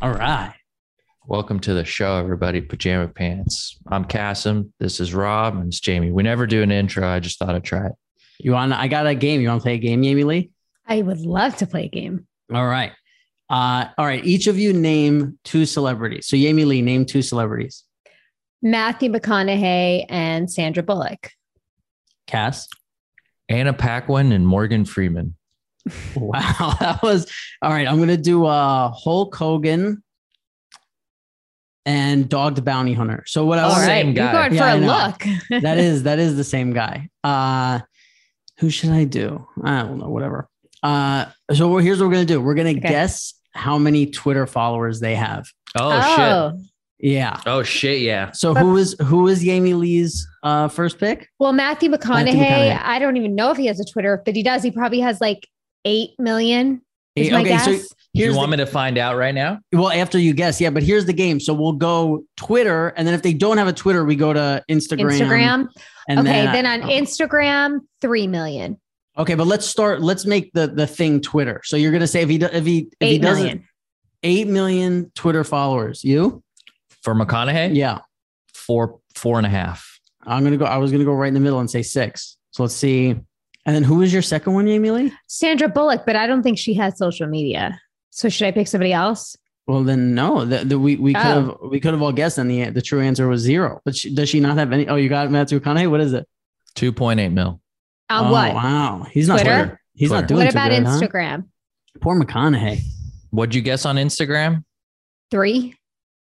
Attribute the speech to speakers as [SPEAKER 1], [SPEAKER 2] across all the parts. [SPEAKER 1] All right.
[SPEAKER 2] Welcome to the show, everybody. Pajama pants. I'm Cassim. This is Rob, and it's Jamie. We never do an intro. I just thought I'd try it.
[SPEAKER 1] You want? I got a game. You want to play a game, Jamie Lee?
[SPEAKER 3] I would love to play a game.
[SPEAKER 1] All right. Uh, all right. Each of you name two celebrities. So Jamie Lee, name two celebrities.
[SPEAKER 3] Matthew McConaughey and Sandra Bullock.
[SPEAKER 1] Cass.
[SPEAKER 2] Anna Paquin and Morgan Freeman.
[SPEAKER 1] Wow, that was all right. I'm gonna do uh Hulk Hogan and Dog the Bounty Hunter. So what I
[SPEAKER 3] All
[SPEAKER 1] was
[SPEAKER 2] same
[SPEAKER 3] right, you're
[SPEAKER 2] guy.
[SPEAKER 3] going
[SPEAKER 1] Oh, Yeah, I
[SPEAKER 3] for a
[SPEAKER 1] know.
[SPEAKER 3] look.
[SPEAKER 1] that is that is the same guy. Uh who should I do? I don't know, whatever. Uh so we're, here's what we're gonna do. We're gonna
[SPEAKER 3] Okay.
[SPEAKER 1] guess how many Twitter followers they have.
[SPEAKER 2] Oh, shit.
[SPEAKER 1] Yeah.
[SPEAKER 2] Oh shit. Yeah.
[SPEAKER 1] So who is who is Jamie Lee's uh first pick?
[SPEAKER 3] well, Matthew McConaughey,
[SPEAKER 1] McConaughey.
[SPEAKER 3] I don't even know if he has a Twitter, but he does. He probably has like eight million. Is
[SPEAKER 1] Eight-
[SPEAKER 3] my guess.
[SPEAKER 1] so here's
[SPEAKER 2] you want
[SPEAKER 1] the-
[SPEAKER 2] me to find out right now?
[SPEAKER 1] well after you guess, yeah, but here's the game. So we'll go Twitter, and then if they don't have a Twitter, we go to Instagram.
[SPEAKER 3] Instagram.
[SPEAKER 1] And
[SPEAKER 3] okay,
[SPEAKER 1] I-
[SPEAKER 3] then, on
[SPEAKER 1] oh.
[SPEAKER 3] Instagram, three million.
[SPEAKER 1] Okay, but let's start. Let's make the the thing Twitter. So you're gonna say if he do- if he if he
[SPEAKER 3] Eight
[SPEAKER 1] doesn't
[SPEAKER 3] million.
[SPEAKER 1] eight million Twitter followers. You?
[SPEAKER 2] For McConaughey,
[SPEAKER 1] Yeah,
[SPEAKER 2] four four and a half.
[SPEAKER 1] I'm gonna go. I was gonna go right in the middle and say six. So let's see. And then who was your second one, Jamie Lee?
[SPEAKER 3] Sandra Bullock, but I don't think she has social media. So should I pick somebody else?
[SPEAKER 1] Well, then no. The, the, we we could
[SPEAKER 3] Oh.
[SPEAKER 1] have we could have all guessed, and the the true answer was zero. But she, does she not have any? Oh, you got Matthew McConaughey. What is it?
[SPEAKER 2] Two point eight mil.
[SPEAKER 3] On
[SPEAKER 1] oh,
[SPEAKER 3] Uh, what?
[SPEAKER 1] Wow, he's not
[SPEAKER 3] Twitter?
[SPEAKER 1] Twitter. He's not
[SPEAKER 2] Twitter.
[SPEAKER 1] doing
[SPEAKER 3] What
[SPEAKER 1] too
[SPEAKER 3] about
[SPEAKER 1] good, huh?
[SPEAKER 3] Instagram?
[SPEAKER 1] Poor McConaughey.
[SPEAKER 2] What'd you guess on Instagram?
[SPEAKER 3] Three,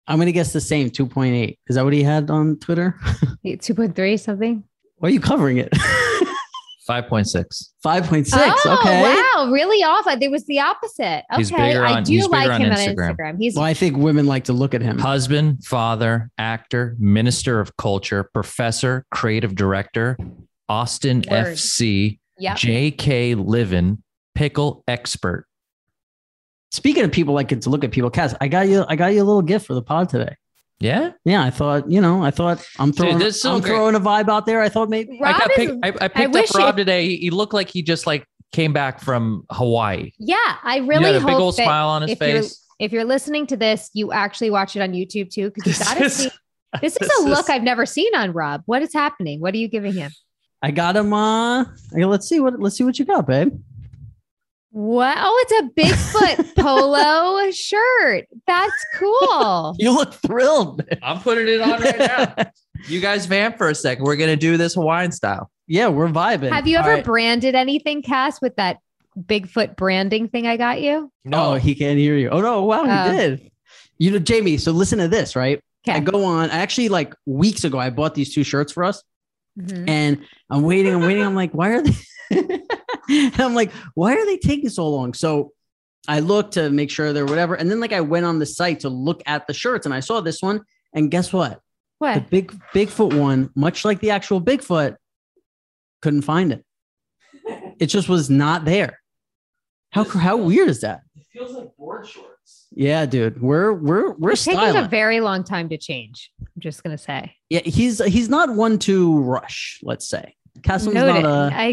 [SPEAKER 1] I'm gonna guess the same. Two point eight. Is that what he had on Twitter?
[SPEAKER 3] two point three, something.
[SPEAKER 1] Why are you covering it?
[SPEAKER 2] Five point six.
[SPEAKER 1] Five point six.
[SPEAKER 3] Oh,
[SPEAKER 1] okay.
[SPEAKER 3] wow. Really off. It was the opposite. Okay.
[SPEAKER 2] He's bigger
[SPEAKER 3] I
[SPEAKER 2] on-
[SPEAKER 3] do
[SPEAKER 2] he's bigger
[SPEAKER 3] like
[SPEAKER 2] on
[SPEAKER 3] him
[SPEAKER 2] Instagram.
[SPEAKER 3] on Instagram. He's
[SPEAKER 1] Well, I think women like to look at him.
[SPEAKER 2] Husband, father, actor, minister of culture, professor, creative director, Austin
[SPEAKER 3] Word.
[SPEAKER 2] FC,
[SPEAKER 3] yeah.
[SPEAKER 2] J.K. Livin, pickle expert.
[SPEAKER 1] Speaking of people liking to look at people, Cass, I got you. I got you a little gift for the pod today.
[SPEAKER 2] Yeah,
[SPEAKER 1] Yeah, I thought you know, I thought I'm
[SPEAKER 2] Dude,
[SPEAKER 1] throwing,
[SPEAKER 2] this is so
[SPEAKER 1] I'm
[SPEAKER 2] great.
[SPEAKER 1] throwing a vibe out there. I thought maybe.
[SPEAKER 3] Rob
[SPEAKER 2] I got
[SPEAKER 3] is-
[SPEAKER 2] pick, I, I picked
[SPEAKER 3] wish
[SPEAKER 2] up Rob
[SPEAKER 3] it-
[SPEAKER 2] today. He, he looked like he just like came back from Hawaii.
[SPEAKER 3] yeah, I
[SPEAKER 2] He had
[SPEAKER 3] really
[SPEAKER 2] a big
[SPEAKER 3] hope
[SPEAKER 2] old
[SPEAKER 3] that
[SPEAKER 2] smile on his
[SPEAKER 3] if you're-
[SPEAKER 2] face.
[SPEAKER 3] if you're listening to this, you actually watch it on YouTube too, because you
[SPEAKER 2] This
[SPEAKER 3] gotta
[SPEAKER 2] is-
[SPEAKER 3] see. This is
[SPEAKER 2] this
[SPEAKER 3] a look
[SPEAKER 2] is-
[SPEAKER 3] I've never seen on Rob. What is happening? What are you giving him?
[SPEAKER 1] I got him. Uh, I- let's see what let's see what you got, babe.
[SPEAKER 3] What? Oh, it's a Bigfoot polo shirt. That's cool.
[SPEAKER 1] You look thrilled.
[SPEAKER 2] I'm putting it on right now. you guys vamp for a second. We're gonna do this Hawaiian style.
[SPEAKER 1] yeah, we're vibing.
[SPEAKER 3] Have you
[SPEAKER 1] All
[SPEAKER 3] ever
[SPEAKER 1] right.
[SPEAKER 3] branded anything, Cass, with that Bigfoot branding thing I got you?
[SPEAKER 1] Oh, he can't hear you. Oh no! Wow, he
[SPEAKER 3] Oh.
[SPEAKER 1] did. You know, Jamie. So listen to this, right? I
[SPEAKER 3] Okay.
[SPEAKER 1] go on. I actually like weeks ago. I bought these two shirts for us.
[SPEAKER 3] Mm-hmm.
[SPEAKER 1] And I'm waiting, I'm waiting. I'm like, why are they? and I'm like, why are they taking so long? So I looked to make sure they're whatever. And then like I went on the site to look at the shirts and I saw this one. And guess what? The
[SPEAKER 3] What?
[SPEAKER 1] big Bigfoot one, much like the actual Bigfoot, couldn't find it. It just was not there. How how weird is that?
[SPEAKER 2] It feels like board shorts.
[SPEAKER 1] Yeah, dude. We're we're we're
[SPEAKER 3] It's taking a
[SPEAKER 1] styling.
[SPEAKER 3] very long time to change. I'm just gonna say.
[SPEAKER 1] yeah, he's he's not one to rush, let's say. Castle's
[SPEAKER 3] Noted.
[SPEAKER 1] not a
[SPEAKER 3] I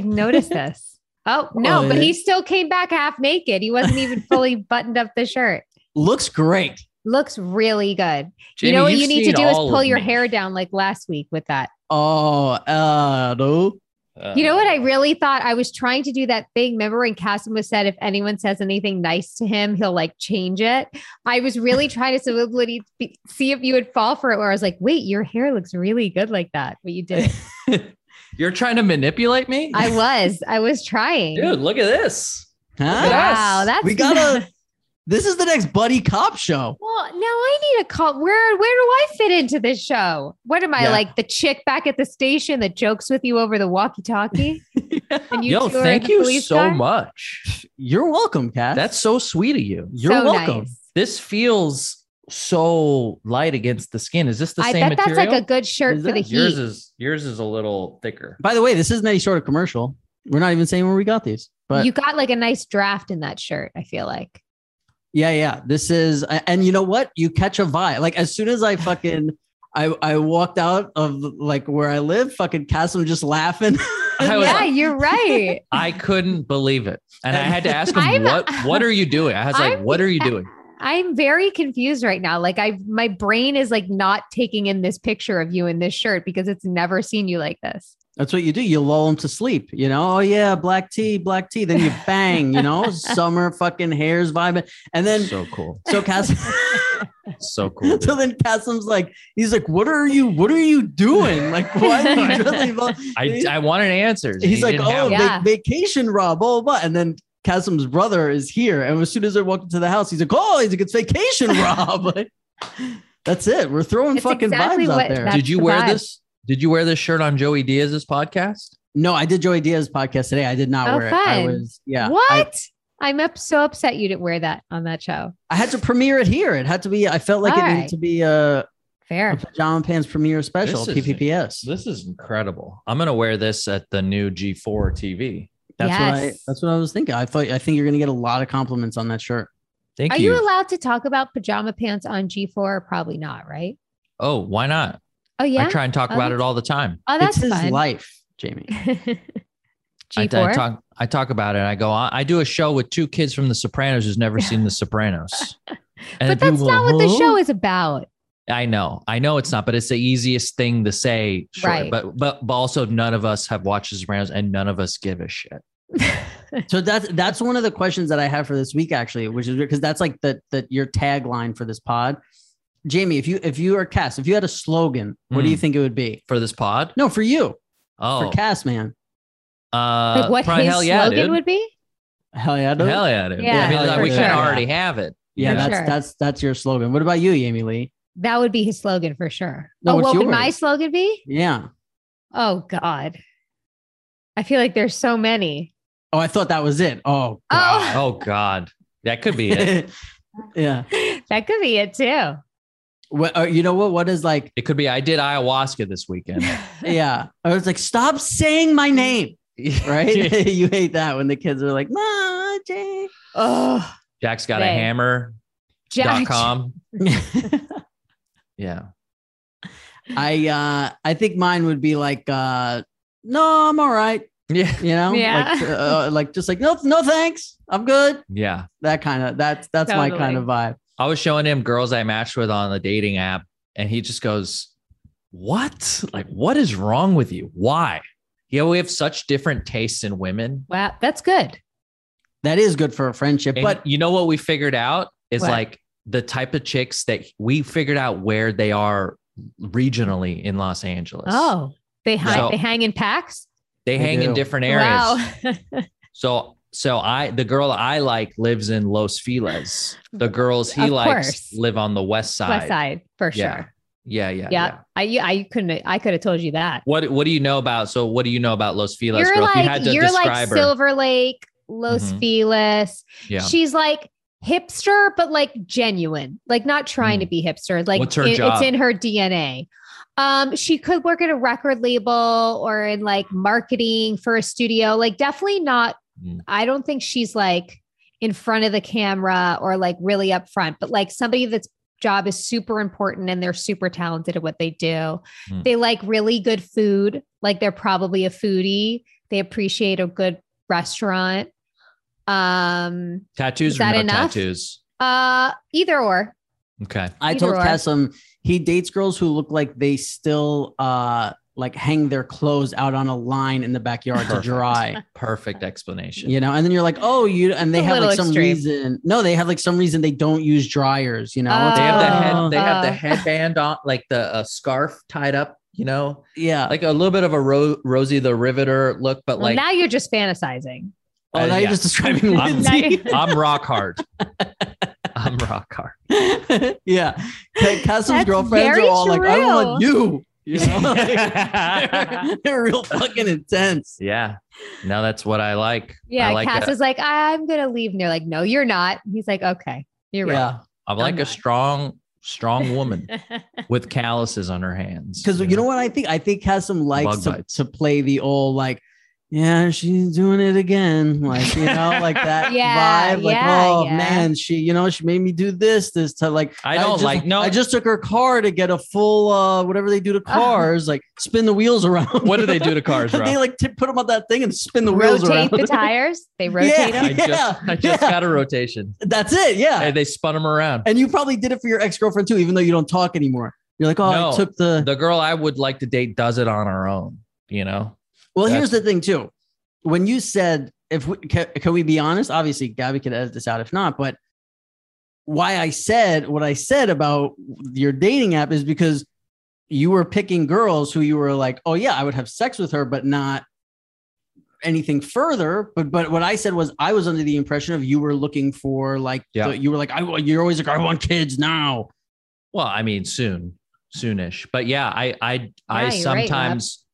[SPEAKER 3] noticed this. Oh no,
[SPEAKER 1] Oh,
[SPEAKER 3] but
[SPEAKER 1] yeah.
[SPEAKER 3] he still came back half naked. He wasn't even fully buttoned up the shirt.
[SPEAKER 1] looks great.
[SPEAKER 3] Looks really good. you know what you need to do is pull your hair down like last week with that.
[SPEAKER 1] Oh, uh, no.
[SPEAKER 3] you know what I really thought? I was trying to do that thing. Remember when Cassim was said if anyone says anything nice to him, he'll like change it. I was really trying to sublimity see if you would fall for it. Where I was like, wait, your hair looks really good like that, but you didn't.
[SPEAKER 2] You're trying to manipulate me,
[SPEAKER 3] I was, I was trying.
[SPEAKER 2] dude. Look at this.
[SPEAKER 1] Huh?
[SPEAKER 2] at
[SPEAKER 3] wow,
[SPEAKER 2] us.
[SPEAKER 3] that's
[SPEAKER 1] We gotta. this is the next buddy cop show.
[SPEAKER 3] Well, now I need a call. Where where do I fit into this show? What am I
[SPEAKER 1] Yeah.
[SPEAKER 3] like the chick back at the station that jokes with you over the walkie-talkie? And
[SPEAKER 2] Yo,
[SPEAKER 3] two are
[SPEAKER 2] thank
[SPEAKER 3] the
[SPEAKER 2] you
[SPEAKER 3] police
[SPEAKER 2] so
[SPEAKER 3] car?
[SPEAKER 2] much.
[SPEAKER 1] You're welcome, Kat.
[SPEAKER 2] That's so sweet of you.
[SPEAKER 1] you're
[SPEAKER 3] So
[SPEAKER 1] welcome.
[SPEAKER 3] nice.
[SPEAKER 2] This feels so light against the skin. Is this the
[SPEAKER 3] I
[SPEAKER 2] same
[SPEAKER 3] bet
[SPEAKER 2] material?
[SPEAKER 3] that's like a good shirt
[SPEAKER 1] Is
[SPEAKER 3] for the
[SPEAKER 1] that-
[SPEAKER 3] heat.
[SPEAKER 2] yours is yours is a little thicker.
[SPEAKER 1] By the way, this isn't any sort of commercial. We're not even saying where we got these, but
[SPEAKER 3] you got like a nice draft in that shirt, I feel like.
[SPEAKER 1] yeah, yeah. This is, and you know what? You catch a vibe. Like as soon as I fucking, I I walked out of like where I live. Fucking Cassim just laughing.
[SPEAKER 2] I was
[SPEAKER 3] yeah,
[SPEAKER 2] like-
[SPEAKER 3] you're right.
[SPEAKER 2] I couldn't believe it, and I had to ask him
[SPEAKER 3] I'm-
[SPEAKER 2] what What are you doing? I was like,
[SPEAKER 3] I'm-
[SPEAKER 2] What are you doing?
[SPEAKER 3] I'm very confused right now. Like I my brain is like not taking in this picture of you in this shirt because it's never seen you like this.
[SPEAKER 1] That's what you do. You lull them to sleep. You know, oh yeah, black tea, black tea. Then you bang. You know, summer fucking hairs vibing, and then so,
[SPEAKER 2] so cool.
[SPEAKER 1] Cass.
[SPEAKER 2] So cool.
[SPEAKER 1] so
[SPEAKER 2] dude.
[SPEAKER 1] then Casim's like, he's like, what are you? What are you doing? Like, why? Are you dressing up?"
[SPEAKER 2] I, I wanted answers.
[SPEAKER 1] he's like,
[SPEAKER 2] didn't
[SPEAKER 1] oh,
[SPEAKER 2] have
[SPEAKER 1] va-
[SPEAKER 2] them.
[SPEAKER 3] Yeah.
[SPEAKER 1] vacation, Rob. Oh, what? And then Casim's brother is here, and as soon as they walk into the house, he's like, oh, he's like, it's vacation, Rob. Like, that's it. We're throwing
[SPEAKER 3] It's
[SPEAKER 1] fucking
[SPEAKER 3] exactly
[SPEAKER 1] vibes out
[SPEAKER 3] what
[SPEAKER 1] there.
[SPEAKER 3] that-
[SPEAKER 2] did you
[SPEAKER 3] the
[SPEAKER 2] wear
[SPEAKER 3] vibe.
[SPEAKER 2] this? Did you wear this shirt on Joey Diaz's podcast?
[SPEAKER 1] no, I did Joey Diaz's podcast today. I did not
[SPEAKER 3] Oh,
[SPEAKER 1] wear it. I
[SPEAKER 3] fun.
[SPEAKER 1] was yeah. I,
[SPEAKER 3] what? I, am up so upset you didn't wear that on that show.
[SPEAKER 1] I had to premiere it here. It had to be. I felt like it
[SPEAKER 3] All
[SPEAKER 1] needed
[SPEAKER 3] right.
[SPEAKER 1] to be a, a
[SPEAKER 3] Fair.
[SPEAKER 1] pajama pants premiere special
[SPEAKER 2] This is-
[SPEAKER 1] PPPS.
[SPEAKER 2] This is incredible. I'm gonna wear this at the new G4 TV.
[SPEAKER 1] That's what I.
[SPEAKER 3] Yes.
[SPEAKER 1] That's what I was thinking. I thought. I think you're gonna get a lot of compliments on that shirt.
[SPEAKER 2] Thank
[SPEAKER 3] Are
[SPEAKER 2] you.
[SPEAKER 3] you allowed to talk about pajama pants on G4? Probably not, right?
[SPEAKER 2] oh, why not?
[SPEAKER 3] Oh yeah.
[SPEAKER 2] I try and talk
[SPEAKER 3] Oh,
[SPEAKER 2] about
[SPEAKER 3] that's-
[SPEAKER 2] it all the time.
[SPEAKER 3] oh, that's
[SPEAKER 1] it's his
[SPEAKER 3] fun.
[SPEAKER 1] life, Jamie.
[SPEAKER 3] G4.
[SPEAKER 2] I, I talk. I talk about it. I go. I, I do a show with two kids from The Sopranos who's never seen The Sopranos. And
[SPEAKER 3] but that's
[SPEAKER 2] people
[SPEAKER 3] not what the
[SPEAKER 2] go,
[SPEAKER 3] show
[SPEAKER 2] "Huh?"
[SPEAKER 3] is about.
[SPEAKER 2] I know. I know it's not, but it's the easiest thing to say. Sure.
[SPEAKER 3] Right.
[SPEAKER 2] But, but but also none of us have watched The Sopranos, and none of us give a shit.
[SPEAKER 1] So that's that's one of the questions that I have for this week, actually, which is because that's like the the your tagline for this pod. Jamie, if you if you are Cass, if you had a slogan, what do
[SPEAKER 2] Mm.
[SPEAKER 1] you think it would be?
[SPEAKER 2] For this pod.
[SPEAKER 1] No, for you,
[SPEAKER 2] Oh,
[SPEAKER 1] for Cass, man.
[SPEAKER 2] uh,
[SPEAKER 3] Like what
[SPEAKER 2] probably
[SPEAKER 3] his
[SPEAKER 2] hell yeah,
[SPEAKER 3] slogan
[SPEAKER 2] dude.
[SPEAKER 3] would be?
[SPEAKER 1] Hell yeah, dude.
[SPEAKER 2] Hell yeah, dude.
[SPEAKER 3] Yeah,
[SPEAKER 2] I mean,
[SPEAKER 1] hell
[SPEAKER 2] like,
[SPEAKER 1] yeah,
[SPEAKER 2] we
[SPEAKER 1] for
[SPEAKER 2] kind of
[SPEAKER 1] sure.
[SPEAKER 2] already have it.
[SPEAKER 1] yeah,
[SPEAKER 3] for
[SPEAKER 1] that's
[SPEAKER 3] sure.
[SPEAKER 1] that's that's your slogan. What about you, Jamie Lee?
[SPEAKER 3] That would be his slogan for sure.
[SPEAKER 1] No,
[SPEAKER 3] oh,
[SPEAKER 1] it's
[SPEAKER 3] what would my
[SPEAKER 1] yours.
[SPEAKER 3] slogan be?
[SPEAKER 1] Yeah.
[SPEAKER 3] Oh God. I feel like there's so many.
[SPEAKER 1] Oh, I thought that was it. Oh, God.
[SPEAKER 3] Oh,
[SPEAKER 2] Oh God, that could be it.
[SPEAKER 1] yeah.
[SPEAKER 3] that could be it too.
[SPEAKER 1] What, uh, you know what? What is like?
[SPEAKER 2] It could be. I did ayahuasca this weekend.
[SPEAKER 1] Yeah. I was like, stop saying my name, right? you hate that when the kids are like, Ma, Jay.
[SPEAKER 3] oh,
[SPEAKER 2] Jack's got a
[SPEAKER 3] Right.
[SPEAKER 2] hammer. Dot
[SPEAKER 3] Jack.
[SPEAKER 2] com. Yeah.
[SPEAKER 1] I uh I think mine would be like uh no, I'm all right,
[SPEAKER 2] Yeah.
[SPEAKER 1] you know?
[SPEAKER 3] Yeah.
[SPEAKER 1] Like uh, like just like no no thanks. I'm good.
[SPEAKER 2] Yeah.
[SPEAKER 1] That kind of that's that's my kind of vibe.
[SPEAKER 2] I was showing him girls I matched with on the dating app, and he just goes, What? Like, what is wrong with you? Why? Yeah, we have such different tastes in women.
[SPEAKER 3] Wow, that's good.
[SPEAKER 1] That is good for a friendship,
[SPEAKER 2] And
[SPEAKER 1] but
[SPEAKER 2] you know what we figured out is
[SPEAKER 3] What?
[SPEAKER 2] like the type of chicks that we figured out where they are regionally in Los Angeles.
[SPEAKER 3] Oh, they hang
[SPEAKER 2] So-
[SPEAKER 3] they hang in packs.
[SPEAKER 2] they
[SPEAKER 1] They
[SPEAKER 2] hang in
[SPEAKER 1] do.
[SPEAKER 2] different areas.
[SPEAKER 3] Wow.
[SPEAKER 2] So so I the girl I like lives in Los Feliz. The girls he
[SPEAKER 3] Of
[SPEAKER 2] likes
[SPEAKER 3] course.
[SPEAKER 2] live on the west side.
[SPEAKER 3] West side for
[SPEAKER 2] Yeah.
[SPEAKER 3] sure.
[SPEAKER 2] Yeah, yeah,
[SPEAKER 3] Yeah.
[SPEAKER 2] yeah.
[SPEAKER 3] I you- I couldn't I could have told you that.
[SPEAKER 2] What what do you know about? So what do you know about Los Feliz?
[SPEAKER 3] you're
[SPEAKER 2] girl? If you
[SPEAKER 3] like you are like
[SPEAKER 2] her,
[SPEAKER 3] Silver Lake, Los
[SPEAKER 2] Mhm.
[SPEAKER 3] Feliz.
[SPEAKER 2] yeah.
[SPEAKER 3] She's like hipster, but like genuine, like not trying to be hipster.
[SPEAKER 2] Hmm.
[SPEAKER 3] Like
[SPEAKER 2] What's her
[SPEAKER 3] it- it's
[SPEAKER 2] job?
[SPEAKER 3] in her DNA. Um, she could work at a record label or in like marketing for a studio. Like definitely not.
[SPEAKER 2] Mm.
[SPEAKER 3] I don't think she's like in front of the camera or like really up front, but like somebody that's job is super important and they're super talented at what they do.
[SPEAKER 2] Mm.
[SPEAKER 3] They like really good food, like they're probably a foodie. They appreciate a good restaurant. Um
[SPEAKER 2] tattoos
[SPEAKER 3] Is
[SPEAKER 2] or
[SPEAKER 3] that
[SPEAKER 2] no
[SPEAKER 3] enough?
[SPEAKER 2] tattoos?
[SPEAKER 3] uh either or.
[SPEAKER 2] Okay.
[SPEAKER 1] I
[SPEAKER 3] either
[SPEAKER 1] told
[SPEAKER 3] or.
[SPEAKER 1] Cassim he dates girls who look like they still uh like hang their clothes out on a line in the backyard to
[SPEAKER 2] Perfect.
[SPEAKER 1] dry.
[SPEAKER 2] Perfect explanation.
[SPEAKER 1] You know, and then you're like, oh, you and they
[SPEAKER 3] It's a
[SPEAKER 1] have like
[SPEAKER 3] little
[SPEAKER 1] some
[SPEAKER 3] extreme.
[SPEAKER 1] reason. No, they have like some reason they don't use dryers, you know. It's
[SPEAKER 2] They
[SPEAKER 1] like,
[SPEAKER 2] have the
[SPEAKER 1] oh,
[SPEAKER 2] head. They have the
[SPEAKER 3] Oh.
[SPEAKER 2] headband on, like the uh, scarf tied up. You know,
[SPEAKER 1] yeah.
[SPEAKER 2] like a little bit of a Ro- Rosie the Riveter look, but
[SPEAKER 3] Well,
[SPEAKER 2] like
[SPEAKER 3] now you're just fantasizing.
[SPEAKER 1] oh, now
[SPEAKER 2] uh,
[SPEAKER 1] you're
[SPEAKER 2] yeah.
[SPEAKER 1] just describing
[SPEAKER 2] I'm-
[SPEAKER 1] Lindsay.
[SPEAKER 2] I'm rock hard. I'm rock hard.
[SPEAKER 1] yeah. Ca- Casim's
[SPEAKER 3] That's
[SPEAKER 1] girlfriends are
[SPEAKER 3] very
[SPEAKER 1] all like, I want you. You know?
[SPEAKER 2] yeah.
[SPEAKER 1] They're- They're real fucking intense.
[SPEAKER 2] No, that's what I like.
[SPEAKER 3] Yeah,
[SPEAKER 2] I like
[SPEAKER 3] Cass
[SPEAKER 2] a-
[SPEAKER 3] is like, I'm gonna leave. And they're like, No, you're not. He's like, Okay, you're right.
[SPEAKER 1] Yeah.
[SPEAKER 2] I like a
[SPEAKER 3] not.
[SPEAKER 2] strong, strong woman with calluses on her hands.
[SPEAKER 1] Because you know what I think? I think Casim
[SPEAKER 2] Bug
[SPEAKER 1] likes to,
[SPEAKER 2] bites.
[SPEAKER 1] to play the old like, yeah, she's doing it again. Like, you know, like that
[SPEAKER 3] Yeah,
[SPEAKER 1] vibe. Like,
[SPEAKER 3] yeah,
[SPEAKER 1] oh
[SPEAKER 3] yeah.
[SPEAKER 1] man, she, you know, she made me do this, this time. Like,
[SPEAKER 2] I don't
[SPEAKER 1] just-
[SPEAKER 2] like- no.
[SPEAKER 1] I just took her car to get a full, uh, whatever they do to
[SPEAKER 3] Uh-huh.
[SPEAKER 1] cars, like spin the wheels around.
[SPEAKER 2] What do they do to cars, bro?
[SPEAKER 1] they like tip, put them on that thing and spin the wheels
[SPEAKER 3] rotate
[SPEAKER 1] around.
[SPEAKER 3] the tires. They rotate
[SPEAKER 1] Yeah.
[SPEAKER 3] them.
[SPEAKER 2] I just, I just
[SPEAKER 1] yeah.
[SPEAKER 2] got a rotation.
[SPEAKER 1] That's it. Yeah.
[SPEAKER 2] And they spun him around.
[SPEAKER 1] and you probably did it for your ex girlfriend too, even though you don't talk anymore. You're like, oh,
[SPEAKER 2] No.
[SPEAKER 1] I took the.
[SPEAKER 2] The girl I would like to date does it on her own, you know?
[SPEAKER 1] Well, here's the thing too. When you said, if we, can, can we be honest? Obviously, Gabby could edit this out if not, but why I said what I said about your dating app is because you were picking girls who you were like, oh yeah, I would have sex with her, but not anything further. But but what I said was I was under the impression of you were looking for like
[SPEAKER 2] Yeah.
[SPEAKER 1] the- you were like I you're always like I want kids now.
[SPEAKER 2] Well, I mean, soon, soonish. But yeah, I I I
[SPEAKER 3] Yeah, you're right, Rob.
[SPEAKER 2] sometimes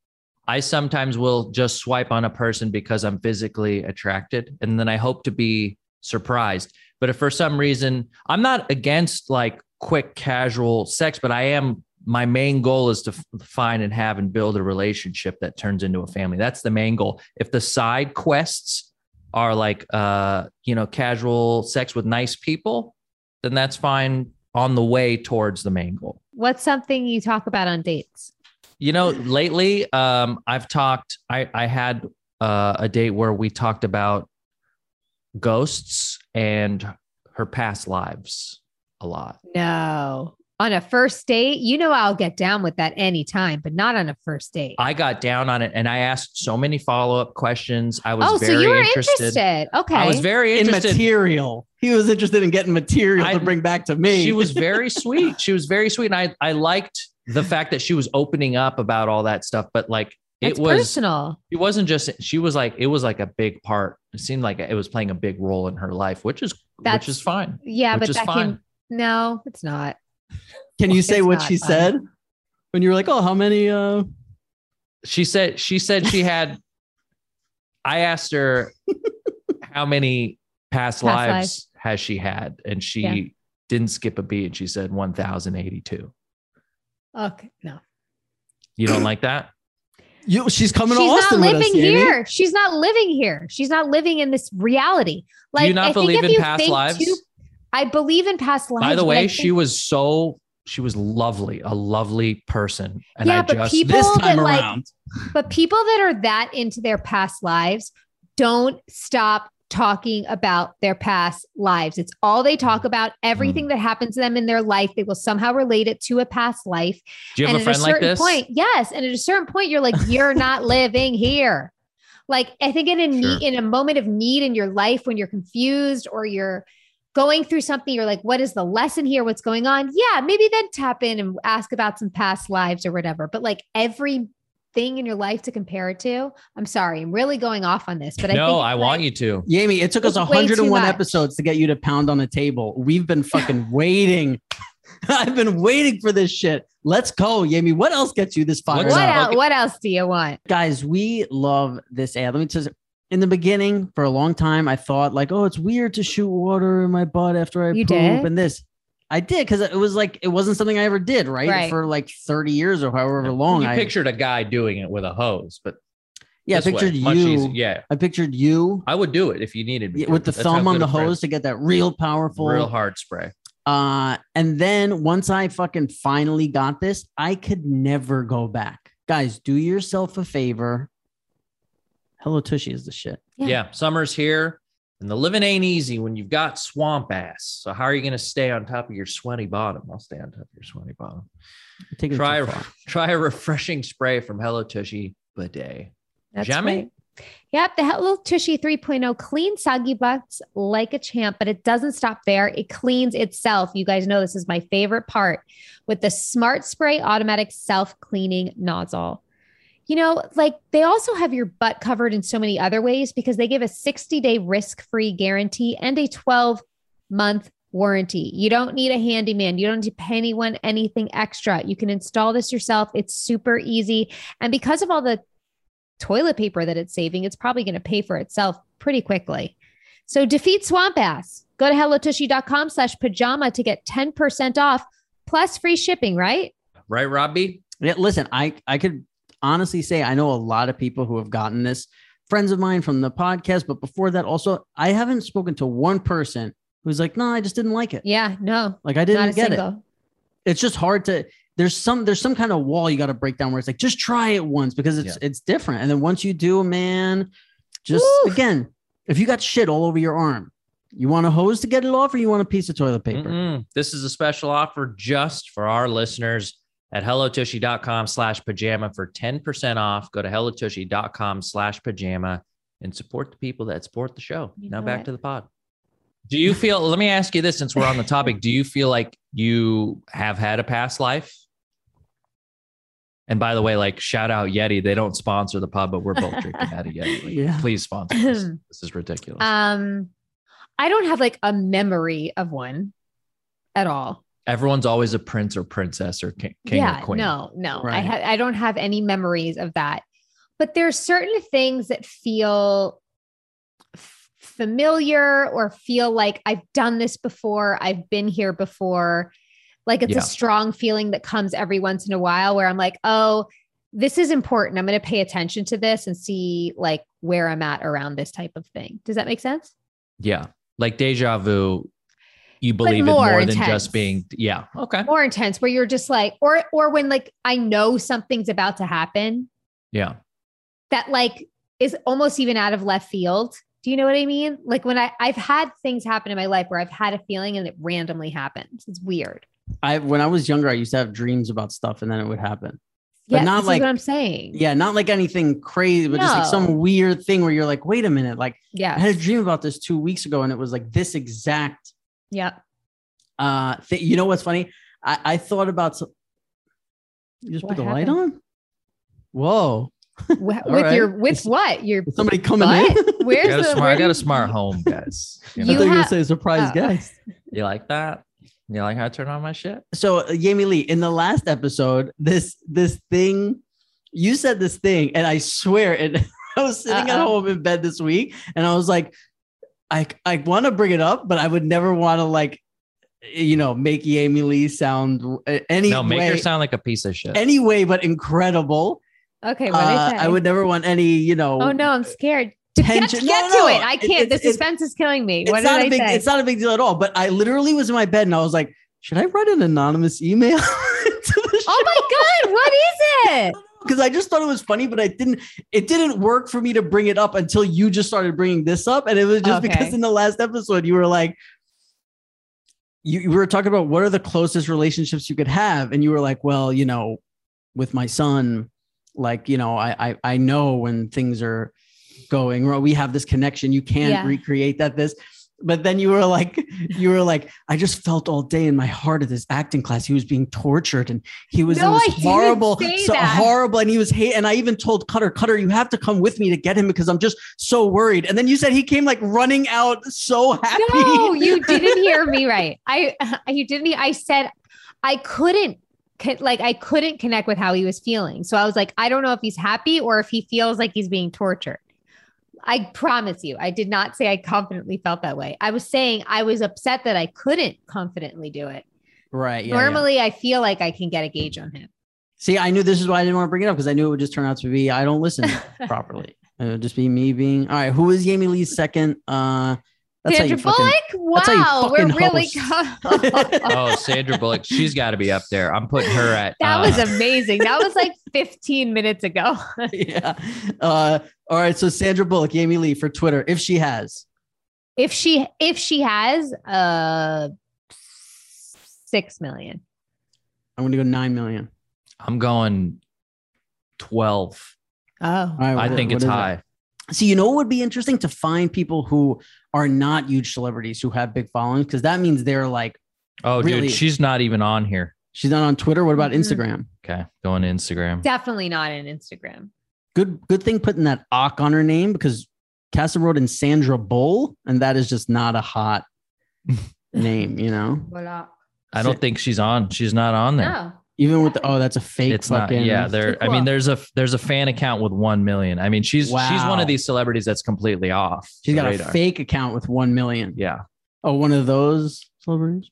[SPEAKER 2] I sometimes will just swipe on a person because I'm physically attracted and then I hope to be surprised. But if for some reason I'm not against like quick casual sex, but I am my main goal is to f- find and have and build a relationship that turns into a family. That's the main goal. If the side quests are like uh, you know, casual sex with nice people, then that's fine on the way towards the main goal.
[SPEAKER 3] What's something you talk about on dates?
[SPEAKER 2] You know, lately, um, I've talked. I I had uh, a date where we talked about ghosts and her past lives a lot.
[SPEAKER 3] No. On a first date, you know I'll get down with that anytime, but not on a first date.
[SPEAKER 2] I got down on it, and I asked so many follow up questions. I was
[SPEAKER 3] Oh, so
[SPEAKER 2] very
[SPEAKER 3] you were
[SPEAKER 2] interested.
[SPEAKER 3] interested. Okay.
[SPEAKER 2] I was very
[SPEAKER 1] in
[SPEAKER 2] interested.
[SPEAKER 1] material. He was interested in getting material
[SPEAKER 2] I-
[SPEAKER 1] to bring back to me.
[SPEAKER 2] She was very sweet. She was very sweet, and I I liked the fact that she was opening up about all that stuff. But like, it
[SPEAKER 3] That's
[SPEAKER 2] was
[SPEAKER 3] personal.
[SPEAKER 2] it wasn't just she was like it was like a big part it seemed like it was playing a big role in her life which is
[SPEAKER 3] That's-
[SPEAKER 2] which is fine
[SPEAKER 3] Yeah,
[SPEAKER 2] which
[SPEAKER 3] but
[SPEAKER 2] is
[SPEAKER 3] that
[SPEAKER 2] fine.
[SPEAKER 3] can no, it's not.
[SPEAKER 1] Can you say
[SPEAKER 3] It's
[SPEAKER 1] what
[SPEAKER 3] not
[SPEAKER 1] she
[SPEAKER 3] fun.
[SPEAKER 1] said when you were like, "Oh, how many?" Uh,
[SPEAKER 2] she said she said she had i asked her how many past,
[SPEAKER 3] Past
[SPEAKER 2] lives,
[SPEAKER 3] lives.
[SPEAKER 2] has she had and she
[SPEAKER 3] Yeah.
[SPEAKER 2] didn't skip a beat and she said 1082
[SPEAKER 3] Okay. No.
[SPEAKER 2] you don't like that
[SPEAKER 1] you, she's coming
[SPEAKER 3] She's
[SPEAKER 1] to Austin
[SPEAKER 3] not
[SPEAKER 1] with us,
[SPEAKER 3] living
[SPEAKER 1] Amy.
[SPEAKER 3] here. She's not living here. She's not living in this reality. Like
[SPEAKER 2] do you not
[SPEAKER 3] I think
[SPEAKER 2] believe
[SPEAKER 3] if
[SPEAKER 2] in
[SPEAKER 3] you
[SPEAKER 2] past
[SPEAKER 3] think
[SPEAKER 2] lives
[SPEAKER 3] too- I believe in past lives.
[SPEAKER 2] by the
[SPEAKER 3] but I
[SPEAKER 2] way
[SPEAKER 3] think-
[SPEAKER 2] she was so she was lovely a lovely person and
[SPEAKER 3] Yeah,
[SPEAKER 2] i
[SPEAKER 3] but
[SPEAKER 2] just
[SPEAKER 1] This
[SPEAKER 3] People
[SPEAKER 1] time
[SPEAKER 3] that, like,
[SPEAKER 1] around,
[SPEAKER 3] But people that are that into their past lives don't stop talking about their past lives. It's all they
[SPEAKER 2] Mm-hmm.
[SPEAKER 3] talk about. Everything that happens to them in their life, they will somehow relate it to a past life.
[SPEAKER 2] do you have
[SPEAKER 3] and
[SPEAKER 2] a friend
[SPEAKER 3] at a
[SPEAKER 2] like
[SPEAKER 3] certain
[SPEAKER 2] this
[SPEAKER 3] point, yes. And at a certain point, you're like, you're not living here. Like I think in a
[SPEAKER 2] Sure.
[SPEAKER 3] need, in a moment of need in your life when you're confused or you're going through something, you're like, what is the lesson here? What's going on? Yeah, maybe then tap in and ask about some past lives or whatever. But like every thing in your life to compare it to, I'm sorry, I'm really going off on this, but I
[SPEAKER 2] no
[SPEAKER 3] think
[SPEAKER 2] i want you to
[SPEAKER 1] Yami, it took us
[SPEAKER 3] It's way too
[SPEAKER 1] 101
[SPEAKER 3] much.
[SPEAKER 1] episodes to get you to pound on a table. We've been fucking waiting. I've been waiting for this shit. Let's go, Yami. What else gets you this fire?
[SPEAKER 2] What's
[SPEAKER 3] What
[SPEAKER 2] up?
[SPEAKER 3] else,
[SPEAKER 2] Okay.
[SPEAKER 3] what else do you want?
[SPEAKER 1] guys, we love this ad. Let me just in the beginning for a long time, I thought like, oh, it's weird to shoot water in my butt after I
[SPEAKER 3] You
[SPEAKER 1] poop
[SPEAKER 3] did?
[SPEAKER 1] and this. I did because it was like it wasn't something I ever did, right?
[SPEAKER 3] Right.
[SPEAKER 1] For like 30 years or however
[SPEAKER 2] Yeah.
[SPEAKER 1] long.
[SPEAKER 2] You
[SPEAKER 1] I
[SPEAKER 2] pictured a guy doing it with a hose, but
[SPEAKER 1] yeah, I
[SPEAKER 2] this way,
[SPEAKER 1] pictured
[SPEAKER 2] much
[SPEAKER 1] you.
[SPEAKER 2] easier. Yeah,
[SPEAKER 1] I pictured you
[SPEAKER 2] I would do it if you needed me. to.
[SPEAKER 1] with the
[SPEAKER 2] That's how
[SPEAKER 1] thumb on
[SPEAKER 2] good
[SPEAKER 1] the
[SPEAKER 2] a friend-
[SPEAKER 1] hose to get that real powerful
[SPEAKER 2] real hard spray.
[SPEAKER 1] Uh, and then once I fucking finally got this, I could never go back. Guys, do yourself a favor. Hello Tushy is the shit.
[SPEAKER 2] Yeah.
[SPEAKER 3] Yeah.
[SPEAKER 2] summer's here, and the living ain't easy when you've got swamp ass. So how are you going to stay on top of your sweaty bottom? I'll stay on top of your sweaty bottom.
[SPEAKER 1] I'm taking it
[SPEAKER 2] Try
[SPEAKER 1] too
[SPEAKER 2] a-
[SPEAKER 1] far.
[SPEAKER 2] Try a refreshing spray from Hello Tushy Bidet.
[SPEAKER 3] That's
[SPEAKER 2] Jammy?
[SPEAKER 3] right. Yep, the Hello Tushy 3.0 clean soggy butts like a champ, but it doesn't stop there. It cleans itself. You guys know this is my favorite part with the Smart Spray automatic self-cleaning nozzle. You know, like they also have your butt covered in so many other ways because they give a 60-day risk-free guarantee and a 12-month warranty. You don't need a handyman. You don't need to pay anyone anything extra. You can install this yourself. It's super easy. And because of all the toilet paper that it's saving, it's probably going to pay for itself pretty quickly. So defeat swamp ass. Go to hellotushy.com slash pajama to get 10% off plus free shipping, right?
[SPEAKER 2] Right, Robbie?
[SPEAKER 1] Yeah, listen, I I could honestly say I know a lot of people who have gotten this friends of mine from the podcast, but before that, also, I haven't spoken to one person who's like, no, I just didn't like it.
[SPEAKER 3] Yeah, no,
[SPEAKER 1] Like I
[SPEAKER 3] not a
[SPEAKER 1] didn't get it.
[SPEAKER 3] single.
[SPEAKER 1] It's just hard to. There's some there's some kind of wall you got to break down where it's like just try it once because it's it's different, and then once you do, man, just
[SPEAKER 3] Woo.
[SPEAKER 1] again, if you got shit all over your arm, you want a hose to get it off, or you want a piece of toilet paper?
[SPEAKER 2] Mm-mm. Mm-hmm. This is a special offer just for our listeners at hellotushy.com slash pajama for 10% off. Go to hellotushy.com slash pajama and support the people that support the show.
[SPEAKER 3] You
[SPEAKER 2] now
[SPEAKER 3] know
[SPEAKER 2] back
[SPEAKER 3] it.
[SPEAKER 2] to the pod. Do you feel, let me ask you this since we're on the topic, do you feel like you have had a past life? And by the way, like shout out Yeti. They don't sponsor the pod, but we're both drinking out of Yeti. Like,
[SPEAKER 1] Yeah.
[SPEAKER 2] Please sponsor us. This is ridiculous.
[SPEAKER 3] Um, I don't have like a memory of one at all.
[SPEAKER 2] Everyone's always a prince or princess or king, king
[SPEAKER 3] yeah,
[SPEAKER 2] or queen.
[SPEAKER 3] no, no, I
[SPEAKER 1] Right.
[SPEAKER 3] ha- I don't have any memories of that. But there are certain things that feel f- familiar or feel like I've done this before, I've been here before. Like it's
[SPEAKER 2] Yeah.
[SPEAKER 3] a strong feeling that comes every once in a while where I'm like, oh, this is important. I'm going to pay attention to this and see like where I'm at around this type of thing. Does that make sense?
[SPEAKER 2] Yeah. Like deja vu, you believe in
[SPEAKER 3] more
[SPEAKER 2] more than
[SPEAKER 3] intense.
[SPEAKER 2] just being, yeah. Okay.
[SPEAKER 3] More intense where you're just like, or or when like I know something's about to happen
[SPEAKER 2] Yeah.
[SPEAKER 3] that like is almost even out of left field. Do you know what I mean? Like when I I've had things happen in my life where I've had a feeling and it randomly happens. It's weird.
[SPEAKER 1] I when I was younger, I used to have dreams about stuff, and then it would happen. But
[SPEAKER 3] yeah,
[SPEAKER 1] not
[SPEAKER 3] this is
[SPEAKER 1] like-
[SPEAKER 3] what I'm saying.
[SPEAKER 1] Yeah, not like anything crazy, but just like
[SPEAKER 3] No.
[SPEAKER 1] some weird thing where you're like, wait a minute, like I
[SPEAKER 3] yeah,
[SPEAKER 1] had a dream about this two weeks ago, and it was like this exact
[SPEAKER 3] yeah.
[SPEAKER 1] Uh, th- you know what's funny? I, I thought about some- you just
[SPEAKER 3] What
[SPEAKER 1] put the light on. Whoa!
[SPEAKER 3] Wh- with
[SPEAKER 1] right.
[SPEAKER 3] your with what your
[SPEAKER 1] Is somebody coming in?
[SPEAKER 2] I
[SPEAKER 3] where's
[SPEAKER 2] got, a
[SPEAKER 3] the
[SPEAKER 2] smart, I
[SPEAKER 3] where
[SPEAKER 2] got
[SPEAKER 3] do
[SPEAKER 2] a smart home, guys. You,
[SPEAKER 1] I thought
[SPEAKER 2] know? you,
[SPEAKER 1] you were
[SPEAKER 3] have-
[SPEAKER 1] gonna say surprise
[SPEAKER 3] Oh.
[SPEAKER 1] guest.
[SPEAKER 2] like that? You like how I turn on my shit?
[SPEAKER 1] So uh, Jamie Lee, in the last episode, this this thing you said this thing, and I swear, and I was sitting at
[SPEAKER 3] Uh-oh.
[SPEAKER 1] home in bed this week, and I was like, I I want to bring it up, but I would never want to like, you know, make Jamie Lee sound uh, any
[SPEAKER 2] No, make her
[SPEAKER 1] way,
[SPEAKER 2] sound like a piece of shit.
[SPEAKER 1] any way but incredible.
[SPEAKER 3] Okay, what
[SPEAKER 1] Uh, I would never want any, you know,
[SPEAKER 3] Oh no, I'm scared. Get,
[SPEAKER 1] tension.
[SPEAKER 3] get
[SPEAKER 1] No, no,
[SPEAKER 3] to it.
[SPEAKER 1] no.
[SPEAKER 3] I
[SPEAKER 1] It-
[SPEAKER 3] can't.
[SPEAKER 1] it's-
[SPEAKER 3] the
[SPEAKER 1] it's-
[SPEAKER 3] suspense is killing me.
[SPEAKER 1] it's
[SPEAKER 3] what did
[SPEAKER 1] not a
[SPEAKER 3] I
[SPEAKER 1] big
[SPEAKER 3] say?
[SPEAKER 1] it's not a big deal at all. But I literally was in my bed and I was like, should I write an anonymous email?
[SPEAKER 3] oh my god, what is it?
[SPEAKER 1] Because I just thought it was funny, but I didn't. It didn't work for me to bring it up until you just started bringing this up, and it was just because
[SPEAKER 3] Okay.
[SPEAKER 1] in the last episode you were like, you, you were talking about what are the closest relationships you could have, and you were like, well, you know, with my son, like you know, I I, I know when things are going wrong. We have this connection. You can't
[SPEAKER 3] Yeah.
[SPEAKER 1] recreate that. This. But then you were like, you were like, I just felt all day in my heart of this acting class. He was being tortured and he was
[SPEAKER 3] No,
[SPEAKER 1] in
[SPEAKER 3] I
[SPEAKER 1] this
[SPEAKER 3] didn't
[SPEAKER 1] horrible,
[SPEAKER 3] say
[SPEAKER 1] so
[SPEAKER 3] that.
[SPEAKER 1] horrible. And he was hate. And I even told Cutter, Cutter, you have to come with me to get him because I'm just so worried. And then you said he came like running out so happy.
[SPEAKER 3] No, you didn't hear me right. I you didn't. I said I couldn't con- like I couldn't connect with how he was feeling. So I was like, I don't know if he's happy or if he feels like he's being tortured. I promise you, I did not say I confidently felt that way. I was saying I was upset that I couldn't confidently do it.
[SPEAKER 1] Right. Yeah, yeah.
[SPEAKER 3] Normally, I feel like I can get a gauge on him.
[SPEAKER 1] See, I knew this is why I didn't want to bring it up because I knew it would just turn out to be I don't listen properly. It would just be me being all right. Who was Jamie Lee's second? Uh, that's how
[SPEAKER 3] Sandra
[SPEAKER 1] you fucking.
[SPEAKER 3] Bullock?
[SPEAKER 1] that's how you
[SPEAKER 3] Wow, we're
[SPEAKER 1] fucking
[SPEAKER 3] really.
[SPEAKER 1] host.
[SPEAKER 3] co-
[SPEAKER 2] oh, Sandra Bullock. She's got to be up there. I'm putting her at.
[SPEAKER 3] that
[SPEAKER 2] uh,
[SPEAKER 3] was
[SPEAKER 1] Ah.
[SPEAKER 3] amazing. That was like 15 minutes ago.
[SPEAKER 1] yeah. Uh, all right. So Sandra Bullock, Jamie Lee for Twitter, if she has.
[SPEAKER 3] If she if she has uh six million.
[SPEAKER 1] I'm gonna go nine million.
[SPEAKER 2] I'm going 12.
[SPEAKER 3] Oh.
[SPEAKER 1] All right,
[SPEAKER 2] I
[SPEAKER 1] what-
[SPEAKER 2] think
[SPEAKER 1] what
[SPEAKER 2] it's
[SPEAKER 1] is it?
[SPEAKER 2] high.
[SPEAKER 1] See, you know what would be interesting to find people who are not huge celebrities who have big followings because that means they're like
[SPEAKER 2] Oh,
[SPEAKER 1] Really?
[SPEAKER 2] dude, she's not even on here.
[SPEAKER 1] she's not on Twitter. What about
[SPEAKER 3] Mhm.
[SPEAKER 1] Instagram?
[SPEAKER 2] Okay, going to Instagram.
[SPEAKER 3] Definitely not in Instagram.
[SPEAKER 1] Good, good thing putting that Ock on her name because Castle Road and Sandra Bull, and that is just not a hot name, you know.
[SPEAKER 2] I don't think she's on. She's not on there.
[SPEAKER 3] No.
[SPEAKER 1] Even with the, oh, that's a fake.
[SPEAKER 2] it's not.
[SPEAKER 1] fucking,
[SPEAKER 2] Yeah, there. I mean,
[SPEAKER 3] cool.
[SPEAKER 2] there's a there's a fan account with one million. I mean, she's she's one
[SPEAKER 1] Wow.
[SPEAKER 2] of these celebrities that's completely off.
[SPEAKER 1] she's
[SPEAKER 2] the
[SPEAKER 1] got
[SPEAKER 2] radar.
[SPEAKER 1] a fake account with one million.
[SPEAKER 2] Yeah.
[SPEAKER 1] Oh, one of those celebrities.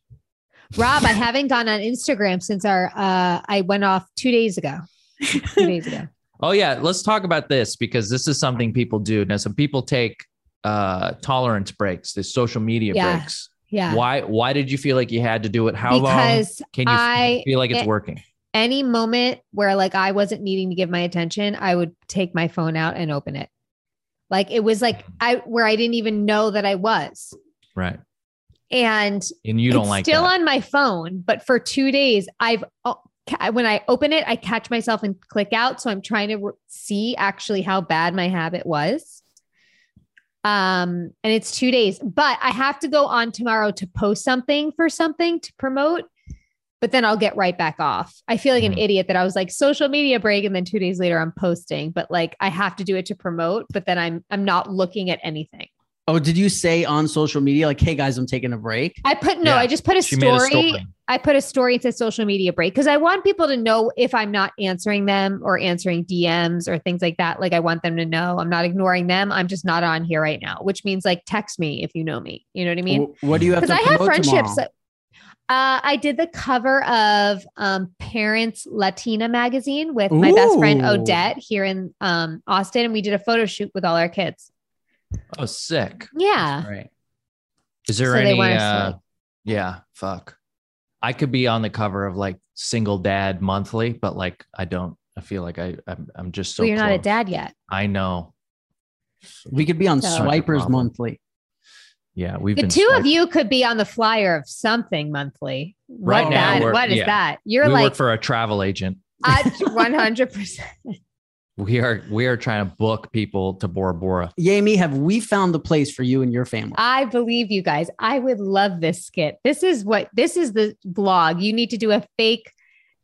[SPEAKER 3] Rob, I haven't gone on Instagram since our uh I went off two days ago. Two days ago.
[SPEAKER 2] Oh yeah, let's talk about this because this is something people do. Now some people take uh tolerance breaks, the social media
[SPEAKER 3] Yeah.
[SPEAKER 2] breaks.
[SPEAKER 3] Yeah.
[SPEAKER 2] Why why did you feel like you had to do it? How long
[SPEAKER 3] because
[SPEAKER 2] can you
[SPEAKER 3] I-
[SPEAKER 2] feel like it's
[SPEAKER 3] it-
[SPEAKER 2] working?
[SPEAKER 3] any moment where like I wasn't needing to give my attention, I would take my phone out and open it. Like it was like I where I didn't even know that I was.
[SPEAKER 2] Right.
[SPEAKER 3] And
[SPEAKER 2] And you don't
[SPEAKER 3] it's
[SPEAKER 2] like
[SPEAKER 3] still
[SPEAKER 2] that.
[SPEAKER 3] on my phone, but for two days, I've oh, ca- when I open it, I catch myself and click out. So I'm trying to re- see actually how bad my habit was. Um, and it's two days, but I have to go on tomorrow to post something for something to promote. But then I'll get right back off. I feel like an
[SPEAKER 2] Mhm.
[SPEAKER 3] idiot that I was like social media break, and then two days later I'm posting. But like I have to do it to promote. But then I'm I'm not looking at anything.
[SPEAKER 1] Oh, did you say on social media like, "Hey guys, I'm taking a break"?
[SPEAKER 3] I put no.
[SPEAKER 2] Yeah,
[SPEAKER 3] I just put a
[SPEAKER 2] She
[SPEAKER 3] story,
[SPEAKER 2] made a story.
[SPEAKER 3] I put a story into social media break because I want people to know if I'm not answering them or answering DMs or things like that. Like I want them to know I'm not ignoring them. I'm just not on here right now, which means like text me if you know me. You know what I mean?
[SPEAKER 1] Wh- what do you have
[SPEAKER 3] Because
[SPEAKER 1] to
[SPEAKER 3] I have
[SPEAKER 1] promote
[SPEAKER 3] friendships.
[SPEAKER 1] tomorrow?
[SPEAKER 3] Uh, I did the cover of um, Parents Latina magazine with my best friend
[SPEAKER 1] Ooh.
[SPEAKER 3] Odette here in um, Austin, and we did a photo shoot with all our kids.
[SPEAKER 2] Oh, sick.
[SPEAKER 3] Yeah,
[SPEAKER 2] Right. Is there
[SPEAKER 3] So they
[SPEAKER 2] any
[SPEAKER 3] want us to,
[SPEAKER 2] uh,
[SPEAKER 3] like-
[SPEAKER 2] yeah, fuck. I could be on the cover of like single dad monthly, but like I don't I feel like I I'm, I'm just so
[SPEAKER 3] well, you're not a
[SPEAKER 2] close.
[SPEAKER 3] dad yet.
[SPEAKER 2] I know.
[SPEAKER 1] We could be on
[SPEAKER 3] So-
[SPEAKER 1] Swipers
[SPEAKER 2] Problem.
[SPEAKER 1] Monthly.
[SPEAKER 2] Yeah, we've
[SPEAKER 3] The
[SPEAKER 2] been
[SPEAKER 3] two
[SPEAKER 2] swiped.
[SPEAKER 3] of you could be on the flyer of something monthly.
[SPEAKER 2] Right
[SPEAKER 3] What
[SPEAKER 2] now,
[SPEAKER 3] that-
[SPEAKER 2] we're-
[SPEAKER 3] what is
[SPEAKER 2] yeah.
[SPEAKER 3] that? You're
[SPEAKER 2] we
[SPEAKER 3] like
[SPEAKER 2] work for a travel agent.
[SPEAKER 3] one hundred percent.
[SPEAKER 2] We are we are trying to book people to Bora Bora.
[SPEAKER 1] Yami, have we found the place for you and your family?
[SPEAKER 3] I believe you guys. I would love this skit. This is what this is the blog. You need to do a fake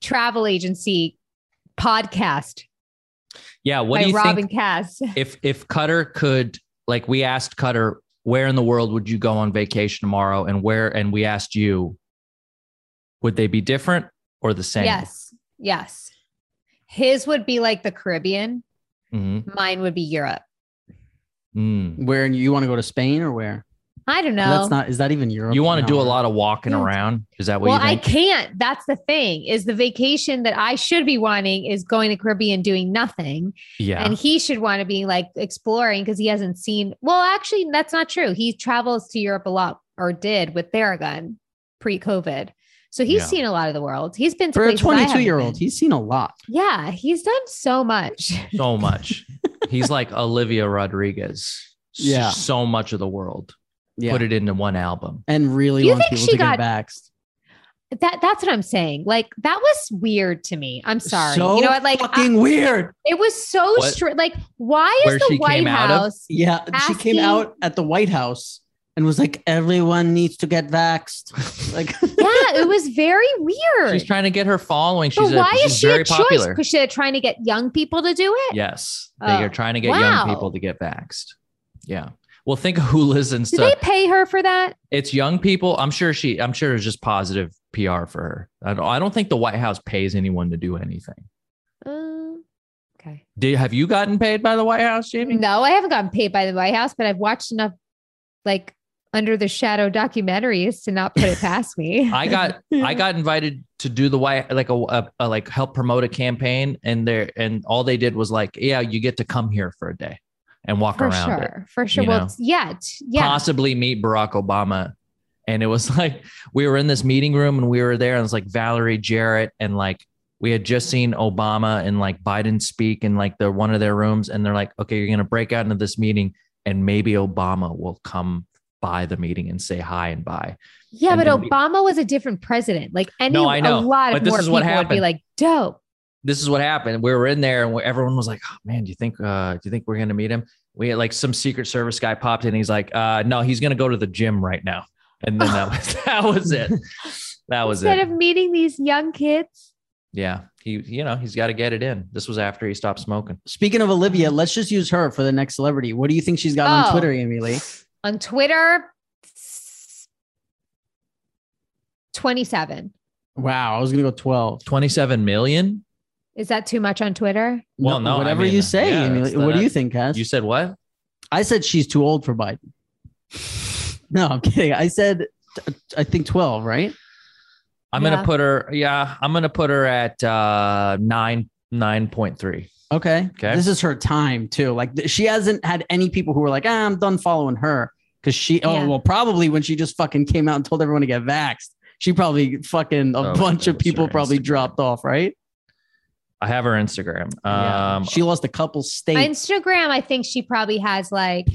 [SPEAKER 3] travel agency podcast
[SPEAKER 2] Yeah, what
[SPEAKER 3] by
[SPEAKER 2] do you
[SPEAKER 3] Robin
[SPEAKER 2] think
[SPEAKER 3] Cass.
[SPEAKER 2] if if Cutter could like we asked Cutter where in the world would you go on vacation tomorrow and where and we asked you would they be different or the same?
[SPEAKER 3] Yes, yes. His would be like the Caribbean.
[SPEAKER 2] Mhm.
[SPEAKER 3] Mine would be Europe.
[SPEAKER 2] Mm.
[SPEAKER 1] Where you want to go to Spain or where?
[SPEAKER 3] I don't know.
[SPEAKER 1] That's not. Is that even Europe?
[SPEAKER 2] You want to
[SPEAKER 1] No.
[SPEAKER 2] do a lot of walking
[SPEAKER 3] Yeah.
[SPEAKER 2] around? Is that what
[SPEAKER 3] well,
[SPEAKER 2] you
[SPEAKER 3] I
[SPEAKER 2] think?
[SPEAKER 3] can't. That's the thing. Is the vacation that I should be wanting is going to Caribbean doing nothing.
[SPEAKER 2] yeah.
[SPEAKER 3] and he should want to be like exploring because he hasn't seen well actually that's not true he travels to europe a lot or did with theragun pre-covid so he's
[SPEAKER 2] Yeah.
[SPEAKER 3] seen a lot of the world he's been to
[SPEAKER 1] For a
[SPEAKER 3] places I haven't
[SPEAKER 1] 22 year old,
[SPEAKER 3] been.
[SPEAKER 1] he's seen a lot.
[SPEAKER 3] yeah he's done so much
[SPEAKER 2] so much. He's like Olivia Rodriguez. S-
[SPEAKER 1] Yeah.
[SPEAKER 2] So much of the world.
[SPEAKER 1] Yeah.
[SPEAKER 2] Put it into one album.
[SPEAKER 1] and really
[SPEAKER 3] You
[SPEAKER 1] wants
[SPEAKER 3] think
[SPEAKER 1] people
[SPEAKER 3] she
[SPEAKER 1] to
[SPEAKER 3] got-
[SPEAKER 1] get vaxxed.
[SPEAKER 3] that that's what i'm saying like that was weird to me i'm sorry
[SPEAKER 1] So
[SPEAKER 3] you know what like I-
[SPEAKER 1] fucking weird.
[SPEAKER 3] it was so
[SPEAKER 2] What-
[SPEAKER 3] str- like why
[SPEAKER 2] Where
[SPEAKER 3] is the
[SPEAKER 2] she
[SPEAKER 3] white
[SPEAKER 2] came out of?
[SPEAKER 3] house
[SPEAKER 1] Yeah, she
[SPEAKER 3] Asking-
[SPEAKER 1] came out at the White House and was like, "Everyone needs to get vaxxed." Like,
[SPEAKER 3] yeah it was very weird
[SPEAKER 2] She's trying to get her following.
[SPEAKER 3] but
[SPEAKER 2] She's, a,
[SPEAKER 3] why
[SPEAKER 2] she's
[SPEAKER 3] is she
[SPEAKER 2] very
[SPEAKER 3] a choice
[SPEAKER 2] popular.
[SPEAKER 3] because they're trying to get young people to do it
[SPEAKER 2] Yes. They
[SPEAKER 3] Oh,
[SPEAKER 2] are trying to get
[SPEAKER 3] wow.
[SPEAKER 2] young people to get vaxxed. Yeah. Well, think of who listens
[SPEAKER 3] do
[SPEAKER 2] to
[SPEAKER 3] they pay her for that
[SPEAKER 2] it's young people. I'm sure she I'm sure it's just positive PR for her. I don't I don't think the White House pays anyone to do anything.
[SPEAKER 3] Uh, okay.
[SPEAKER 2] Do have you gotten paid by the White House, Jamie?
[SPEAKER 3] No, I haven't gotten paid by the White House, but I've watched enough like under the shadow documentaries to not put it past me.
[SPEAKER 2] I got I got invited to do the white like a, a, a like help promote a campaign and there and all they did was like yeah you get to come here for a day and walk
[SPEAKER 3] for
[SPEAKER 2] around it.
[SPEAKER 3] sure. for sure.
[SPEAKER 2] you
[SPEAKER 3] Well,
[SPEAKER 2] know?
[SPEAKER 3] it's- yeah, it's- yeah.
[SPEAKER 2] possibly meet Barack Obama and it was like we were in this meeting room and we were there and it was like Valerie Jarrett and like we had just seen Obama and like Biden speak in like the one of their rooms and they're like okay you're gonna break out into this meeting and maybe Obama will come by the meeting and say hi and bye.
[SPEAKER 3] yeah,
[SPEAKER 2] and
[SPEAKER 3] but
[SPEAKER 2] then we-
[SPEAKER 3] Obama was a different president. Like any,
[SPEAKER 2] No, I know,
[SPEAKER 3] a lot of
[SPEAKER 2] but this
[SPEAKER 3] more
[SPEAKER 2] is what
[SPEAKER 3] people would be
[SPEAKER 2] happened.
[SPEAKER 3] like, dope.
[SPEAKER 2] this is what happened. We were in there, and we- everyone was like, "Oh man, do you think uh, do you think we're gonna meet him?" We had like some Secret Service guy popped in. And he's like, uh, "No, he's gonna go to the gym right now." And then that was that was it. That was
[SPEAKER 3] Instead
[SPEAKER 2] it.
[SPEAKER 3] of meeting these young kids.
[SPEAKER 2] yeah, he you know he's got to get it in. This was after he stopped smoking.
[SPEAKER 1] speaking of Olivia, let's just use her for the next celebrity. What do you think she's got on
[SPEAKER 3] Oh.
[SPEAKER 1] Twitter, Amy Lee?
[SPEAKER 3] on Twitter. 27.
[SPEAKER 1] Wow, I was gonna go 12.
[SPEAKER 2] Twenty seven million.
[SPEAKER 3] Is that too much on Twitter?
[SPEAKER 2] Well, no, I
[SPEAKER 1] whatever
[SPEAKER 2] mean,
[SPEAKER 1] you say,
[SPEAKER 2] yeah,
[SPEAKER 1] Amy
[SPEAKER 2] that's
[SPEAKER 1] Lee. What
[SPEAKER 2] the-
[SPEAKER 1] do you think, Cass?
[SPEAKER 2] You said what?
[SPEAKER 1] I said she's too old for Biden. No, I'm kidding. I said, t- I think 12, right?
[SPEAKER 2] I'm
[SPEAKER 3] Yeah.
[SPEAKER 2] gonna put her. Yeah, I'm gonna put her at uh, nine 9.3.
[SPEAKER 1] Okay.
[SPEAKER 2] Okay.
[SPEAKER 1] This is her time too. Like th- she hasn't had any people who were like, ah, I'm done following her. Cause she, oh,
[SPEAKER 3] Yeah.
[SPEAKER 1] well, probably when she just fucking came out and told everyone to get vaxxed, she probably fucking a
[SPEAKER 2] Oh,
[SPEAKER 1] bunch
[SPEAKER 2] that
[SPEAKER 1] of
[SPEAKER 2] was
[SPEAKER 1] people
[SPEAKER 2] her
[SPEAKER 1] probably
[SPEAKER 2] Instagram.
[SPEAKER 1] dropped off, right?
[SPEAKER 2] I have her Instagram.
[SPEAKER 1] Yeah.
[SPEAKER 2] Um,
[SPEAKER 1] she lost a couple states.
[SPEAKER 3] Instagram, I think she probably has like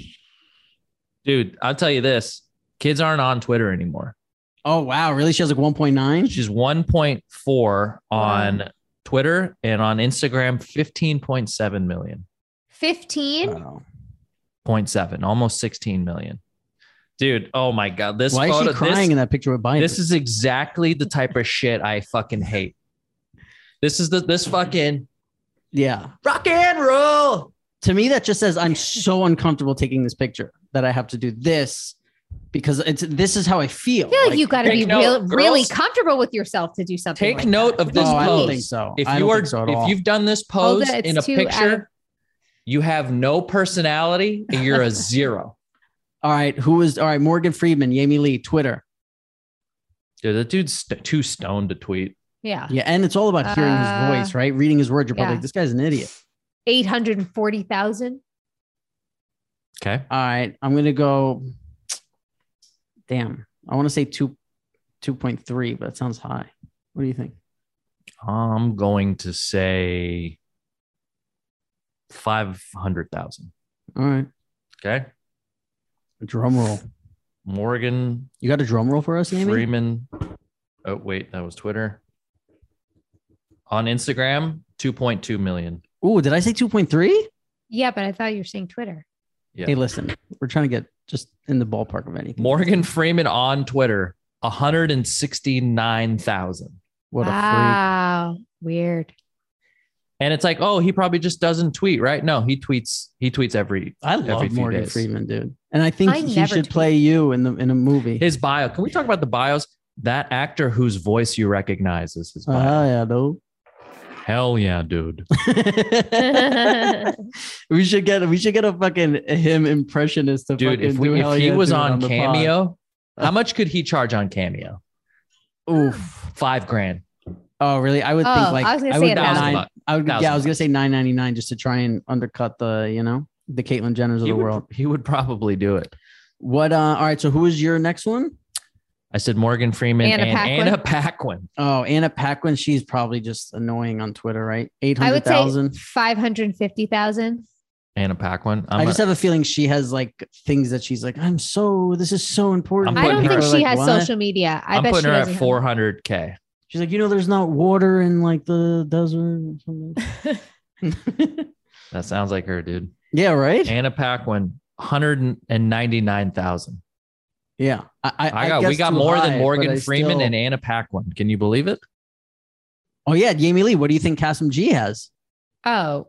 [SPEAKER 2] dude, I'll tell you this kids aren't on Twitter anymore.
[SPEAKER 1] oh, wow. Really? She has like 1.9?
[SPEAKER 2] She's 1.4 on Twitter and on Instagram, 15.7 million.
[SPEAKER 3] 15.
[SPEAKER 1] Wow.
[SPEAKER 2] 0.7, almost 16 million. Dude, oh my God. This
[SPEAKER 1] Why is
[SPEAKER 2] photo,
[SPEAKER 1] she crying
[SPEAKER 2] this,
[SPEAKER 1] in that picture with Biden?
[SPEAKER 2] this is exactly the type of shit I fucking hate. This is the this fucking
[SPEAKER 1] yeah.
[SPEAKER 2] rock and roll.
[SPEAKER 1] To me, that just says I'm so uncomfortable taking this picture that I have to do this because it's this is how I feel.
[SPEAKER 3] I feel like, you got to
[SPEAKER 2] take
[SPEAKER 3] be
[SPEAKER 2] note,
[SPEAKER 3] real, really
[SPEAKER 2] girls.
[SPEAKER 3] comfortable with yourself to do something.
[SPEAKER 2] Take
[SPEAKER 3] like
[SPEAKER 2] note
[SPEAKER 3] that.
[SPEAKER 2] of this
[SPEAKER 1] oh, I don't
[SPEAKER 2] pose.
[SPEAKER 1] think so.
[SPEAKER 2] If
[SPEAKER 1] I don't
[SPEAKER 2] you are
[SPEAKER 1] think so at
[SPEAKER 2] if
[SPEAKER 1] all.
[SPEAKER 2] you've done this
[SPEAKER 3] Hold
[SPEAKER 2] pose
[SPEAKER 3] it, it's
[SPEAKER 2] in a
[SPEAKER 3] too out of-
[SPEAKER 2] picture, you have no personality and you're a zero.
[SPEAKER 1] all right, who is all right? Morgan Freeman, Yami Lee, Twitter.
[SPEAKER 2] Dude, that dude's st- too stoned to tweet.
[SPEAKER 3] Yeah.
[SPEAKER 1] Yeah, and it's all about hearing
[SPEAKER 3] Uh,
[SPEAKER 1] his voice, right? Reading his words, you're probably
[SPEAKER 3] yeah.
[SPEAKER 1] like, this guy's an idiot.
[SPEAKER 3] 840,000.
[SPEAKER 2] Okay.
[SPEAKER 1] All right, I'm gonna go. Damn, I want to say two, two point three, but it sounds high. What do you think?
[SPEAKER 2] I'm going to say 500,000.
[SPEAKER 1] All right,
[SPEAKER 2] Okay.
[SPEAKER 1] drum roll.
[SPEAKER 2] Morgan
[SPEAKER 1] You got a drum roll for us, Yami?
[SPEAKER 2] Freeman. Oh, wait, that was Twitter. On Instagram, 2.2 million.
[SPEAKER 1] Ooh, did I say two point three?
[SPEAKER 3] Yeah, but I thought you were saying Twitter.
[SPEAKER 2] Yeah.
[SPEAKER 1] Hey, listen, we're trying to get just in the ballpark of anything.
[SPEAKER 2] Morgan Freeman on Twitter, 169,000.
[SPEAKER 1] What a freak!
[SPEAKER 3] wow. Weird.
[SPEAKER 2] And it's like, oh, he probably just doesn't tweet, right? No, he tweets. He tweets every.
[SPEAKER 1] I
[SPEAKER 2] Every
[SPEAKER 1] love
[SPEAKER 2] few
[SPEAKER 1] Morgan
[SPEAKER 2] days.
[SPEAKER 1] Freeman, dude, and I think
[SPEAKER 3] I
[SPEAKER 1] he
[SPEAKER 3] never
[SPEAKER 1] should
[SPEAKER 3] tweet.
[SPEAKER 1] play you in the in a movie.
[SPEAKER 2] His bio. Can we talk about the bios? That actor whose voice you recognize is his
[SPEAKER 1] Oh
[SPEAKER 2] bio.
[SPEAKER 1] yeah, though.
[SPEAKER 2] Hell yeah, dude.
[SPEAKER 1] we should get we should get a fucking him impressionist to
[SPEAKER 2] Dude,
[SPEAKER 1] fucking
[SPEAKER 2] if, we,
[SPEAKER 1] do
[SPEAKER 2] if
[SPEAKER 1] Hell
[SPEAKER 2] he
[SPEAKER 1] Yeah
[SPEAKER 2] was
[SPEAKER 1] Dude
[SPEAKER 2] on,
[SPEAKER 1] the pod.
[SPEAKER 2] Cameo, how much could he charge on Cameo?
[SPEAKER 1] Oof.
[SPEAKER 2] Five grand.
[SPEAKER 1] Oh really? I would
[SPEAKER 3] Oh,
[SPEAKER 1] think like
[SPEAKER 3] I was gonna
[SPEAKER 1] I
[SPEAKER 3] say
[SPEAKER 1] would
[SPEAKER 3] a
[SPEAKER 1] go
[SPEAKER 2] Thousand
[SPEAKER 1] nine-
[SPEAKER 2] bucks.
[SPEAKER 1] I would
[SPEAKER 2] Thousand
[SPEAKER 1] yeah, I was gonna
[SPEAKER 2] bucks.
[SPEAKER 1] say nine ninety nine just to try and undercut the you know the Caitlyn Jenners of
[SPEAKER 2] He
[SPEAKER 1] the
[SPEAKER 2] would,
[SPEAKER 1] world.
[SPEAKER 2] he would probably do it.
[SPEAKER 1] What? uh All right. So who is your next one?
[SPEAKER 2] I said Morgan Freeman
[SPEAKER 3] Anna
[SPEAKER 2] and
[SPEAKER 3] Paquin.
[SPEAKER 2] Anna Paquin.
[SPEAKER 1] Oh, Anna Paquin. She's probably just annoying on Twitter, right? Eight
[SPEAKER 3] I
[SPEAKER 1] hundred
[SPEAKER 3] would say
[SPEAKER 1] thousand.
[SPEAKER 3] 550,000.
[SPEAKER 2] Anna Paquin. I'm
[SPEAKER 1] I
[SPEAKER 2] a-
[SPEAKER 1] just have a feeling she has like things that she's like, I'm so this is so important.
[SPEAKER 2] I'm
[SPEAKER 3] I don't
[SPEAKER 2] putting
[SPEAKER 3] think
[SPEAKER 2] her-
[SPEAKER 1] People are
[SPEAKER 3] she
[SPEAKER 1] like,
[SPEAKER 3] has
[SPEAKER 1] "What?"
[SPEAKER 3] social media. I
[SPEAKER 2] I'm
[SPEAKER 3] bet she
[SPEAKER 2] putting her at
[SPEAKER 3] doesn't. have-
[SPEAKER 2] 400k.
[SPEAKER 1] She's like, you know, there's not water in like the desert or something.
[SPEAKER 2] That sounds like her, dude.
[SPEAKER 1] yeah, right.
[SPEAKER 2] Anna Paquin, 199,000.
[SPEAKER 1] Yeah, I, I,
[SPEAKER 2] I
[SPEAKER 1] I
[SPEAKER 2] got we
[SPEAKER 1] guess
[SPEAKER 2] got
[SPEAKER 1] too
[SPEAKER 2] more
[SPEAKER 1] high,
[SPEAKER 2] than
[SPEAKER 1] but
[SPEAKER 2] Morgan
[SPEAKER 1] I
[SPEAKER 2] Freeman
[SPEAKER 1] still-
[SPEAKER 2] and Anna Paquin. Can you believe it?
[SPEAKER 1] oh yeah, Jamie Lee. What do you think Kasim G has?
[SPEAKER 3] Oh,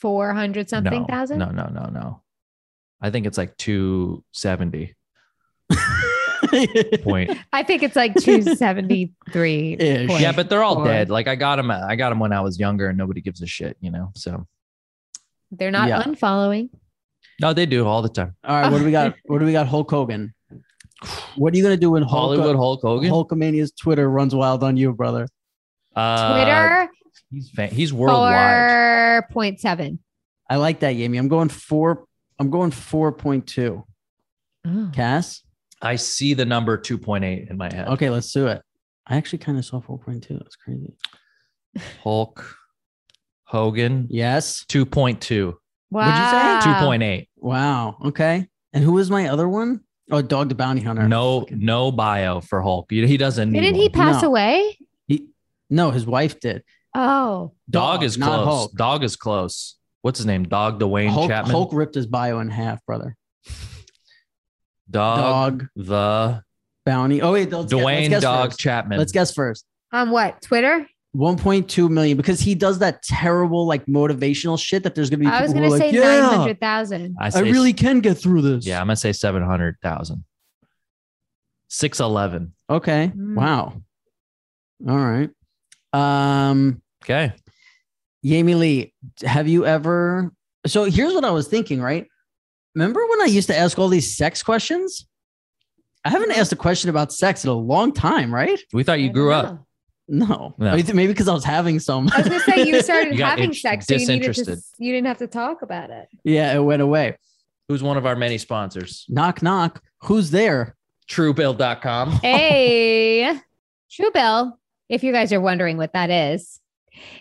[SPEAKER 3] 400 something
[SPEAKER 2] no,
[SPEAKER 3] thousand?
[SPEAKER 2] No, no, no, no. I think it's like 270 point.
[SPEAKER 3] I think it's like 273.
[SPEAKER 1] Ish.
[SPEAKER 3] point.
[SPEAKER 2] yeah, but they're all
[SPEAKER 3] Or-
[SPEAKER 2] dead. Like I got them I got them when I was younger and nobody gives a shit, you know. So
[SPEAKER 3] they're not
[SPEAKER 1] Yeah.
[SPEAKER 3] unfollowing.
[SPEAKER 2] No, they do all the time.
[SPEAKER 1] All right, what do we got? What do we got? Hulk Hogan. What are you gonna do when Hulk, uh,
[SPEAKER 2] Hollywood Hulk Hogan.
[SPEAKER 1] Hulkamania's Twitter runs wild on you, brother?
[SPEAKER 2] Uh,
[SPEAKER 3] Twitter,
[SPEAKER 2] He's fan- he's worldwide.
[SPEAKER 3] 4.7.
[SPEAKER 1] I like that, Jamie. I'm going four. I'm going four point two.
[SPEAKER 3] Oh.
[SPEAKER 1] Cass.
[SPEAKER 2] I see the number 2.8 in my head.
[SPEAKER 1] Okay, let's do it. I actually kind of saw four point two. That's crazy.
[SPEAKER 2] Hulk Hogan
[SPEAKER 1] Yes.
[SPEAKER 2] 2.2.
[SPEAKER 3] Wow.
[SPEAKER 1] What'd
[SPEAKER 2] Two point eight.
[SPEAKER 1] Wow. Okay. And who was my other one? Oh, Dog the Bounty Hunter.
[SPEAKER 2] No, no bio for Hulk. He he doesn't need.
[SPEAKER 3] Didn't
[SPEAKER 2] one.
[SPEAKER 3] he pass
[SPEAKER 1] No.
[SPEAKER 3] away?
[SPEAKER 1] He, no, his wife did.
[SPEAKER 3] Oh,
[SPEAKER 2] Dog
[SPEAKER 1] Dog,
[SPEAKER 2] is
[SPEAKER 1] not
[SPEAKER 2] close.
[SPEAKER 1] Hulk.
[SPEAKER 2] Dog is close. What's his name? Dog Dwayne
[SPEAKER 1] Hulk,
[SPEAKER 2] Chapman.
[SPEAKER 1] Hulk ripped his bio in half, brother.
[SPEAKER 2] Dog,
[SPEAKER 1] Dog
[SPEAKER 2] the
[SPEAKER 1] Bounty. Oh wait, let's guess- let's
[SPEAKER 2] Dwayne
[SPEAKER 1] guess
[SPEAKER 2] Dog
[SPEAKER 1] First.
[SPEAKER 2] Chapman.
[SPEAKER 1] Let's guess first.
[SPEAKER 3] on what? Twitter?
[SPEAKER 1] 1.2 million because he does that terrible like motivational shit that there's gonna be
[SPEAKER 3] I was
[SPEAKER 1] people
[SPEAKER 3] going
[SPEAKER 1] who
[SPEAKER 3] to
[SPEAKER 1] are
[SPEAKER 3] say
[SPEAKER 1] like, yeah,
[SPEAKER 3] 900,000.
[SPEAKER 2] I,
[SPEAKER 1] I
[SPEAKER 2] say,
[SPEAKER 1] really can get through this.
[SPEAKER 2] Yeah, I'm gonna say seven hundred thousand. Six eleven.
[SPEAKER 1] Okay.
[SPEAKER 3] Mm.
[SPEAKER 1] Wow. All right. Um,
[SPEAKER 2] Okay.
[SPEAKER 1] Jamie Lee, have you ever? So here's what I was thinking. Right. Remember when I used to ask all these sex questions? I haven't asked a question about sex in a long time. Right.
[SPEAKER 2] We thought you grew up.
[SPEAKER 1] No,
[SPEAKER 2] No.
[SPEAKER 1] I mean, maybe because I was having some.
[SPEAKER 3] I was gonna say you started
[SPEAKER 2] You got
[SPEAKER 3] having
[SPEAKER 2] itch-
[SPEAKER 3] sex, so you needed to.
[SPEAKER 2] disinterested.
[SPEAKER 3] You didn't have to talk about it.
[SPEAKER 1] yeah, it went away.
[SPEAKER 2] Who's one of our many sponsors?
[SPEAKER 1] Knock knock. Who's there?
[SPEAKER 2] Truebill.com.
[SPEAKER 3] Hey, Truebill, if you guys are wondering what that is,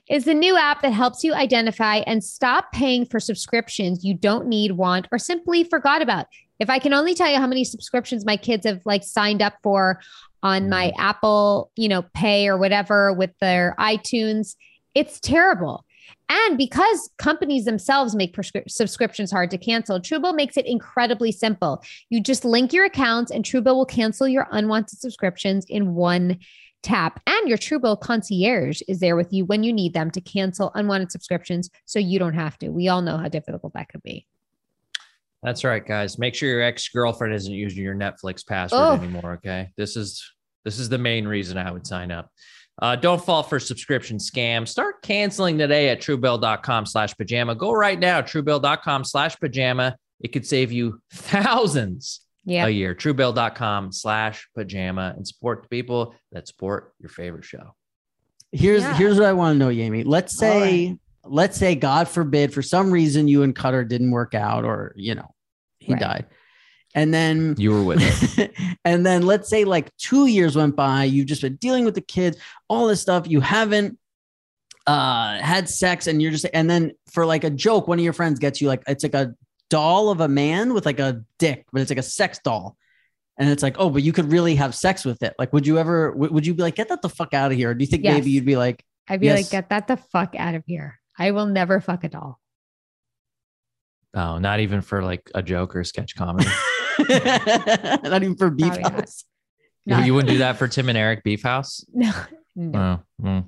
[SPEAKER 3] is the new app that helps you identify and stop paying for subscriptions you don't need, want, or simply forgot about. If I can only tell you how many subscriptions my kids have like signed up for on my Apple, you know, Pay or whatever with their iTunes, it's terrible. And because companies themselves make prescri- subscriptions hard to cancel, Truebill makes it incredibly simple. You just link your accounts, and Truebill will cancel your unwanted subscriptions in one tap. And your Truebill concierge is there with you when you need them to cancel unwanted subscriptions so you don't have to. We all know how difficult that could be.
[SPEAKER 2] That's right, guys. Make sure your ex-girlfriend isn't using your Netflix password
[SPEAKER 3] Oh.
[SPEAKER 2] anymore. Okay. This is this is the main reason I would sign up. Uh, don't fall for subscription scams. Start canceling today at truebill.com slash pajama. Go right now, truebill.com slash pajama. It could save you thousands
[SPEAKER 3] Yeah.
[SPEAKER 2] a year. Truebill.com slash pajama and support the people that support your favorite show.
[SPEAKER 1] Here's
[SPEAKER 3] Yeah.
[SPEAKER 1] here's what I want to know, Yami. Let's
[SPEAKER 3] All right.
[SPEAKER 1] say let's say God forbid for some reason you and Cutter didn't work out, or you know, he
[SPEAKER 3] Right.
[SPEAKER 1] died, and then
[SPEAKER 2] You were with us.
[SPEAKER 1] and then let's say like two years went by, you've just been dealing with the kids, all this stuff, you haven't uh had sex, and you're just and then for like a joke, one of your friends gets you like it's like a doll of a man with like a dick, but it's like a sex doll. And it's like, oh, but you could really have sex with it. Like, would you ever? w- Would you be like, get that the fuck out of here? Or do you think
[SPEAKER 3] Yes.
[SPEAKER 1] maybe you'd be like,
[SPEAKER 3] I'd be
[SPEAKER 1] Yes.
[SPEAKER 3] like, get that the fuck out of here. I will never fuck a doll.
[SPEAKER 2] Oh, not even for like a joke or a sketch comedy.
[SPEAKER 1] not even for beef
[SPEAKER 3] Probably not.
[SPEAKER 1] house.
[SPEAKER 2] you,
[SPEAKER 3] Not-
[SPEAKER 2] you wouldn't do that for Tim and Eric Beef House?
[SPEAKER 3] No. no.
[SPEAKER 2] Oh, mm.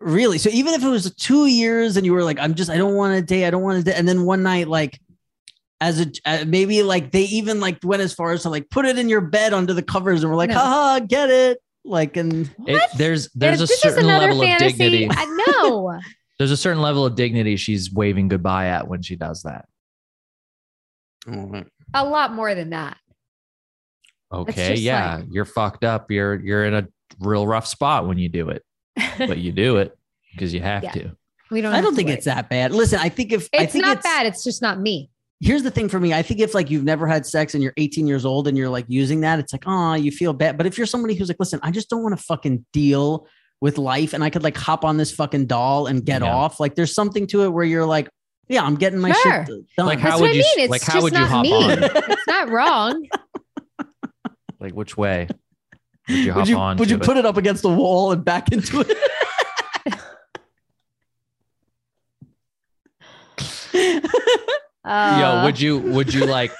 [SPEAKER 1] Really? So even if it was two years and you were like, I'm just, I don't want to date, I don't want to date. And then one night, like, as a, uh, maybe like they even like went as far as to like put it in your bed under the covers and we're like,
[SPEAKER 3] No.
[SPEAKER 1] haha, get it. Like, and
[SPEAKER 2] It, there's there's a
[SPEAKER 3] This is
[SPEAKER 2] certain
[SPEAKER 3] another
[SPEAKER 2] level of dignity.
[SPEAKER 3] I know.
[SPEAKER 2] There's a certain level of dignity she's waving goodbye at when she does that.
[SPEAKER 3] a lot more than that.
[SPEAKER 2] Okay,
[SPEAKER 3] just
[SPEAKER 2] yeah,
[SPEAKER 3] like-
[SPEAKER 2] you're fucked up. You're you're in a real rough spot when you do it, but you do it because you have
[SPEAKER 3] Yeah.
[SPEAKER 2] to.
[SPEAKER 3] we don't.
[SPEAKER 1] I
[SPEAKER 3] have
[SPEAKER 1] don't
[SPEAKER 3] to
[SPEAKER 1] think
[SPEAKER 3] worry.
[SPEAKER 1] it's that bad. Listen, I think if I
[SPEAKER 3] It's
[SPEAKER 1] think
[SPEAKER 3] not bad. It's just not me.
[SPEAKER 1] here's the thing for me. I think if like you've never had sex and you're 18 years old and you're like using that, it's like, oh, you feel bad. But if you're somebody who's like, listen, I just don't want to fucking deal with life and I could like hop on this fucking doll and get
[SPEAKER 2] Yeah.
[SPEAKER 1] off, like there's something to it where you're like, yeah, I'm getting my
[SPEAKER 3] Sure.
[SPEAKER 1] shit done.
[SPEAKER 2] Like
[SPEAKER 3] That's
[SPEAKER 2] how
[SPEAKER 3] what
[SPEAKER 2] would
[SPEAKER 3] I
[SPEAKER 2] you
[SPEAKER 3] mean. It's
[SPEAKER 2] like how
[SPEAKER 3] just
[SPEAKER 2] would you
[SPEAKER 3] not
[SPEAKER 2] hop
[SPEAKER 3] me.
[SPEAKER 2] on?
[SPEAKER 3] It's not wrong.
[SPEAKER 2] Like which way would you hop
[SPEAKER 1] would you,
[SPEAKER 2] on?
[SPEAKER 1] would
[SPEAKER 2] to
[SPEAKER 1] you
[SPEAKER 2] it?
[SPEAKER 1] put it up against the wall and back into it?
[SPEAKER 2] Yo,
[SPEAKER 3] Uh,
[SPEAKER 2] would you would you like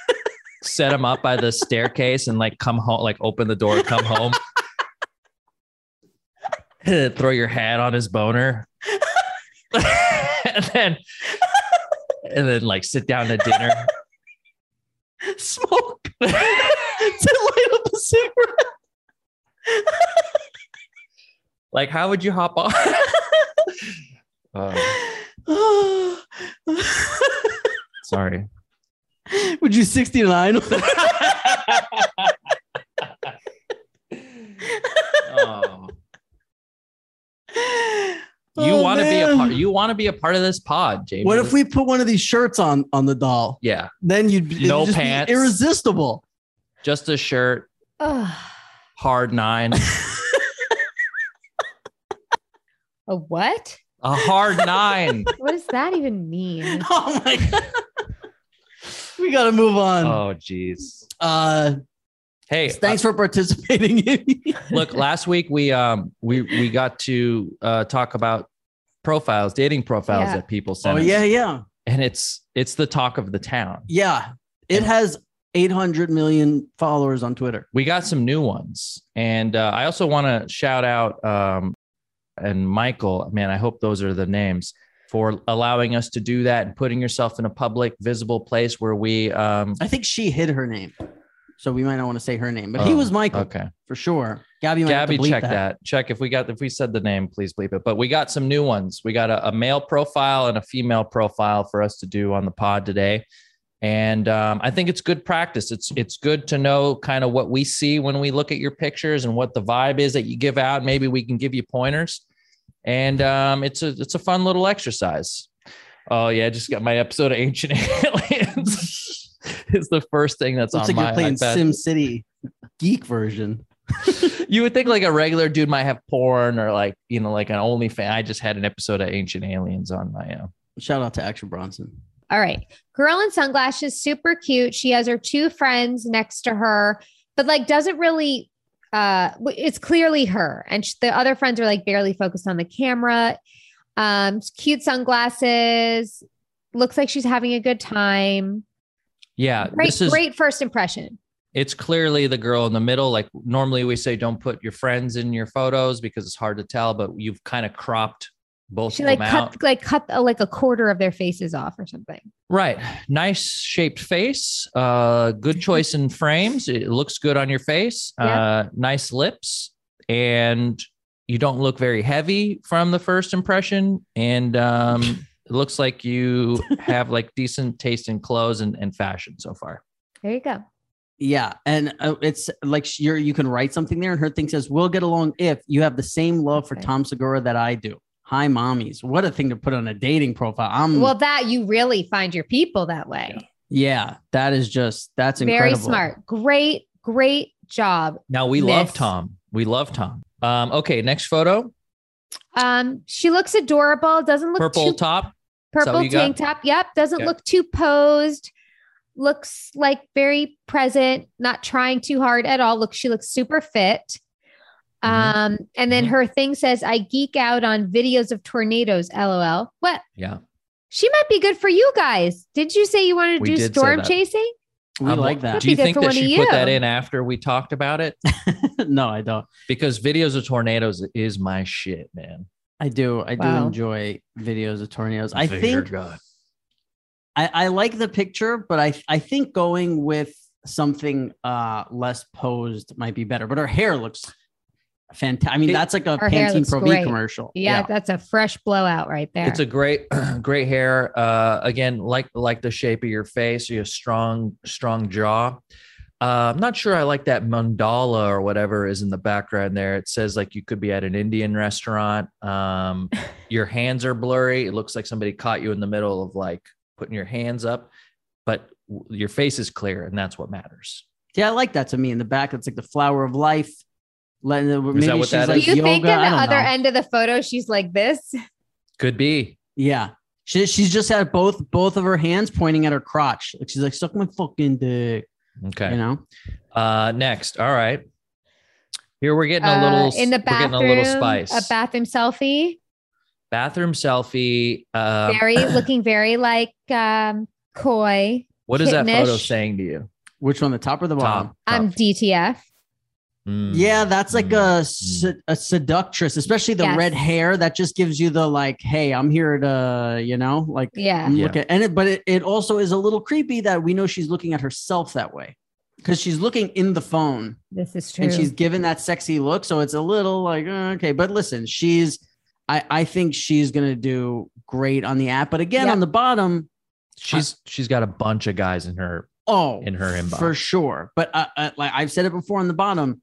[SPEAKER 2] set him up by the staircase and like come home, like open the door, come home, throw your hat on his boner, and then and then like sit down to dinner.
[SPEAKER 1] Smoke to light up a cigarette.
[SPEAKER 2] Like, how would you hop on? Oh, sorry.
[SPEAKER 1] Would you 69?
[SPEAKER 2] Oh. You want to be a part. You want to be a part of this pod, Jamie.
[SPEAKER 1] Oh, What if we put one of these shirts on on the doll?
[SPEAKER 2] Yeah,
[SPEAKER 1] Then you'd it'd
[SPEAKER 2] No
[SPEAKER 1] just be
[SPEAKER 2] pants.
[SPEAKER 1] irresistible.
[SPEAKER 2] just a shirt,
[SPEAKER 3] Ugh.
[SPEAKER 2] hard nine,
[SPEAKER 3] a what?
[SPEAKER 2] a hard nine.
[SPEAKER 3] What does that even mean?
[SPEAKER 1] Oh my god. we gotta move on.
[SPEAKER 2] Oh, jeez.
[SPEAKER 1] Uh
[SPEAKER 2] Hey,
[SPEAKER 1] thanks for participating.
[SPEAKER 2] uh, look. Last week we um we we got to uh talk about profiles, dating profiles
[SPEAKER 3] Yeah.
[SPEAKER 2] that people
[SPEAKER 1] oh
[SPEAKER 2] send. us.
[SPEAKER 1] yeah, yeah.
[SPEAKER 2] and it's it's the talk of the town.
[SPEAKER 1] Yeah. It has 800 million followers on Twitter.
[SPEAKER 2] we got some new ones and uh, i also want to shout out um, and michael man i hope those are the names for allowing us to do that and putting yourself in a public visible place where we um
[SPEAKER 1] I think she hid her name. So we might not want to say her name, but he
[SPEAKER 2] Oh,
[SPEAKER 1] was Michael
[SPEAKER 2] okay
[SPEAKER 1] for sure. Gabby might
[SPEAKER 2] gabby
[SPEAKER 1] have to bleep
[SPEAKER 2] check that. check if we got if we said the name please bleep it but we got some new ones we got a, a male profile and a female profile for us to do on the pod today and um, i think it's good practice it's it's good to know kind of what we see when we look at your pictures and what the vibe is that you give out maybe we can give you pointers and um, it's a it's a fun little exercise. Oh yeah, I just got my episode of Ancient Aliens. it's the first thing that's
[SPEAKER 1] Looks
[SPEAKER 2] on
[SPEAKER 1] like you're
[SPEAKER 2] my
[SPEAKER 1] playing
[SPEAKER 2] iPad.
[SPEAKER 1] Sim City geek version.
[SPEAKER 2] you would think like a regular dude might have porn or like you know like an OnlyFans. I just had an episode of Ancient Aliens on my own.
[SPEAKER 1] Shout out to Action Bronson.
[SPEAKER 3] All right. Girl in sunglasses, super cute. She has her two friends next to her, but like doesn't really uh w- it's clearly her and sh- the other friends are like barely focused on the camera. Um cute sunglasses. Looks like she's having a good time.
[SPEAKER 2] Yeah, Uh,
[SPEAKER 3] Great
[SPEAKER 2] this is
[SPEAKER 3] great first impression.
[SPEAKER 2] it's clearly the girl in the middle. Like normally we say, don't put your friends in your photos because it's hard to tell, but you've kind of cropped both
[SPEAKER 3] She
[SPEAKER 2] of them
[SPEAKER 3] like
[SPEAKER 2] out.
[SPEAKER 3] cut like cut uh, like a quarter of their faces off or something.
[SPEAKER 2] Right. Nice shaped face. Uh, good choice in frames. It looks good on your face.
[SPEAKER 3] Yeah.
[SPEAKER 2] Uh, nice lips. And you don't look very heavy from the first impression. And um, it looks like you have like decent taste in clothes and, and fashion so far.
[SPEAKER 3] There you go.
[SPEAKER 1] Yeah, and uh, it's like sh- you're you can write something there, and her thing says, "We'll get along if you have the same love for
[SPEAKER 3] Okay.
[SPEAKER 1] Tom Segura that I do." Hi, mommies. What a thing to put on a dating profile. I'm
[SPEAKER 3] Well, that you really find your people that way.
[SPEAKER 1] Hmm. yeah, that is just that's
[SPEAKER 3] Very
[SPEAKER 1] incredible.
[SPEAKER 3] smart. Great, great job.
[SPEAKER 2] Now we love
[SPEAKER 3] Miss.
[SPEAKER 2] Tom. We love Tom. Um, okay. Next photo
[SPEAKER 3] Um, she looks adorable. Doesn't look
[SPEAKER 2] purple
[SPEAKER 3] too
[SPEAKER 2] top. that what
[SPEAKER 3] purple
[SPEAKER 2] you got?
[SPEAKER 3] tank top. Yep, doesn't
[SPEAKER 2] Okay.
[SPEAKER 3] look too posed. Looks like very present, not trying too hard at all. Look, she looks super fit.
[SPEAKER 2] Mhm.
[SPEAKER 3] Um, and then
[SPEAKER 2] Mhm.
[SPEAKER 3] her thing says, "I geek out on videos of tornadoes." LOL. What?
[SPEAKER 2] Yeah.
[SPEAKER 3] She might be good for you guys. Did you say you wanted to
[SPEAKER 2] We
[SPEAKER 3] do
[SPEAKER 2] did say
[SPEAKER 3] storm
[SPEAKER 2] that.
[SPEAKER 3] chasing?
[SPEAKER 1] We
[SPEAKER 2] Um,
[SPEAKER 1] like that.
[SPEAKER 2] Do you
[SPEAKER 3] That'd be good
[SPEAKER 2] think
[SPEAKER 3] for
[SPEAKER 2] that
[SPEAKER 3] one of
[SPEAKER 2] she put that
[SPEAKER 3] you.
[SPEAKER 2] in after we talked about it?
[SPEAKER 1] no, I don't.
[SPEAKER 2] Because videos of tornadoes is my shit, man.
[SPEAKER 1] I do. I do
[SPEAKER 3] Wow.
[SPEAKER 1] enjoy videos of tornadoes. I think
[SPEAKER 2] God.
[SPEAKER 1] I, I like the picture, but I I think going with something uh less posed might be better. But her hair looks fantastic. I mean,
[SPEAKER 2] It-
[SPEAKER 1] that's like a
[SPEAKER 3] Her hair
[SPEAKER 1] Pantene
[SPEAKER 3] looks
[SPEAKER 1] Pro V
[SPEAKER 3] great.
[SPEAKER 1] commercial.
[SPEAKER 3] Yeah, that's a fresh blowout right there.
[SPEAKER 2] It's a great, great hair. Uh, again, like like the shape of your face, your strong, strong jaw. Uh, I'm not sure I like that mandala or whatever is in the background there. It says like you could be at an Indian restaurant. Um, your hands are blurry. It looks like somebody caught you in the middle of like putting your hands up, but w- your face is clear, and that's what matters.
[SPEAKER 1] Yeah, I like that to me in the back. It's like the flower of life. Let- Maybe
[SPEAKER 2] what
[SPEAKER 1] she's
[SPEAKER 2] that
[SPEAKER 1] like
[SPEAKER 2] is?
[SPEAKER 3] Do you
[SPEAKER 1] yoga.
[SPEAKER 3] think in the
[SPEAKER 1] I don't
[SPEAKER 3] other
[SPEAKER 1] know.
[SPEAKER 3] end of the photo she's like this?
[SPEAKER 2] Could be.
[SPEAKER 1] Yeah. She, she's just had both both of her hands pointing at her crotch. Like she's like, suck my fucking dick.
[SPEAKER 2] Okay.
[SPEAKER 1] You know?
[SPEAKER 2] Uh, next. All right. Here we're getting a little
[SPEAKER 3] Uh, in the bathroom,
[SPEAKER 2] We're getting a little spice.
[SPEAKER 3] a bathroom selfie.
[SPEAKER 2] bathroom selfie. Um,
[SPEAKER 3] very looking very like um coy.
[SPEAKER 2] what is that photo
[SPEAKER 3] kittenish.
[SPEAKER 2] saying to you?
[SPEAKER 1] Which one, the top or the bottom?
[SPEAKER 2] Top,
[SPEAKER 3] I'm
[SPEAKER 2] top.
[SPEAKER 3] DTF.
[SPEAKER 2] Mm.
[SPEAKER 1] Yeah, that's like
[SPEAKER 2] Mm.
[SPEAKER 1] a, se- a seductress, especially the
[SPEAKER 3] Yes.
[SPEAKER 1] red hair. That just gives you the like, hey, I'm here to, you know, like
[SPEAKER 3] Yeah.
[SPEAKER 1] I'm
[SPEAKER 2] Yeah.
[SPEAKER 1] looking. And it, but it, it also is a little creepy that we know she's looking at herself that way because she's looking in the phone
[SPEAKER 3] This is true.
[SPEAKER 1] and she's given that sexy look. So it's a little like uh, okay, but listen, she's I I think she's gonna do great on the app. But again,
[SPEAKER 3] Yeah.
[SPEAKER 1] on the bottom,
[SPEAKER 2] She's she's got a bunch of guys in her.
[SPEAKER 1] oh,
[SPEAKER 2] In her inbox.
[SPEAKER 1] for sure. But uh, uh, like I've said it before, on the bottom,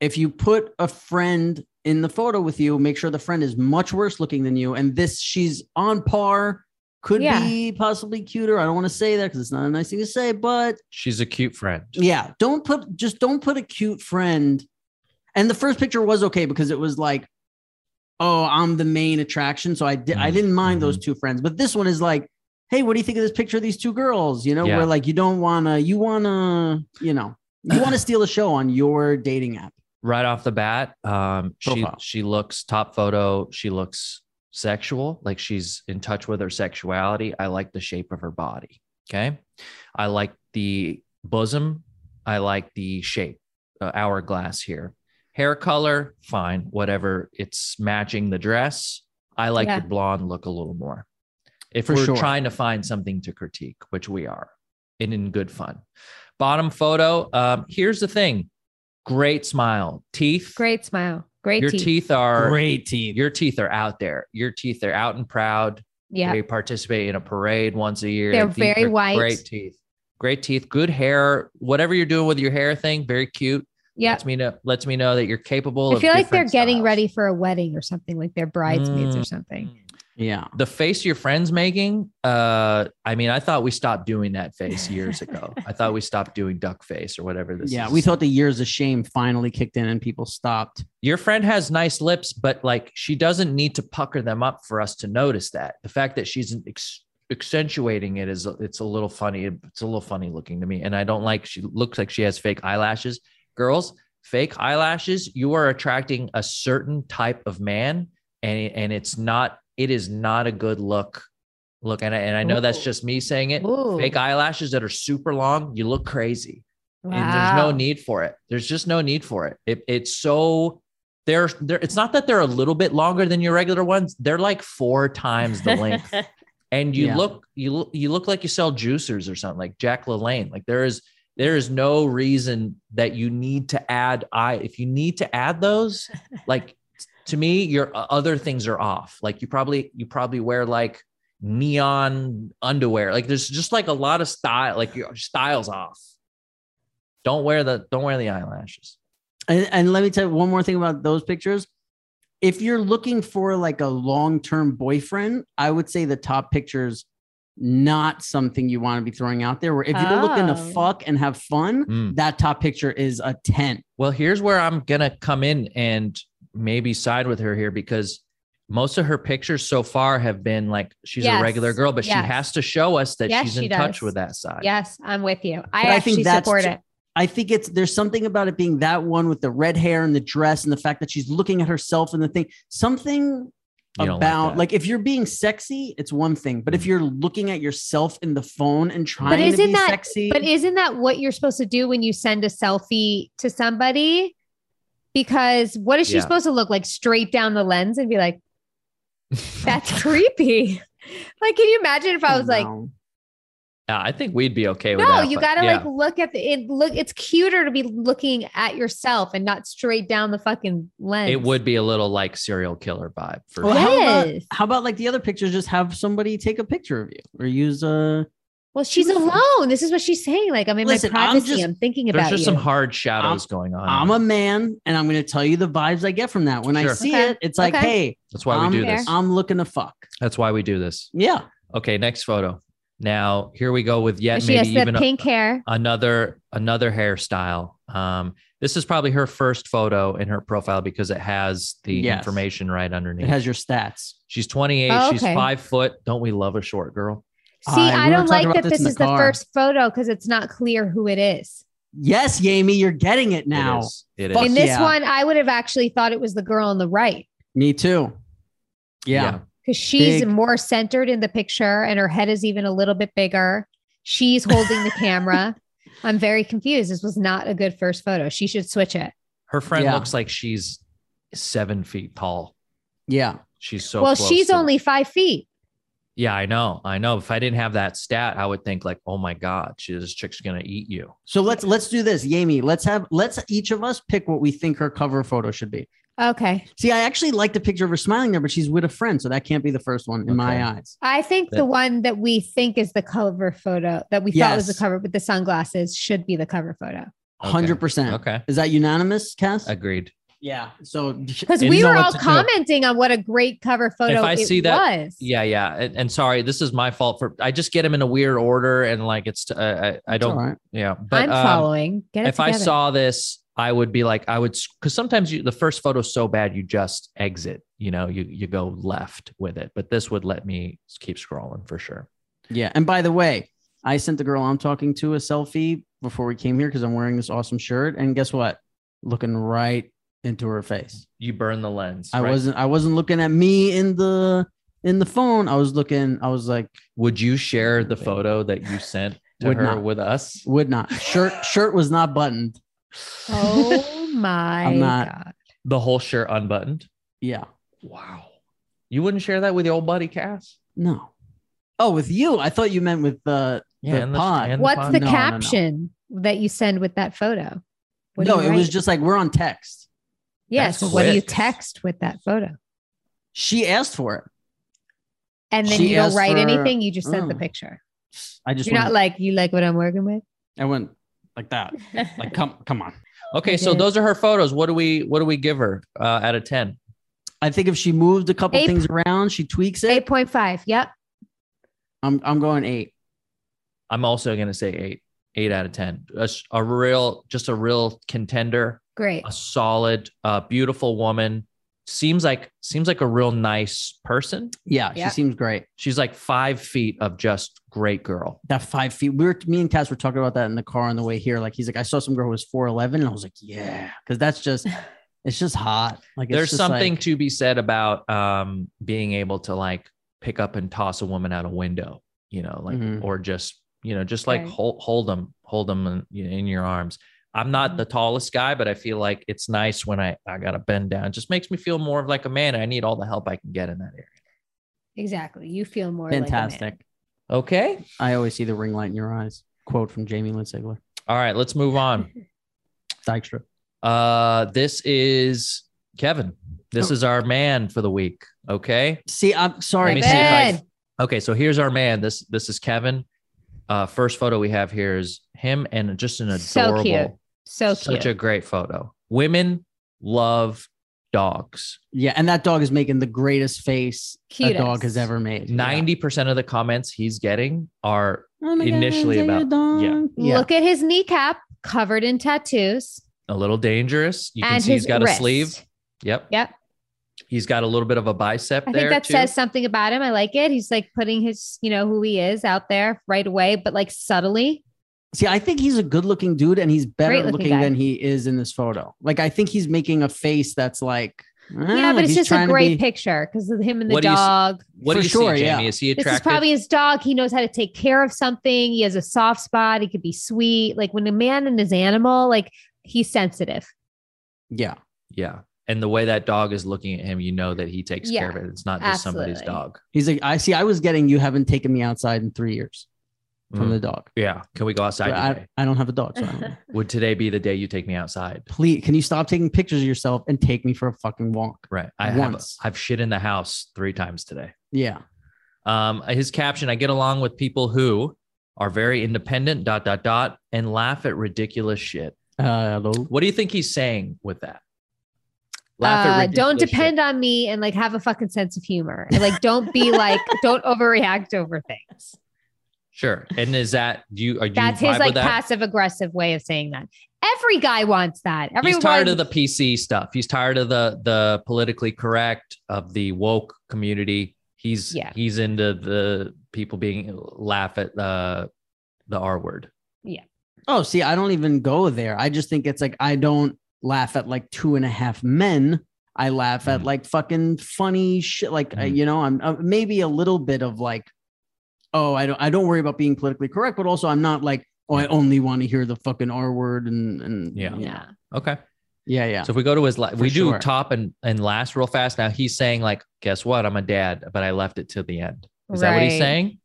[SPEAKER 1] if you put a friend in the photo with you, make sure the friend is much worse looking than you. And this, she's on par. Could
[SPEAKER 3] Yeah.
[SPEAKER 1] be possibly cuter. I don't want to say that because it's not a nice thing to say, but
[SPEAKER 2] She's a cute friend.
[SPEAKER 1] Yeah, don't put just don't put a cute friend. And the first picture was okay because it was like, oh, I'm the main attraction, so I did I
[SPEAKER 2] Mm,
[SPEAKER 1] didn't mind those two friends. But this one is like, hey, what do you think of this picture of these two girls? You know,
[SPEAKER 2] Yeah.
[SPEAKER 1] where like you don't wanna you wanna you know you want to steal a show on your dating app.
[SPEAKER 2] Right off the bat, um, she
[SPEAKER 1] Profile.
[SPEAKER 2] she looks top photo. She looks sexual, like she's in touch with her sexuality. I like the shape of her body. Okay, I like the bosom. I like the shape. Uh, hourglass here. Hair color, fine, whatever. It's matching the dress. I like
[SPEAKER 3] Yeah.
[SPEAKER 2] the blonde look a little more. If
[SPEAKER 1] For
[SPEAKER 2] we're
[SPEAKER 1] sure.
[SPEAKER 2] trying to find something to critique, which we are, and in good fun. Bottom photo. Um, here's the thing: great smile, teeth.
[SPEAKER 3] great smile. Great
[SPEAKER 2] Your
[SPEAKER 3] teeth.
[SPEAKER 2] teeth, are
[SPEAKER 1] Great team.
[SPEAKER 2] your teeth are out there. Your teeth are out and proud.
[SPEAKER 3] Yeah.
[SPEAKER 2] They participate in a parade once a year.
[SPEAKER 3] They're
[SPEAKER 2] These
[SPEAKER 3] very
[SPEAKER 2] are
[SPEAKER 3] white.
[SPEAKER 2] Great teeth. Great teeth. Good hair. Whatever you're doing with your hair thing, very cute.
[SPEAKER 3] Yeah.
[SPEAKER 2] lets me know lets me know that you're capable.
[SPEAKER 3] I
[SPEAKER 2] of
[SPEAKER 3] feel like they're
[SPEAKER 2] different
[SPEAKER 3] getting
[SPEAKER 2] styles. Mm.
[SPEAKER 3] ready for a wedding or something, like their bridesmaids or something.
[SPEAKER 1] Yeah.
[SPEAKER 2] The face your friends making. Uh, I mean, I thought we stopped doing that face years ago. I thought we stopped doing duck face or whatever this
[SPEAKER 1] yeah.
[SPEAKER 2] is.
[SPEAKER 1] We thought the years of shame finally kicked in and people stopped.
[SPEAKER 2] your friend has nice lips, but like she doesn't need to pucker them up for us to notice that. The fact that she's ex- accentuating it is it's a little funny. It's a little funny looking to me, and I don't like. She looks like she has fake eyelashes. Girls, fake eyelashes. You are attracting a certain type of man, and and it's not. It is not a good look. Look, and I, and I know that's
[SPEAKER 3] Ooh.
[SPEAKER 2] just me saying it.
[SPEAKER 3] Ooh.
[SPEAKER 2] Fake elashes that are super long. You look crazy and there's
[SPEAKER 3] Wow.
[SPEAKER 2] no need for it. There's just no need for it. it it's so they're, they're it's not that they're a little bit longer than your regular ones. They're like four times the length. and you
[SPEAKER 1] Yeah.
[SPEAKER 2] look you look you look like you sell juicers or something like Jack LaLanne. Like there is there is no reason that you need to add I if you need to add those like to me your uh, other things are off. Like you probably you probably wear like neon underwear. Like there's just like a lot of style like your styles off. Don't wear the don't wear the eyelashes.
[SPEAKER 1] And, and let me tell you one more thing about those pictures. If you're looking for like a long term boyfriend, I would say the top pictures not something you want to be throwing out there. Where if you're looking to
[SPEAKER 3] Oh.
[SPEAKER 1] fuck and have fun,
[SPEAKER 2] Mm.
[SPEAKER 1] that top picture is a 10.
[SPEAKER 2] Well, here's where I'm gonna come in and maybe side with her here because most of her pictures so far have been like she's
[SPEAKER 3] Yes.
[SPEAKER 2] a regular girl, but
[SPEAKER 3] Yes.
[SPEAKER 2] she has to show us that
[SPEAKER 3] Yes,
[SPEAKER 2] she's in
[SPEAKER 3] she
[SPEAKER 2] touch
[SPEAKER 3] does.
[SPEAKER 2] with that side.
[SPEAKER 3] Yes, I'm with you. I
[SPEAKER 1] But I
[SPEAKER 3] actually
[SPEAKER 1] think that's
[SPEAKER 3] support
[SPEAKER 1] ju-
[SPEAKER 3] it.
[SPEAKER 1] I think it's there's something about it being that one with the red hair and the dress and the fact that she's looking at herself and the thing. Something
[SPEAKER 2] You don't
[SPEAKER 1] about
[SPEAKER 2] that. Mm.
[SPEAKER 1] like, if you're being sexy, it's one thing, but if you're looking at yourself in the phone and trying to
[SPEAKER 3] isn't
[SPEAKER 1] be
[SPEAKER 3] that-
[SPEAKER 1] sexy,
[SPEAKER 3] But isn't that what you're supposed to do when you send a selfie to somebody? Because what is she
[SPEAKER 2] Yeah.
[SPEAKER 3] supposed to look like straight down the lens and be like, that's creepy? Like, can you imagine if
[SPEAKER 2] Oh,
[SPEAKER 3] I was like,
[SPEAKER 1] oh, No.
[SPEAKER 2] Yeah, I think we'd be okay with
[SPEAKER 3] no,
[SPEAKER 2] that.
[SPEAKER 3] you
[SPEAKER 2] but
[SPEAKER 3] gotta
[SPEAKER 2] yeah.
[SPEAKER 3] like look at the it. Look, it's cuter to be looking at yourself and not straight down the fucking lens.
[SPEAKER 2] it would be a little like serial killer vibe for
[SPEAKER 1] Well,
[SPEAKER 2] sure.
[SPEAKER 1] how about-
[SPEAKER 3] Yes.
[SPEAKER 1] how about like the other pictures? Just have somebody take a picture of you or use a.
[SPEAKER 3] Well, she's
[SPEAKER 1] was-
[SPEAKER 3] alone. This is what she's saying. Like, I'm in
[SPEAKER 1] Listen,
[SPEAKER 3] my
[SPEAKER 1] I'm
[SPEAKER 3] privacy. I'm,
[SPEAKER 1] just-
[SPEAKER 3] thinking
[SPEAKER 2] There's
[SPEAKER 3] about
[SPEAKER 2] just
[SPEAKER 3] you.
[SPEAKER 2] some hard shadows going on.
[SPEAKER 1] I'm a man and I'm going to tell you the vibes I get from that. When I
[SPEAKER 2] Sure.
[SPEAKER 1] see
[SPEAKER 3] Okay.
[SPEAKER 1] it, it's like,
[SPEAKER 3] Okay.
[SPEAKER 1] hey,
[SPEAKER 2] That's why
[SPEAKER 1] I'm,
[SPEAKER 2] we do
[SPEAKER 3] Fair.
[SPEAKER 2] this.
[SPEAKER 1] I'm looking to fuck.
[SPEAKER 2] That's why we do this.
[SPEAKER 1] Yeah.
[SPEAKER 2] Okay, next photo. Now here we go with
[SPEAKER 3] But
[SPEAKER 2] yet
[SPEAKER 3] she has
[SPEAKER 2] maybe
[SPEAKER 3] the
[SPEAKER 2] even a-
[SPEAKER 3] pink hair.
[SPEAKER 2] another another hairstyle. Um, this is probably her first photo in her profile because it has the
[SPEAKER 1] Yes.
[SPEAKER 2] information right underneath.
[SPEAKER 1] It has your stats.
[SPEAKER 2] she's 28.
[SPEAKER 3] Oh,
[SPEAKER 2] She's
[SPEAKER 3] okay.
[SPEAKER 2] five foot. Don't we love a short girl?
[SPEAKER 3] See,
[SPEAKER 1] I- we
[SPEAKER 3] I
[SPEAKER 1] were
[SPEAKER 3] don't
[SPEAKER 1] talking
[SPEAKER 3] like
[SPEAKER 1] about
[SPEAKER 3] that
[SPEAKER 1] this
[SPEAKER 3] this
[SPEAKER 1] in the
[SPEAKER 3] is the
[SPEAKER 1] car.
[SPEAKER 3] first photo because it's not clear who it is.
[SPEAKER 1] Yes, Yami, you're getting it now.
[SPEAKER 2] it is. It
[SPEAKER 1] Fuck
[SPEAKER 2] is.
[SPEAKER 3] in this
[SPEAKER 1] yeah.
[SPEAKER 3] one, I would have actually thought it was the girl on the right
[SPEAKER 1] Me too. Yeah.
[SPEAKER 3] because she's
[SPEAKER 1] Big.
[SPEAKER 3] more centered in the picture and her head is even a little bit bigger. She's holding the camera. I'm very confused. This was not a good first photo. She should switch it.
[SPEAKER 2] Her friend
[SPEAKER 1] Yeah.
[SPEAKER 2] looks like she's seven feet tall.
[SPEAKER 1] Yeah.
[SPEAKER 2] She's so
[SPEAKER 3] well,
[SPEAKER 2] close
[SPEAKER 3] she's
[SPEAKER 2] to-
[SPEAKER 3] only five feet.
[SPEAKER 2] Yeah, I know. I know. If I didn't have that stat, I would think like, oh my god, she, this chick's gonna eat you.
[SPEAKER 1] So let's let's do this, Yami. Let's have let's each of us pick what we think her cover photo should be.
[SPEAKER 3] Okay.
[SPEAKER 1] See, I actually like the picture of her smiling there, but she's with a friend, so that can't be the first one in
[SPEAKER 2] Okay.
[SPEAKER 1] my eyes.
[SPEAKER 3] I think
[SPEAKER 2] That-
[SPEAKER 3] the one that we think is the cover photo that we thought was the
[SPEAKER 1] Yes.
[SPEAKER 3] cover with the sunglasses should be the cover photo.
[SPEAKER 2] Okay.
[SPEAKER 1] Hundred percent.
[SPEAKER 2] Okay,
[SPEAKER 1] Is that unanimous, Cass?
[SPEAKER 2] agreed.
[SPEAKER 1] yeah. So
[SPEAKER 3] Because
[SPEAKER 2] And
[SPEAKER 3] we
[SPEAKER 2] know
[SPEAKER 3] were
[SPEAKER 2] what
[SPEAKER 3] all
[SPEAKER 2] to do.
[SPEAKER 3] commenting on what a great cover photo
[SPEAKER 2] If I
[SPEAKER 3] it
[SPEAKER 2] see that-
[SPEAKER 3] was.
[SPEAKER 2] Yeah, yeah. And, and sorry, this is my fault for. I just get them in a weird order, and like it's. Uh, I, I
[SPEAKER 1] It's
[SPEAKER 2] don't.
[SPEAKER 1] all right.
[SPEAKER 2] Yeah, but
[SPEAKER 3] I'm
[SPEAKER 2] um,
[SPEAKER 3] following. Get it
[SPEAKER 2] if I
[SPEAKER 3] together.
[SPEAKER 2] saw this, I would be like, I would, because sometimes you, the first photo's so bad, you just exit. You know, you you go left with it. But this would let me keep scrolling for sure.
[SPEAKER 1] Yeah. And by the way, I sent the girl I'm talking to a selfie before we came here because I'm wearing this awesome shirt. And guess what? Looking right into her face.
[SPEAKER 2] You burn the lens.
[SPEAKER 1] I
[SPEAKER 2] right?
[SPEAKER 1] wasn't I wasn't looking at me in the in the phone. I was looking, I was like,
[SPEAKER 2] Would you share the photo that you sent to
[SPEAKER 1] Would
[SPEAKER 2] her
[SPEAKER 1] not.
[SPEAKER 2] with us?
[SPEAKER 1] would not. Shirt shirt was not buttoned.
[SPEAKER 3] Oh my
[SPEAKER 1] I'm not-
[SPEAKER 3] god.
[SPEAKER 2] The whole shirt unbuttoned.
[SPEAKER 1] Yeah.
[SPEAKER 2] Wow. You wouldn't share that with your old buddy Cass?
[SPEAKER 1] No. Oh, with you. I thought you meant with uh The
[SPEAKER 2] and
[SPEAKER 1] pod.
[SPEAKER 2] and
[SPEAKER 3] What's
[SPEAKER 2] pod.
[SPEAKER 3] the
[SPEAKER 1] No, no, no.
[SPEAKER 3] caption that you send with that photo? do
[SPEAKER 1] no,
[SPEAKER 3] you
[SPEAKER 1] it was
[SPEAKER 3] write?
[SPEAKER 1] just like we're on text.
[SPEAKER 3] yes.
[SPEAKER 2] That's
[SPEAKER 3] What do you
[SPEAKER 2] quick.
[SPEAKER 3] text with that photo?
[SPEAKER 1] She asked for it.
[SPEAKER 3] And then
[SPEAKER 1] She
[SPEAKER 3] you don't
[SPEAKER 1] asked
[SPEAKER 3] write
[SPEAKER 1] for-
[SPEAKER 3] anything. You just send the
[SPEAKER 1] Mm.
[SPEAKER 3] picture.
[SPEAKER 1] I just
[SPEAKER 3] You're not
[SPEAKER 1] went-
[SPEAKER 3] like you like what I'm working with.
[SPEAKER 1] I went like that. Like come come on.
[SPEAKER 2] Okay,
[SPEAKER 3] I
[SPEAKER 2] so
[SPEAKER 3] did.
[SPEAKER 2] those are her photos. What do we what do we give her uh, out of ten?
[SPEAKER 1] I think if she moved a couple
[SPEAKER 3] Eight-
[SPEAKER 1] things around, she tweaks it.
[SPEAKER 3] 8.5. Yep.
[SPEAKER 1] I'm I'm going eight.
[SPEAKER 2] I'm also gonna say eight, eight out of ten. A, s- a real, just a real contender,
[SPEAKER 3] Great.
[SPEAKER 2] a solid, uh, beautiful woman. Seems like seems like a real nice person.
[SPEAKER 1] Yeah,
[SPEAKER 3] Yeah.
[SPEAKER 1] she seems great.
[SPEAKER 2] She's like five feet of just great girl.
[SPEAKER 1] That five feet. We were me and Cass were talking about that in the car on the way here. Like he's like, I saw some girl who was four eleven, and I was like, yeah, because that's just it's just hot. Like it's
[SPEAKER 2] There's
[SPEAKER 1] just
[SPEAKER 2] something
[SPEAKER 1] like-
[SPEAKER 2] to be said about um, being able to like pick up and toss a woman out a window, you know, like
[SPEAKER 1] Mhm.
[SPEAKER 2] or just you know just like
[SPEAKER 3] Right.
[SPEAKER 2] hold hold them hold them in, in your arms. I'm not the tallest guy, but I feel like it's nice when I I gotta bend down. It just makes me feel more of like a man. and I need all the help I can get in that area.
[SPEAKER 3] Exactly. You feel more like a man.
[SPEAKER 1] fantastic.
[SPEAKER 2] Okay.
[SPEAKER 1] I always see the ring light in your eyes. Quote from Jamie Lynn Sigler.
[SPEAKER 2] All right. Let's move on.
[SPEAKER 1] Dykstra.
[SPEAKER 2] Uh, this is Kevin.
[SPEAKER 1] Oh.
[SPEAKER 2] This is our man for the week. Okay.
[SPEAKER 1] See, I'm sorry.
[SPEAKER 2] Let me see if I-
[SPEAKER 3] Kevin.
[SPEAKER 2] Okay, so here's our man. This this is Kevin. Uh, first photo we have here is him and just an
[SPEAKER 3] So
[SPEAKER 2] adorable,
[SPEAKER 3] cute. So
[SPEAKER 2] such
[SPEAKER 3] cute.
[SPEAKER 2] a great photo. Women love dogs.
[SPEAKER 1] Yeah, and that dog is making the greatest face a
[SPEAKER 3] Cutest.
[SPEAKER 1] dog has ever made.
[SPEAKER 2] Ninety percent of the comments he's getting are
[SPEAKER 1] Yeah. Oh my
[SPEAKER 2] Initially
[SPEAKER 1] is that your
[SPEAKER 2] about- yeah.
[SPEAKER 1] dog? yeah.
[SPEAKER 3] Look at his kneecap covered in tattoos.
[SPEAKER 2] a little dangerous. You can
[SPEAKER 3] and
[SPEAKER 2] see
[SPEAKER 3] his
[SPEAKER 2] he's got
[SPEAKER 3] wrist.
[SPEAKER 2] a sleeve. Yep,
[SPEAKER 3] Yep.
[SPEAKER 2] he's got a little bit of a bicep
[SPEAKER 3] I
[SPEAKER 2] there
[SPEAKER 3] think that
[SPEAKER 2] too.
[SPEAKER 3] says something about him. I like it. He's like putting his, you know, who he is out there right away, but like subtly.
[SPEAKER 1] See, I think he's a good looking dude and he's better
[SPEAKER 3] Great-looking
[SPEAKER 1] looking
[SPEAKER 3] guy.
[SPEAKER 1] than he is in this photo. Like, I think he's making a face that's like, eh,
[SPEAKER 2] Ah,
[SPEAKER 3] yeah, but it's just a great
[SPEAKER 1] picture.
[SPEAKER 3] picture because of him and the
[SPEAKER 2] What do you s-
[SPEAKER 3] dog.
[SPEAKER 2] what
[SPEAKER 1] for
[SPEAKER 2] do you
[SPEAKER 1] sure,
[SPEAKER 2] see,
[SPEAKER 1] yeah.
[SPEAKER 2] Jamie? Is he
[SPEAKER 3] This
[SPEAKER 2] attractive?
[SPEAKER 3] is probably his dog. He knows how to take care of something. He has a soft spot. He could be sweet. Like when a man and his animal, like he's sensitive.
[SPEAKER 1] Yeah.
[SPEAKER 2] yeah. And the way that dog is looking at him, you know that he takes
[SPEAKER 3] Yeah,
[SPEAKER 2] care of it. It's not just somebody's
[SPEAKER 3] absolutely.
[SPEAKER 2] dog.
[SPEAKER 1] He's like, I see, I was getting you haven't taken me outside in three years from
[SPEAKER 2] Mm.
[SPEAKER 1] the dog.
[SPEAKER 2] Yeah. Can we go outside
[SPEAKER 1] But
[SPEAKER 2] today?
[SPEAKER 1] I, I don't have a dog. So I don't know.
[SPEAKER 2] Would today be the day you take me outside?
[SPEAKER 1] please, can you stop taking pictures of yourself and take me for a fucking walk?
[SPEAKER 2] Right. I
[SPEAKER 1] Once.
[SPEAKER 2] have I've shit in the house three times today.
[SPEAKER 1] Yeah.
[SPEAKER 2] Um, his caption: I get along with people who are very independent. Dot dot dot, and laugh at ridiculous shit.
[SPEAKER 1] Uh, hello.
[SPEAKER 2] What do you think he's saying with that?
[SPEAKER 3] Uh, don't
[SPEAKER 2] ridiculous
[SPEAKER 3] depend on me and like have a fucking sense of humor. And, like don't be like, don't overreact over things.
[SPEAKER 2] shit. Sure. And is that do you? Are you
[SPEAKER 3] That's
[SPEAKER 2] vibe
[SPEAKER 3] his
[SPEAKER 2] with
[SPEAKER 3] like
[SPEAKER 2] that?
[SPEAKER 3] passive aggressive way of saying that. Every guy wants that. Everyone
[SPEAKER 2] He's tired of the PC stuff. He's tired of the the politically correct of the woke community. He's
[SPEAKER 3] Yeah.
[SPEAKER 2] he's into the people being laugh at the the R word.
[SPEAKER 1] Oh, see, I don't even go there. I just think it's like, I don't laugh at like two and a half men. I laugh at
[SPEAKER 2] Mm.
[SPEAKER 1] like fucking funny shit. Like, uh,
[SPEAKER 2] Mm.
[SPEAKER 1] you know, I'm uh, maybe a little bit of like, oh, I don't, I don't worry about being politically correct, but also I'm not like, oh, I only want to hear the fucking R word and, and
[SPEAKER 2] Yeah.
[SPEAKER 1] yeah,
[SPEAKER 3] yeah.
[SPEAKER 2] Okay.
[SPEAKER 1] yeah, yeah.
[SPEAKER 2] So if we go to his, la-
[SPEAKER 1] For
[SPEAKER 2] we do
[SPEAKER 1] sure.
[SPEAKER 2] top and, and last real fast. Now he's saying like, guess what? I'm a dad, but I left it till the end. Is that what he's
[SPEAKER 3] Right.
[SPEAKER 2] saying?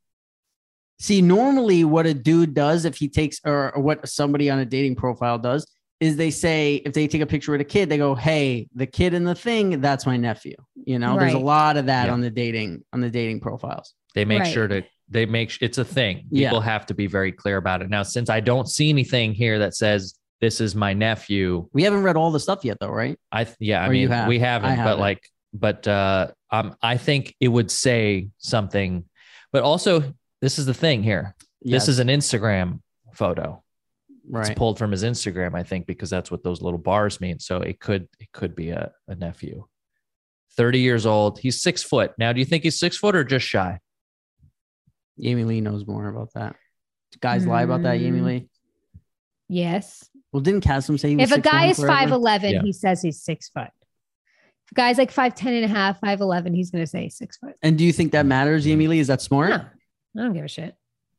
[SPEAKER 1] See, normally what a dude does if he takes or, or what somebody on a dating profile does is they say if they take a picture with a kid, they go, "Hey, the kid in the thing, that's my nephew." You know, there's a
[SPEAKER 3] Right.
[SPEAKER 1] lot of that
[SPEAKER 2] Yeah.
[SPEAKER 1] on the dating on the dating profiles.
[SPEAKER 2] They make
[SPEAKER 3] Right.
[SPEAKER 2] sure to, they make, sh- it's a thing.
[SPEAKER 1] Yeah.
[SPEAKER 2] People have to be very clear about it. Now, since I don't see anything here that says this is my nephew,
[SPEAKER 1] We haven't read all the stuff yet, though, right?
[SPEAKER 2] I, th- yeah, I
[SPEAKER 1] Or you
[SPEAKER 2] mean,
[SPEAKER 1] have.
[SPEAKER 2] we haven't,
[SPEAKER 1] I
[SPEAKER 2] but
[SPEAKER 1] haven't.
[SPEAKER 2] like, but, uh, um, I think it would say something, but also this is the thing here. This is an Instagram photo.
[SPEAKER 1] right.
[SPEAKER 2] it's pulled from his Instagram, I think, because that's what those little bars mean. So it could it could be a, a nephew. 30 years old. He's six foot. Now, do you think he's six foot or just shy?
[SPEAKER 1] Jamie Lee knows more about that. Do guys lie about that, Jamie
[SPEAKER 3] Mm.
[SPEAKER 1] Lee.
[SPEAKER 3] Yes.
[SPEAKER 1] Well, didn't Casim say he was
[SPEAKER 3] If a guy
[SPEAKER 1] 6'1"
[SPEAKER 3] is
[SPEAKER 1] forever?
[SPEAKER 3] 5'11,
[SPEAKER 2] Yeah.
[SPEAKER 3] he says he's six foot. If a guy's like 5'10 and a half, 5'11, he's going to say six foot.
[SPEAKER 1] and do you think that matters, Jamie Lee? Is that smart?
[SPEAKER 3] No, I don't give a shit.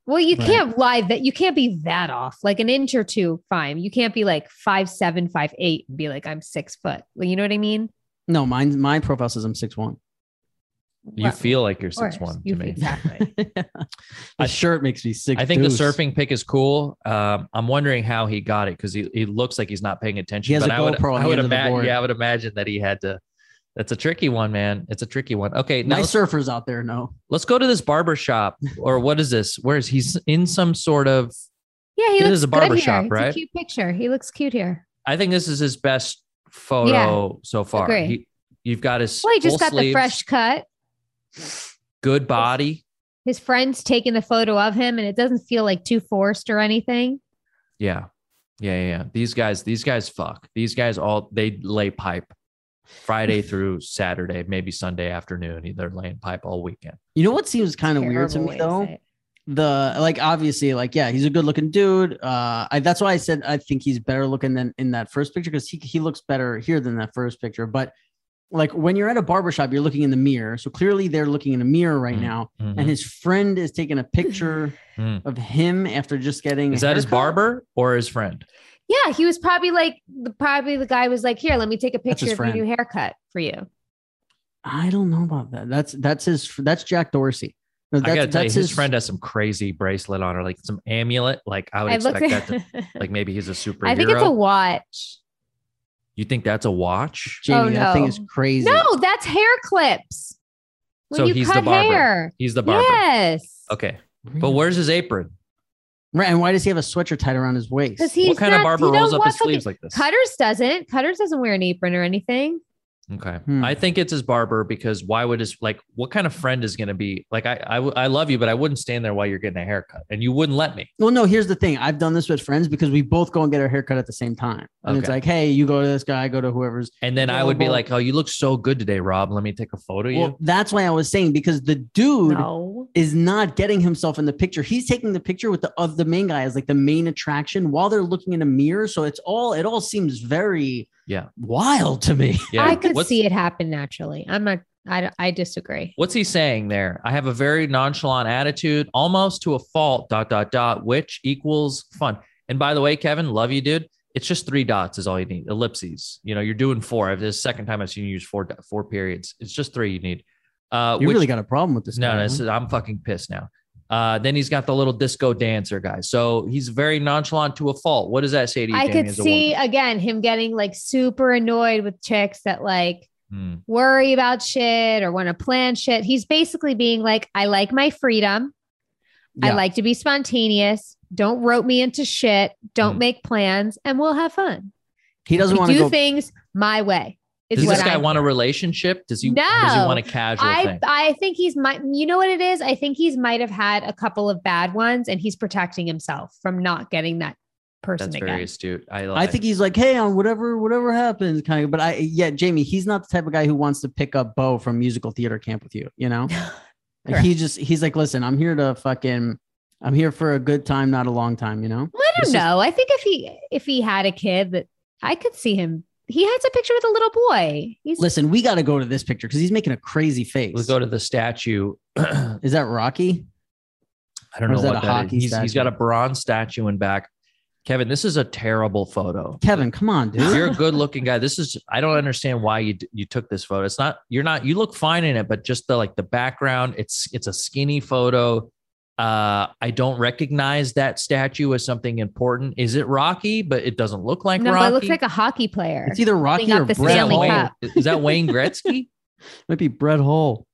[SPEAKER 3] Well, you
[SPEAKER 1] Right.
[SPEAKER 3] can't lie that you can't be that off, like an inch or two, fine. You can't be like five seven, five eight, and be like I'm six foot. Like, you know what I mean?
[SPEAKER 1] No, mine my profile says I'm six one.
[SPEAKER 2] You
[SPEAKER 3] Well,
[SPEAKER 2] feel like you're
[SPEAKER 3] of course,
[SPEAKER 2] six one
[SPEAKER 3] you
[SPEAKER 2] to me.
[SPEAKER 3] feel- Exactly.
[SPEAKER 1] the
[SPEAKER 2] I-
[SPEAKER 1] shirt makes me sick.
[SPEAKER 2] I think
[SPEAKER 1] deuce.
[SPEAKER 2] the surfing pick is cool. Um, I'm wondering how he got it because he, he looks like he's not paying attention.
[SPEAKER 1] He has
[SPEAKER 2] but
[SPEAKER 1] a
[SPEAKER 2] I would,
[SPEAKER 1] GoPro on
[SPEAKER 2] I
[SPEAKER 1] the
[SPEAKER 2] would
[SPEAKER 1] end of the
[SPEAKER 2] imagine.
[SPEAKER 1] board.
[SPEAKER 2] Yeah, I would imagine that he had to. That's a tricky one, man. It's a tricky one. Okay, now
[SPEAKER 1] My
[SPEAKER 2] let's-
[SPEAKER 1] surfers out there know.
[SPEAKER 2] let's go to this barber shop or what is this? Where is he's in some sort of
[SPEAKER 3] Yeah, he
[SPEAKER 2] This
[SPEAKER 3] looks
[SPEAKER 2] is a
[SPEAKER 3] good
[SPEAKER 2] barber
[SPEAKER 3] here.
[SPEAKER 2] shop,
[SPEAKER 3] It's
[SPEAKER 2] right?
[SPEAKER 3] a cute picture. He looks cute here.
[SPEAKER 2] I think this is his best photo so far.
[SPEAKER 3] agree.
[SPEAKER 2] He, you've got his
[SPEAKER 3] Well, he just
[SPEAKER 2] full
[SPEAKER 3] got the
[SPEAKER 2] sleeves,
[SPEAKER 3] fresh cut.
[SPEAKER 2] good body.
[SPEAKER 3] His friend's taking the photo of him, and it doesn't feel like too forced or anything.
[SPEAKER 2] Yeah. Yeah, yeah, yeah. These guys, these guys fuck. These guys all they lay pipe Friday through Saturday, maybe Sunday afternoon. They're laying pipe all weekend.
[SPEAKER 1] You know what seems kind of weird to
[SPEAKER 3] Terrible
[SPEAKER 1] me
[SPEAKER 3] way
[SPEAKER 1] though?
[SPEAKER 3] say it.
[SPEAKER 1] the like obviously like yeah he's a good looking dude uh I, that's why i said i think he's better looking than in that first picture because he, he looks better here than that first picture but like when you're at a barbershop you're looking in the mirror so clearly they're looking in a mirror right
[SPEAKER 2] Mhm.
[SPEAKER 1] now
[SPEAKER 2] Mhm.
[SPEAKER 1] and his friend is taking a picture
[SPEAKER 2] Mhm.
[SPEAKER 1] of him after just getting a
[SPEAKER 2] Is that his
[SPEAKER 1] haircut.
[SPEAKER 2] barber or his friend?
[SPEAKER 3] Yeah, he was probably like the probably the guy was like, here, let me take a
[SPEAKER 1] That's his
[SPEAKER 3] picture of
[SPEAKER 1] friend.
[SPEAKER 3] your new haircut for you.
[SPEAKER 1] i don't know about that that's that's his that's jack dorsey No,
[SPEAKER 2] I
[SPEAKER 1] that's,
[SPEAKER 2] gotta tell you,
[SPEAKER 1] that's
[SPEAKER 2] his, friend has some crazy bracelet on her, like some amulet. Like I would
[SPEAKER 3] I looked
[SPEAKER 2] expect Oh, that to
[SPEAKER 3] at
[SPEAKER 2] like maybe he's a superhero.
[SPEAKER 3] I think it's a watch.
[SPEAKER 2] you think that's a watch?
[SPEAKER 1] jamie
[SPEAKER 3] Oh,
[SPEAKER 1] that thing
[SPEAKER 3] no.
[SPEAKER 1] is crazy
[SPEAKER 3] No, that's hair clips. When
[SPEAKER 2] So
[SPEAKER 3] you
[SPEAKER 2] he's the
[SPEAKER 3] cut
[SPEAKER 2] barber.
[SPEAKER 3] hair.
[SPEAKER 2] He's the barber.
[SPEAKER 3] Yes.
[SPEAKER 2] Okay. But where's his apron?
[SPEAKER 1] right and why does he have a sweater tied around his waist
[SPEAKER 3] Because he's
[SPEAKER 2] what kind
[SPEAKER 3] not,
[SPEAKER 2] of barber
[SPEAKER 3] you know
[SPEAKER 2] rolls up
[SPEAKER 3] what?
[SPEAKER 2] his
[SPEAKER 3] Fucking-
[SPEAKER 2] sleeves like this?
[SPEAKER 3] Cutters doesn't. Cutters doesn't wear an apron or anything.
[SPEAKER 2] Okay.
[SPEAKER 1] Hmm.
[SPEAKER 2] I think it's his barber because why would his like what kind of friend is going to be like I, I w- I love you but I wouldn't stand there while you're getting a haircut and you wouldn't let me.
[SPEAKER 1] Well, no, here's the thing. I've done this with friends because we both go and get our haircut at the same time. And it's
[SPEAKER 2] Okay.
[SPEAKER 1] like, hey, you go to this guy, I go to whoever's.
[SPEAKER 2] And then I would be
[SPEAKER 1] Available.
[SPEAKER 2] like, "Oh, you look so good today, Rob. Let me take a photo of
[SPEAKER 1] Well,
[SPEAKER 2] you."
[SPEAKER 1] that's why I was saying because the dude
[SPEAKER 3] No.
[SPEAKER 1] is not getting himself in the picture. He's taking the picture with the of the main guy as like the main attraction while they're looking in a mirror. So it's all it all seems very
[SPEAKER 2] Yeah.
[SPEAKER 1] wild to me.
[SPEAKER 3] I could
[SPEAKER 2] What's-
[SPEAKER 3] see it happen naturally. I'm not. I I disagree.
[SPEAKER 2] What's he saying there? I have a very nonchalant attitude, almost to a fault, dot, dot, dot, which equals fun. And by the way, Kevin, love you, dude. It's just three dots is all you need. Ellipses. You know, you're doing four. I've- This is the second time I've seen you use four do- four periods. It's just three you need. Uh,
[SPEAKER 1] You
[SPEAKER 2] which-
[SPEAKER 1] really got a problem with this?
[SPEAKER 2] no,
[SPEAKER 1] guy,
[SPEAKER 2] no,
[SPEAKER 1] huh?
[SPEAKER 2] this is, I'm fucking pissed now. Uh, then he's got the little disco dancer guy. So he's very nonchalant to a fault. What does that say to you?
[SPEAKER 3] I
[SPEAKER 2] Jamie,
[SPEAKER 3] could
[SPEAKER 2] as a
[SPEAKER 3] see
[SPEAKER 2] woman?
[SPEAKER 3] again him getting like super annoyed with chicks that like
[SPEAKER 2] Hmm.
[SPEAKER 3] worry about shit or want to plan shit. He's basically being like, I like my freedom. I
[SPEAKER 1] Yeah.
[SPEAKER 3] like to be spontaneous. Don't rope me into shit. Don't
[SPEAKER 2] Mm.
[SPEAKER 3] make plans, and we'll have fun.
[SPEAKER 1] he doesn't
[SPEAKER 3] We
[SPEAKER 1] want to
[SPEAKER 3] do
[SPEAKER 1] go.
[SPEAKER 3] things my way. Is
[SPEAKER 2] Does
[SPEAKER 3] what
[SPEAKER 2] this guy
[SPEAKER 3] I
[SPEAKER 2] want a relationship? Does he? Does he
[SPEAKER 3] No.
[SPEAKER 2] want a casual
[SPEAKER 3] I
[SPEAKER 2] thing?
[SPEAKER 3] I think he's might you know what it is? I think he's might have had a couple of bad ones and he's protecting himself from not getting that person
[SPEAKER 2] That's
[SPEAKER 3] again.
[SPEAKER 2] very astute. I,
[SPEAKER 1] I
[SPEAKER 2] like-
[SPEAKER 1] think he's like, hey, on whatever, whatever happens, kind of. But I, yeah, Jamie, he's not the type of guy who wants to pick up Bo from musical theater camp with you. You know, Like, he just, he's like, listen, I'm here to fucking, I'm here for a good time, not a long time. You know,
[SPEAKER 3] Well, I
[SPEAKER 2] This
[SPEAKER 3] don't
[SPEAKER 2] is-
[SPEAKER 3] know. I think if he if he had a kid that I could see him he has a picture with a little boy. He's
[SPEAKER 1] listen, we got to go to this picture because he's making a crazy face.
[SPEAKER 2] Let's go to the statue. I
[SPEAKER 1] Is that Rocky?
[SPEAKER 2] don't
[SPEAKER 1] Or
[SPEAKER 2] know
[SPEAKER 1] is that
[SPEAKER 2] what
[SPEAKER 1] a
[SPEAKER 2] that
[SPEAKER 1] hockey
[SPEAKER 2] is. He's, he's
[SPEAKER 1] statue?
[SPEAKER 2] got a bronze statue in back. Kevin, this is a terrible photo.
[SPEAKER 1] Kevin, come on, dude.
[SPEAKER 2] You're a good-looking guy. This is I don't understand why you d- you took this photo. It's not you're not you look fine in it, but just the like the background, it's it's a skinny photo. Uh, I don't recognize that statue as something important. Is it Rocky? But it doesn't look like
[SPEAKER 3] no, but
[SPEAKER 2] Rocky.
[SPEAKER 3] it looks like a hockey player.
[SPEAKER 1] It's either Rocky
[SPEAKER 3] Bring up
[SPEAKER 1] or
[SPEAKER 3] the
[SPEAKER 2] is,
[SPEAKER 1] Brett
[SPEAKER 2] that
[SPEAKER 3] Stanley
[SPEAKER 1] Hall.
[SPEAKER 2] Wayne,
[SPEAKER 3] Cup.
[SPEAKER 2] is that Wayne Gretzky?
[SPEAKER 1] Might be Brett Hall.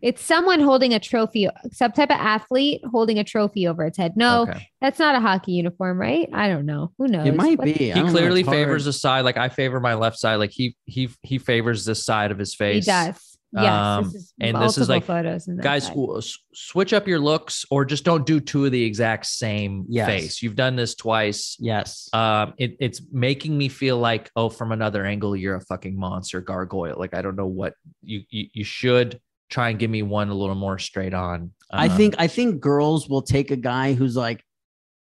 [SPEAKER 3] It's someone holding a trophy, some type of athlete holding a trophy over its head. No,
[SPEAKER 2] Okay.
[SPEAKER 3] that's not a hockey uniform, right? I don't know. Who knows?
[SPEAKER 1] It might
[SPEAKER 3] What-
[SPEAKER 1] be. I
[SPEAKER 2] he
[SPEAKER 1] don't know,
[SPEAKER 2] clearly
[SPEAKER 1] it's hard.
[SPEAKER 2] favors a side like i favor my left side like he he he favors this side of his
[SPEAKER 3] He
[SPEAKER 2] face
[SPEAKER 3] does. Yes.
[SPEAKER 2] Um,
[SPEAKER 3] this is
[SPEAKER 2] and this is
[SPEAKER 3] multiple
[SPEAKER 2] like-
[SPEAKER 3] photos. in that
[SPEAKER 2] guys
[SPEAKER 3] side.
[SPEAKER 2] w- s- switch up your looks or just don't do two of the exact same
[SPEAKER 1] Yes.
[SPEAKER 2] face you've done this twice
[SPEAKER 1] Yes.
[SPEAKER 2] um it, it's making me feel like oh from another angle you're a fucking monster gargoyle like i don't know what you you, you should try and give me one a little more straight on
[SPEAKER 1] I
[SPEAKER 2] Um,
[SPEAKER 1] think I think girls will take a guy who's like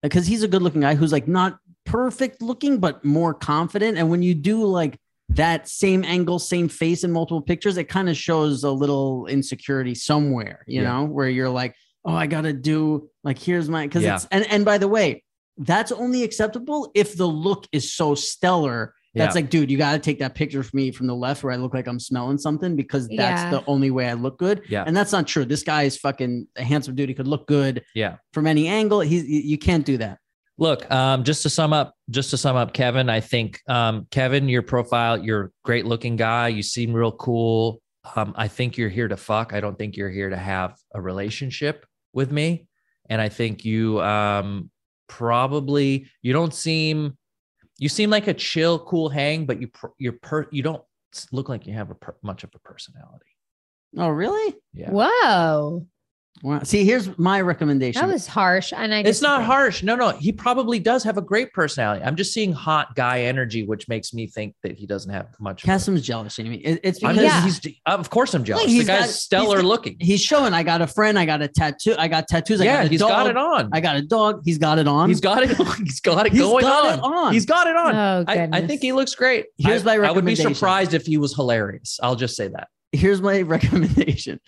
[SPEAKER 1] because he's a good looking guy who's like not perfect looking but more confident. And when you do like that same angle, same face in multiple pictures, it kind of shows a little insecurity somewhere, you
[SPEAKER 2] Yeah.
[SPEAKER 1] know, where you're like, oh, I gotta do like here's my because
[SPEAKER 2] Yeah.
[SPEAKER 1] it's and and by the way, that's only acceptable if the look is so stellar. That's
[SPEAKER 2] Yeah.
[SPEAKER 1] like, dude, you got to take that picture from me from the left where I look like I'm smelling something because that's
[SPEAKER 3] Yeah.
[SPEAKER 1] the only way I look good.
[SPEAKER 2] Yeah.
[SPEAKER 1] And that's not true. This guy is fucking a handsome dude. He could look good
[SPEAKER 2] yeah
[SPEAKER 1] from any angle. He's you you can't do that.
[SPEAKER 2] Look, um, just to sum up, just to sum up, Kevin, I think um, Kevin, your profile, you're a great looking guy. You seem real cool. Um, I think you're here to fuck. I don't think you're here to have a relationship with me. And I think you um, probably you don't seem you seem like a chill, cool hang, but you pr- you're per you don't s- look like you have a per- much of a personality.
[SPEAKER 1] Oh, really?
[SPEAKER 2] Yeah.
[SPEAKER 3] Whoa,
[SPEAKER 1] Wow. See, here's my recommendation.
[SPEAKER 3] that was harsh. And I
[SPEAKER 2] It's not
[SPEAKER 3] disagree.
[SPEAKER 2] harsh. No, no. He probably does have a great personality. I'm just seeing hot guy energy, which makes me think that he doesn't have much. of a-
[SPEAKER 1] Casim's jealous, Amy. It- it's
[SPEAKER 2] I'm
[SPEAKER 1] because
[SPEAKER 2] just,
[SPEAKER 3] Yeah.
[SPEAKER 2] he's, of course I'm jealous.
[SPEAKER 1] Look, he's
[SPEAKER 2] the guy's
[SPEAKER 1] got- he's
[SPEAKER 2] stellar
[SPEAKER 1] got-
[SPEAKER 2] looking.
[SPEAKER 1] he's showing I got a friend, I got a tattoo, I got tattoos, I
[SPEAKER 2] yeah,
[SPEAKER 1] got a
[SPEAKER 2] he's
[SPEAKER 1] dog.
[SPEAKER 2] got it on.
[SPEAKER 1] I got a dog. He's got it on.
[SPEAKER 2] He's got it. on. He's got it
[SPEAKER 1] He's
[SPEAKER 2] going
[SPEAKER 1] got
[SPEAKER 2] on.
[SPEAKER 1] it on.
[SPEAKER 2] He's got it on.
[SPEAKER 3] Oh,
[SPEAKER 2] I, I
[SPEAKER 3] goodness.
[SPEAKER 2] think he looks great.
[SPEAKER 1] Here's
[SPEAKER 2] I,
[SPEAKER 1] my
[SPEAKER 2] I would be
[SPEAKER 1] recommendation.
[SPEAKER 2] surprised if he was hilarious. I'll just say that.
[SPEAKER 1] here's my recommendation.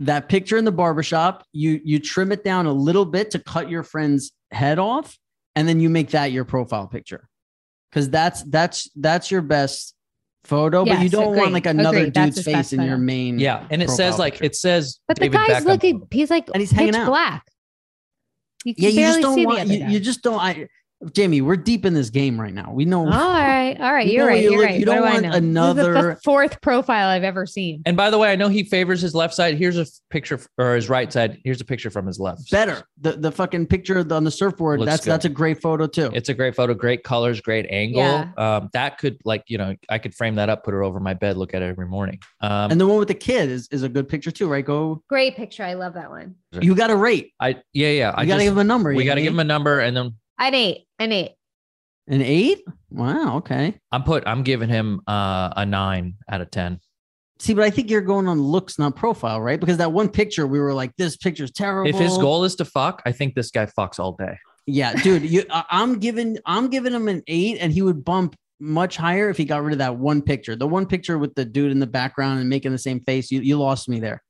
[SPEAKER 1] That picture in the barbershop, you you trim it down a little bit to cut your friend's head off, and then you make that your profile picture. Cause that's that's that's your best photo, but you
[SPEAKER 3] Yes,
[SPEAKER 1] don't want
[SPEAKER 3] agreed,
[SPEAKER 1] like another
[SPEAKER 3] agreed. That's
[SPEAKER 1] dude's
[SPEAKER 3] his best
[SPEAKER 1] face in your
[SPEAKER 3] photo.
[SPEAKER 1] main.
[SPEAKER 2] Yeah, and it
[SPEAKER 1] Profile
[SPEAKER 2] says like
[SPEAKER 1] Mm. picture.
[SPEAKER 2] it says.
[SPEAKER 3] But the
[SPEAKER 2] David
[SPEAKER 3] guy's
[SPEAKER 2] Beckham.
[SPEAKER 3] looking. He's like
[SPEAKER 1] And he's
[SPEAKER 3] pitch
[SPEAKER 1] hanging out.
[SPEAKER 3] black. You can
[SPEAKER 1] Yeah, you just
[SPEAKER 3] barely see
[SPEAKER 1] don't
[SPEAKER 3] the
[SPEAKER 1] want
[SPEAKER 3] other
[SPEAKER 1] you,
[SPEAKER 3] guy.
[SPEAKER 1] you just don't I Jamie, we're deep in this game right now. We know
[SPEAKER 3] All right, all right.
[SPEAKER 1] You
[SPEAKER 3] You're
[SPEAKER 1] know
[SPEAKER 3] right.
[SPEAKER 1] you
[SPEAKER 3] You're
[SPEAKER 1] look-
[SPEAKER 3] right.
[SPEAKER 1] you
[SPEAKER 3] What
[SPEAKER 1] don't
[SPEAKER 3] do I
[SPEAKER 1] want
[SPEAKER 3] know? This is
[SPEAKER 1] another-
[SPEAKER 3] the fourth profile I've ever seen.
[SPEAKER 2] And by the way, I know he favors his left side. Here's a f- picture f- or his right side. Here's a picture from his left.
[SPEAKER 1] better. The the fucking picture on the surfboard,
[SPEAKER 2] Looks
[SPEAKER 1] that's
[SPEAKER 2] good.
[SPEAKER 1] that's a great photo too.
[SPEAKER 2] It's a great photo, great colors, great angle.
[SPEAKER 3] Yeah.
[SPEAKER 2] Um, that could like you know I could frame that up, put it over my bed, look at it every morning. Um,
[SPEAKER 1] and the one with the kid is, is a good picture too, right? Go
[SPEAKER 3] Great picture. I love that one.
[SPEAKER 1] you gotta rate.
[SPEAKER 2] I yeah yeah.
[SPEAKER 1] You
[SPEAKER 2] I
[SPEAKER 1] gotta
[SPEAKER 2] just,
[SPEAKER 1] give him a number.
[SPEAKER 2] we
[SPEAKER 1] you
[SPEAKER 2] got to
[SPEAKER 1] know?
[SPEAKER 2] give him a number, and then
[SPEAKER 3] An eight. An eight.
[SPEAKER 1] An eight? Wow. Okay.
[SPEAKER 2] I'm put I'm giving him uh, a nine out of ten.
[SPEAKER 1] See, but I think you're going on looks, not profile, right? Because that one picture, we were like, "This picture's terrible."
[SPEAKER 2] If his goal is to fuck, I think this guy fucks all day.
[SPEAKER 1] yeah, dude, you, I- I'm giving, I'm giving him an eight, and he would bump much higher if he got rid of that one picture. The one picture with the dude in the background and making the same face. You, you lost me there.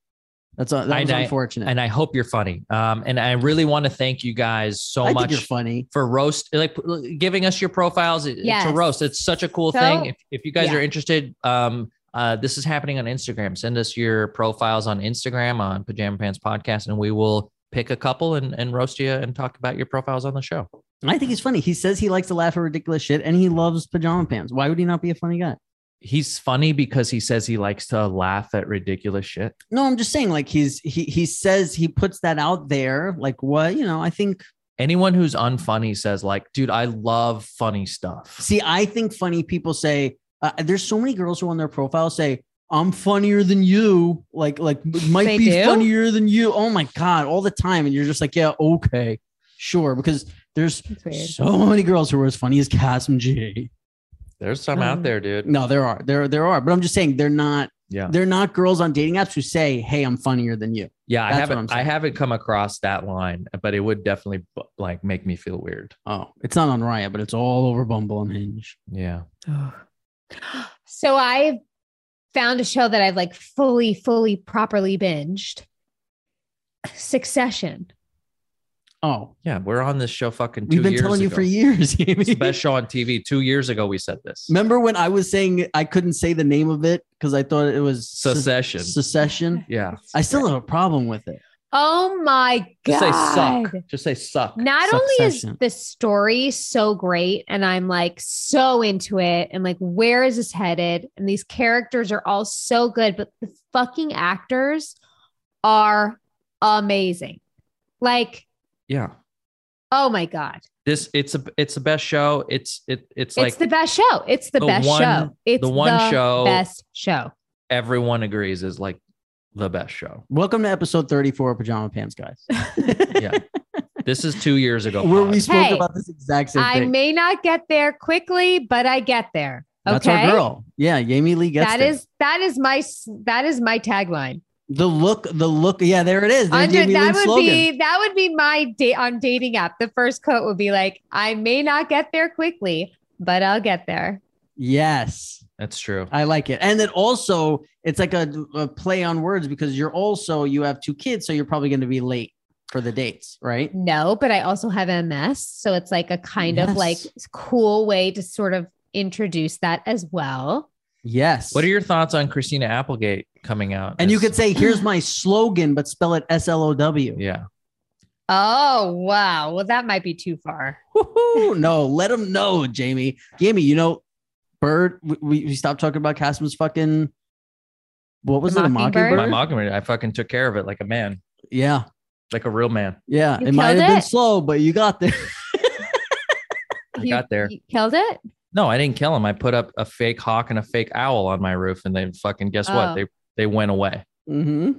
[SPEAKER 1] That's uh, that
[SPEAKER 2] I
[SPEAKER 1] was
[SPEAKER 2] know.
[SPEAKER 1] unfortunate.
[SPEAKER 2] And I hope you're funny. Um, and I really want to thank you guys so
[SPEAKER 1] I think
[SPEAKER 2] much
[SPEAKER 1] you're funny.
[SPEAKER 2] for roast like p- giving us your profiles it-
[SPEAKER 3] Yes.
[SPEAKER 2] it's a roast it's such a cool
[SPEAKER 3] So-
[SPEAKER 2] thing if, if you guys
[SPEAKER 3] Yeah.
[SPEAKER 2] are interested um uh, this is happening on instagram send us your profiles on instagram on pajama pants podcast and we will pick a couple and, and roast you and talk about your profiles on the show
[SPEAKER 1] I think he's funny. He says he likes to laugh at ridiculous shit, and he loves pajama pants. Why would he not be a funny guy?
[SPEAKER 2] he's funny because he says he likes to laugh at ridiculous shit
[SPEAKER 1] No, I'm just saying, like he's he he says he puts that out there. Like what you know, I think
[SPEAKER 2] anyone who's unfunny says like dude i love funny stuff
[SPEAKER 1] See, I think funny people say uh, there's so many girls who on their profile say I'm funnier than you, like like might
[SPEAKER 3] They
[SPEAKER 1] be
[SPEAKER 3] do?
[SPEAKER 1] funnier than you. Oh my god, all the time, and you're just like, yeah, okay, sure, because there's
[SPEAKER 3] That's weird.
[SPEAKER 1] so many girls who are as funny as Casim G.
[SPEAKER 2] there's some
[SPEAKER 3] Um,
[SPEAKER 2] out there dude
[SPEAKER 1] No, there are, there there are, but I'm just saying they're not.
[SPEAKER 2] Yeah.
[SPEAKER 1] they're not girls on dating apps who say, hey, I'm funnier than you.
[SPEAKER 2] yeah i
[SPEAKER 1] that's what I'm
[SPEAKER 2] haven't
[SPEAKER 1] saying.
[SPEAKER 2] i haven't come across that line but it would definitely like make me feel weird
[SPEAKER 1] Oh, it's not on Raya, but it's all over Bumble and Hinge.
[SPEAKER 2] yeah
[SPEAKER 1] oh.
[SPEAKER 3] So I found a show that I've like fully, fully, properly binged. Succession.
[SPEAKER 1] Oh,
[SPEAKER 2] Yeah, we're on this show fucking two
[SPEAKER 1] we've been
[SPEAKER 2] years
[SPEAKER 1] telling you
[SPEAKER 2] ago.
[SPEAKER 1] for years. Amy.
[SPEAKER 2] It's the best show on TV. Two years ago, we said this.
[SPEAKER 1] Remember when I was saying I couldn't say the name of it because I thought it was se-
[SPEAKER 2] Secession.
[SPEAKER 1] secession?
[SPEAKER 2] yeah.
[SPEAKER 1] I still have a problem with it.
[SPEAKER 3] Oh my
[SPEAKER 2] Just say
[SPEAKER 3] god.
[SPEAKER 2] suck. Just say suck.
[SPEAKER 3] Not
[SPEAKER 1] Succession.
[SPEAKER 3] only is the story so great and I'm like so into it and like where is this headed and these characters are all so good but the fucking actors are amazing. Like
[SPEAKER 2] yeah.
[SPEAKER 3] oh my god.
[SPEAKER 2] This it's a it's the best show. It's it it's
[SPEAKER 3] It's
[SPEAKER 2] like
[SPEAKER 3] the best show. It's the,
[SPEAKER 2] the
[SPEAKER 3] best
[SPEAKER 2] one-
[SPEAKER 3] show. It's
[SPEAKER 2] the one show-
[SPEAKER 3] best show.
[SPEAKER 2] everyone agrees is like the best show.
[SPEAKER 1] Welcome to episode 34 of Pajama Pants, guys.
[SPEAKER 2] Yeah. this is two years ago.
[SPEAKER 1] Where
[SPEAKER 2] pod.
[SPEAKER 1] we spoke
[SPEAKER 3] Hey,
[SPEAKER 1] about this exact same
[SPEAKER 3] I
[SPEAKER 1] thing.
[SPEAKER 3] may not get there quickly, but I get there. Okay.
[SPEAKER 1] That's our girl. Yeah, Jamie Lee gets
[SPEAKER 3] That
[SPEAKER 1] there.
[SPEAKER 3] is- that is my s- that is my tagline.
[SPEAKER 1] the look, the look. Yeah, there it is. There's
[SPEAKER 3] Under,
[SPEAKER 1] Jamie
[SPEAKER 3] that
[SPEAKER 1] Lee's
[SPEAKER 3] would
[SPEAKER 1] slogan.
[SPEAKER 3] be that would be my date on dating app. The first quote would be like, "I may not get there quickly, but I'll get there."
[SPEAKER 1] yes.
[SPEAKER 2] That's true.
[SPEAKER 1] I like it. And then also it's like a, a play on words because you're also you have two kids, so you're probably gonna be late for the dates, right?
[SPEAKER 3] No, but I also have MS, so it's like a kind of
[SPEAKER 1] Yes.
[SPEAKER 3] like cool way to sort of introduce that as well.
[SPEAKER 1] Yes.
[SPEAKER 2] What are your thoughts on Christina Applegate coming out?
[SPEAKER 1] And you
[SPEAKER 2] as-
[SPEAKER 1] could say, here's my slogan, but spell it S L O W.
[SPEAKER 2] Yeah.
[SPEAKER 3] Oh wow, well that might be too far.
[SPEAKER 1] Woohoo! No, let them know, Jamie. Jamie, you know, Bird, we- we, we stopped talking about Casim's fucking, what was
[SPEAKER 3] The
[SPEAKER 1] it, a
[SPEAKER 3] Mockingbird?
[SPEAKER 1] mockingbird?
[SPEAKER 2] My mockingbird. I fucking took care of it like a man,
[SPEAKER 1] Yeah,
[SPEAKER 2] like a real man.
[SPEAKER 1] yeah.
[SPEAKER 3] You
[SPEAKER 1] it might
[SPEAKER 3] killed
[SPEAKER 1] have been
[SPEAKER 3] it.
[SPEAKER 1] slow, but you got there.
[SPEAKER 2] I got there.
[SPEAKER 3] You killed it.
[SPEAKER 2] No, I didn't kill them. I put up a fake hawk and a fake owl on my roof, and they fucking guess
[SPEAKER 3] Oh.
[SPEAKER 2] what? They they went away.
[SPEAKER 1] Mm-hmm.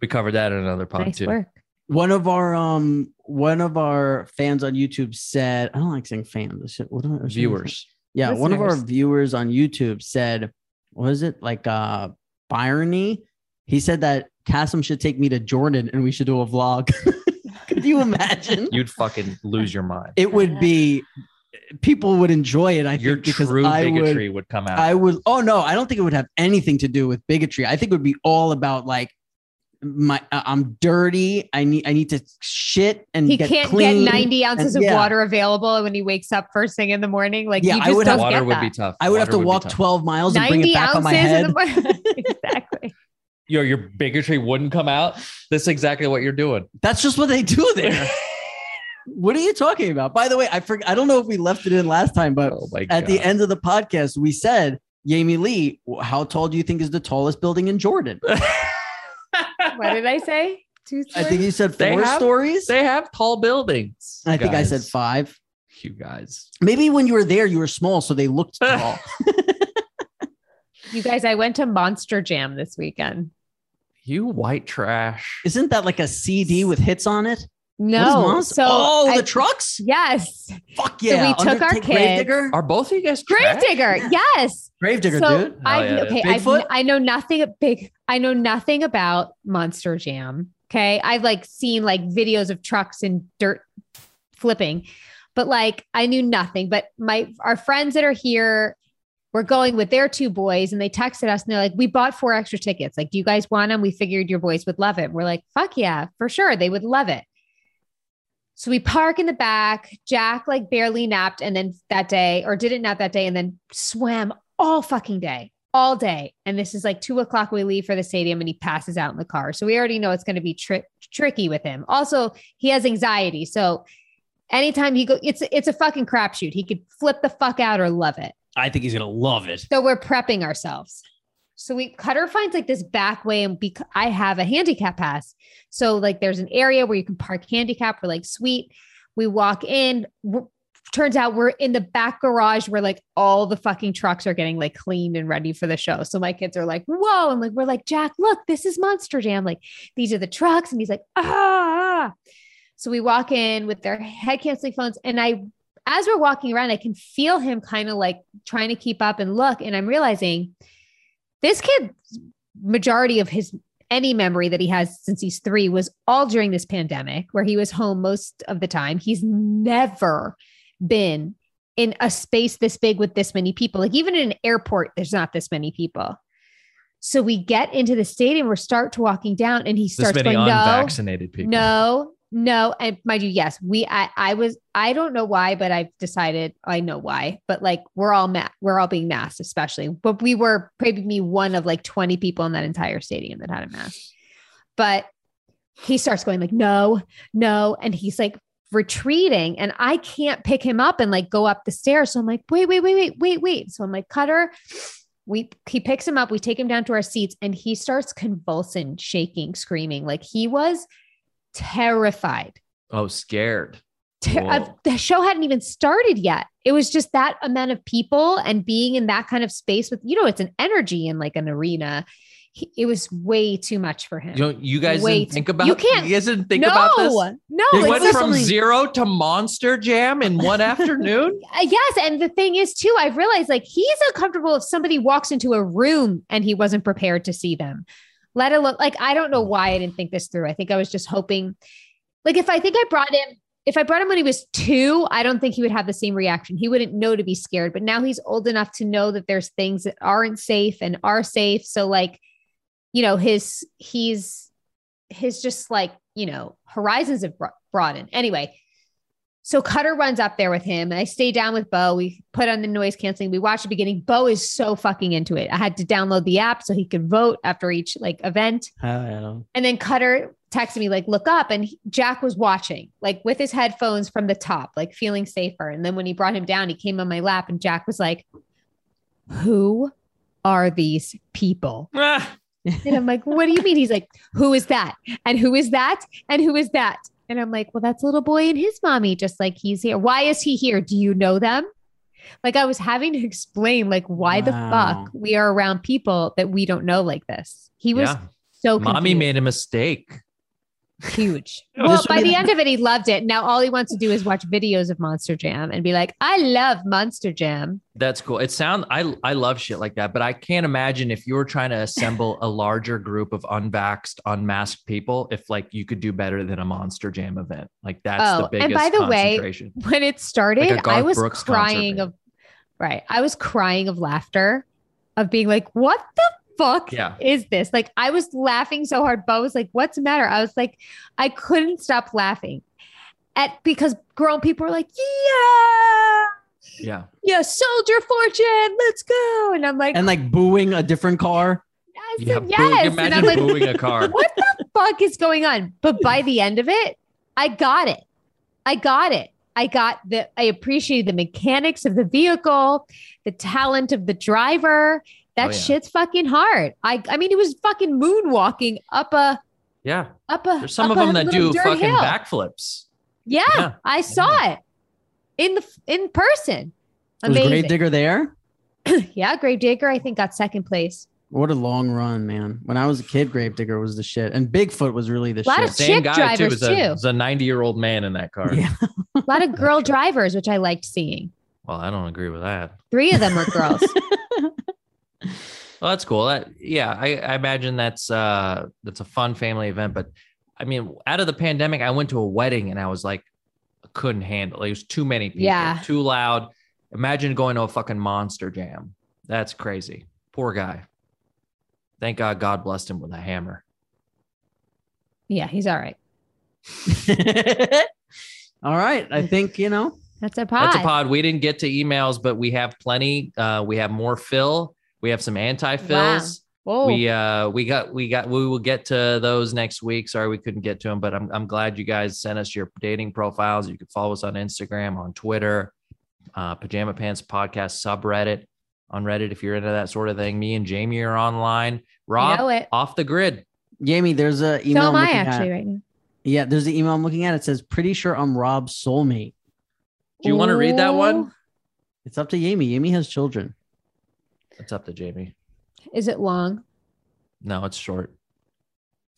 [SPEAKER 2] We covered that in another pod
[SPEAKER 3] Nice
[SPEAKER 2] too.
[SPEAKER 3] work.
[SPEAKER 1] One of our um one of our fans on YouTube said, I don't like saying fans. I should- What do I- I should-
[SPEAKER 2] Viewers,
[SPEAKER 1] Yeah, one of our
[SPEAKER 3] Listeners.
[SPEAKER 1] viewers on YouTube said, what was it like uh Byrony? He said that Cassim should take me to Jordan and we should do a vlog. Could you imagine?
[SPEAKER 2] you'd fucking lose your mind.
[SPEAKER 1] It would be people would enjoy it, I
[SPEAKER 2] your
[SPEAKER 1] think, because
[SPEAKER 2] true
[SPEAKER 1] I would
[SPEAKER 2] bigotry would, come out.
[SPEAKER 1] I would. Oh no, I don't think it would have anything to do with bigotry. I think it would be all about like my. I- I'm dirty. I need. I need to shit and
[SPEAKER 3] He
[SPEAKER 1] get
[SPEAKER 3] can't
[SPEAKER 1] clean.
[SPEAKER 3] get 90 ounces
[SPEAKER 1] and-
[SPEAKER 3] of
[SPEAKER 1] yeah.
[SPEAKER 3] water available when he wakes up first thing in the morning. Like,
[SPEAKER 1] Yeah,
[SPEAKER 3] he
[SPEAKER 1] I
[SPEAKER 3] just
[SPEAKER 1] would have-
[SPEAKER 3] doesn't
[SPEAKER 2] Water
[SPEAKER 3] get
[SPEAKER 2] would
[SPEAKER 3] that.
[SPEAKER 2] be tough.
[SPEAKER 1] I would have
[SPEAKER 2] Water
[SPEAKER 1] to walk
[SPEAKER 2] be tough.
[SPEAKER 1] 12 miles and bring it back on my
[SPEAKER 3] in
[SPEAKER 1] head.
[SPEAKER 3] the morning. exactly.
[SPEAKER 2] Your your bigotry wouldn't come out. That's exactly what you're doing.
[SPEAKER 1] That's just what they do there. what are you talking about? By the way, I forgot. I don't know if we left it in last time, but
[SPEAKER 2] Oh my
[SPEAKER 1] at
[SPEAKER 2] god.
[SPEAKER 1] the end of the podcast, we said, Jamie Lee, how tall do you think is the tallest building in Jordan?
[SPEAKER 3] What did I say? Two
[SPEAKER 1] I think you said
[SPEAKER 2] They
[SPEAKER 1] four
[SPEAKER 2] have-
[SPEAKER 1] stories.
[SPEAKER 2] they have tall buildings.
[SPEAKER 1] I think I said
[SPEAKER 2] guys.
[SPEAKER 1] five.
[SPEAKER 2] You guys.
[SPEAKER 1] Maybe when you were there, you were small, so they looked tall.
[SPEAKER 3] You guys, I went to Monster Jam this weekend.
[SPEAKER 2] You white trash.
[SPEAKER 1] Isn't that like a CD with hits on it? What is
[SPEAKER 3] No,
[SPEAKER 1] Monst-
[SPEAKER 3] so
[SPEAKER 1] oh,
[SPEAKER 3] I-
[SPEAKER 1] the trucks.
[SPEAKER 3] yes,
[SPEAKER 1] Fuck
[SPEAKER 3] we
[SPEAKER 1] yeah!
[SPEAKER 3] took our
[SPEAKER 1] Undertake-
[SPEAKER 3] kids.
[SPEAKER 1] Gravedigger.
[SPEAKER 2] Are both of you guys trash?
[SPEAKER 3] Gravedigger.
[SPEAKER 1] Yeah.
[SPEAKER 3] Yes.
[SPEAKER 1] Gravedigger,
[SPEAKER 3] so
[SPEAKER 1] dude.
[SPEAKER 3] I
[SPEAKER 2] Hell yeah,
[SPEAKER 3] okay.
[SPEAKER 2] dude.
[SPEAKER 3] I've,
[SPEAKER 1] Bigfoot?
[SPEAKER 3] I know nothing. Big. I know nothing about Monster Jam. Okay, I've like seen like videos of trucks and dirt flipping, but like I knew nothing. But my our friends that are here were going with their two boys, and they texted us and they're like, "We bought four extra tickets. Like, do you guys want them? We figured your boys would love it." We're like, "Fuck yeah, for sure, they would love it." So we park in the back. Jack like barely napped, and then that day, or didn't nap that day, and then swam all fucking day, all day. And this is like two o'clock. We leave for the stadium, and he passes out in the car. So we already know it's going to be tri- tricky with him. Also, he has anxiety, so anytime he go, it's it's a fucking crapshoot. He could flip the fuck out or love it.
[SPEAKER 1] I think he's gonna love it.
[SPEAKER 3] So we're prepping ourselves. So we Cutter finds like this back way, and bec- I have a handicap pass. So like there's an area where you can park handicap. We're like, sweet. We walk in. W- turns out we're in the back garage where like all the fucking trucks are getting like cleaned and ready for the show. So my kids are like, whoa. And like we're like, Jack, look, this is Monster Jam. Like these are the trucks. And he's like, ah. So we walk in with their head canceling phones. And I as we're walking around, I can feel him kind of like trying to keep up and look. And I'm realizing this kid, majority of his any memory that he has since he's three was all during this pandemic where he was home most of the time. He's never been in a space this big with this many people. Like even in an airport, there's not this many people. So we get into the stadium, we start to walking down, and he
[SPEAKER 2] This
[SPEAKER 3] starts
[SPEAKER 2] many
[SPEAKER 3] going, No,
[SPEAKER 2] unvaccinated people.
[SPEAKER 3] no, no. And mind you, yes, we, I, I was, I don't know why, but I've decided I know why, but like we're all, ma- we're all being masked, especially, but we were probably one of like 20 people in that entire stadium that had a mask. But he starts going like, no, no. And he's like retreating and I can't pick him up and like go up the stairs. So I'm like, wait, wait, wait, wait, wait, wait. So I'm like, Cutter, we he picks him up, we take him down to our seats, and he starts convulsing, shaking, screaming. Like he was terrified.
[SPEAKER 2] Oh, scared.
[SPEAKER 3] Ter-
[SPEAKER 2] Whoa.
[SPEAKER 3] of- the show hadn't even started yet. It was just that amount of people and being in that kind of space with, you know, it's an energy in like an arena. He- it was way too much for him.
[SPEAKER 2] You don't- you guys
[SPEAKER 3] Wait,
[SPEAKER 2] didn't think about
[SPEAKER 3] you can't-
[SPEAKER 2] You guys didn't think
[SPEAKER 3] no,
[SPEAKER 2] about this.
[SPEAKER 3] no,
[SPEAKER 1] They
[SPEAKER 2] It
[SPEAKER 3] it's
[SPEAKER 2] went
[SPEAKER 1] this
[SPEAKER 3] just-
[SPEAKER 2] from
[SPEAKER 1] something-
[SPEAKER 2] zero to Monster Jam in one afternoon.
[SPEAKER 3] Uh, yes. And the thing is, too, I've realized like he's uncomfortable if somebody walks into a room and he wasn't prepared to see them. Let alone, like, I don't know why I didn't think this through. I think I was just hoping, like, if I think I brought him, if I brought him when he was two, I don't think he would have the same reaction. He wouldn't know to be scared, but now he's old enough to know that there's things that aren't safe and are safe. So, like, you know, his, he's, his just like, you know, horizons have bro- broadened. Anyway, so Cutter runs up there with him. I stay down with Bo. We put on the noise canceling. We watch the beginning. Bo is so fucking into it. I had to download the app so he could vote after each like event. And then Cutter texted me like, "Look up." And he- Jack was watching, like with his headphones from the top, like feeling safer. And then when he brought him down, he came on my lap, and Jack was like, "Who are these people?"
[SPEAKER 2] Ah,
[SPEAKER 3] And I'm like, what do you mean? He's like, who is that? And who is that? And who is that? And I'm like, well, that's a little boy and his mommy, just like he's here. Why is he here? Do you know them? Like I was having to explain, like, why the
[SPEAKER 1] Wow.
[SPEAKER 3] fuck we are around people that we don't know like this. He was
[SPEAKER 2] yeah.
[SPEAKER 3] so confused.
[SPEAKER 2] Mommy made a mistake.
[SPEAKER 3] huge.
[SPEAKER 1] This
[SPEAKER 3] Well,
[SPEAKER 1] would
[SPEAKER 3] by
[SPEAKER 1] be
[SPEAKER 3] the
[SPEAKER 1] the-
[SPEAKER 3] end of it, he loved it. Now all he wants to do is watch videos of Monster Jam and be like, I love Monster Jam.
[SPEAKER 2] That's cool. It sound I I love shit like that, but I can't imagine if you were trying to assemble a larger group of unvaxxed, unmasked people, if like you could do better than a Monster Jam event. Like that's
[SPEAKER 3] Oh,
[SPEAKER 2] the
[SPEAKER 3] and
[SPEAKER 2] biggest
[SPEAKER 3] by the way,
[SPEAKER 2] concentration.
[SPEAKER 3] When it started,
[SPEAKER 2] Garth
[SPEAKER 3] I was
[SPEAKER 2] Brooks concert,
[SPEAKER 3] crying
[SPEAKER 2] man.
[SPEAKER 3] of right. I was crying of laughter of being like, what the fuck
[SPEAKER 2] yeah.
[SPEAKER 3] is this? Like I was laughing so hard. Bo was like, what's the matter? I was like, I couldn't stop laughing. At because grown people were like, Yeah,
[SPEAKER 2] Yeah.
[SPEAKER 3] yeah, soldier fortune, let's go. And I'm like,
[SPEAKER 1] and like booing a different car.
[SPEAKER 3] I
[SPEAKER 2] yeah.
[SPEAKER 3] said
[SPEAKER 2] boo-
[SPEAKER 3] yes. And I'm
[SPEAKER 2] imagine
[SPEAKER 3] like,
[SPEAKER 2] booing a car.
[SPEAKER 3] what the fuck is going on? But by the end of it, I got it. I got it. I got the I appreciated the mechanics of the vehicle, the talent of the driver. That
[SPEAKER 2] Oh, yeah.
[SPEAKER 3] shit's fucking hard. I I mean it was fucking moonwalking up a
[SPEAKER 2] Yeah.
[SPEAKER 3] up a
[SPEAKER 2] There's some
[SPEAKER 3] up
[SPEAKER 2] of them
[SPEAKER 3] a
[SPEAKER 2] that do
[SPEAKER 3] little dirt
[SPEAKER 2] fucking
[SPEAKER 3] hill.
[SPEAKER 2] backflips.
[SPEAKER 3] Yeah,
[SPEAKER 2] Yeah.
[SPEAKER 3] I saw it in the in person.
[SPEAKER 1] Was Grave
[SPEAKER 3] Amazing.
[SPEAKER 1] Digger there?
[SPEAKER 3] yeah, Grave Digger I think got second place.
[SPEAKER 1] What a long run, man. When I was a kid, Grave Digger was the shit, and Bigfoot was really the
[SPEAKER 3] Lot
[SPEAKER 1] shit.
[SPEAKER 3] of
[SPEAKER 2] Same
[SPEAKER 3] Chick
[SPEAKER 2] guy too
[SPEAKER 3] drivers,
[SPEAKER 2] is a,
[SPEAKER 3] too.
[SPEAKER 2] is a 90 year old man in that car.
[SPEAKER 1] Yeah.
[SPEAKER 3] A lot of girl drivers, which I liked seeing.
[SPEAKER 2] Well, I don't agree with that.
[SPEAKER 3] Three of them were girls.
[SPEAKER 2] Well, that's cool. That, yeah, I, I imagine that's uh that's a fun family event. But I mean, out of the pandemic, I went to a wedding and I was like, I couldn't handle. It. it was too many people,
[SPEAKER 3] Yeah.
[SPEAKER 2] too loud. Imagine going to a fucking monster jam. That's crazy. Poor guy. Thank God, God blessed him with a hammer.
[SPEAKER 3] yeah, he's all right.
[SPEAKER 1] All right, I think you know.
[SPEAKER 3] That's a pod.
[SPEAKER 2] That's a pod. We didn't get to emails, but we have plenty. Uh, we have more fill. We have some anti fills.
[SPEAKER 3] Whoa.
[SPEAKER 2] we uh we got we got we will get to those next week sorry we couldn't get to them but i'm, I'm glad you guys sent us your dating profiles you can follow us on instagram on twitter uh, pajama pants podcast subreddit on reddit if you're into that sort of thing me and jamie are online
[SPEAKER 3] you
[SPEAKER 2] rob
[SPEAKER 3] know it.
[SPEAKER 2] off the grid
[SPEAKER 1] Jamie, there's a
[SPEAKER 3] So
[SPEAKER 1] email.
[SPEAKER 3] am
[SPEAKER 1] I'm
[SPEAKER 3] I
[SPEAKER 1] looking
[SPEAKER 3] actually
[SPEAKER 1] At.
[SPEAKER 3] right now.
[SPEAKER 1] Yeah, there's the email I'm looking at. It says, "Pretty sure I'm Rob's soulmate."
[SPEAKER 2] do you want to read that one
[SPEAKER 1] It's up to Jamie. Jamie has children.
[SPEAKER 2] it's up to jamie
[SPEAKER 3] Ooh. Is it long?
[SPEAKER 2] no it's short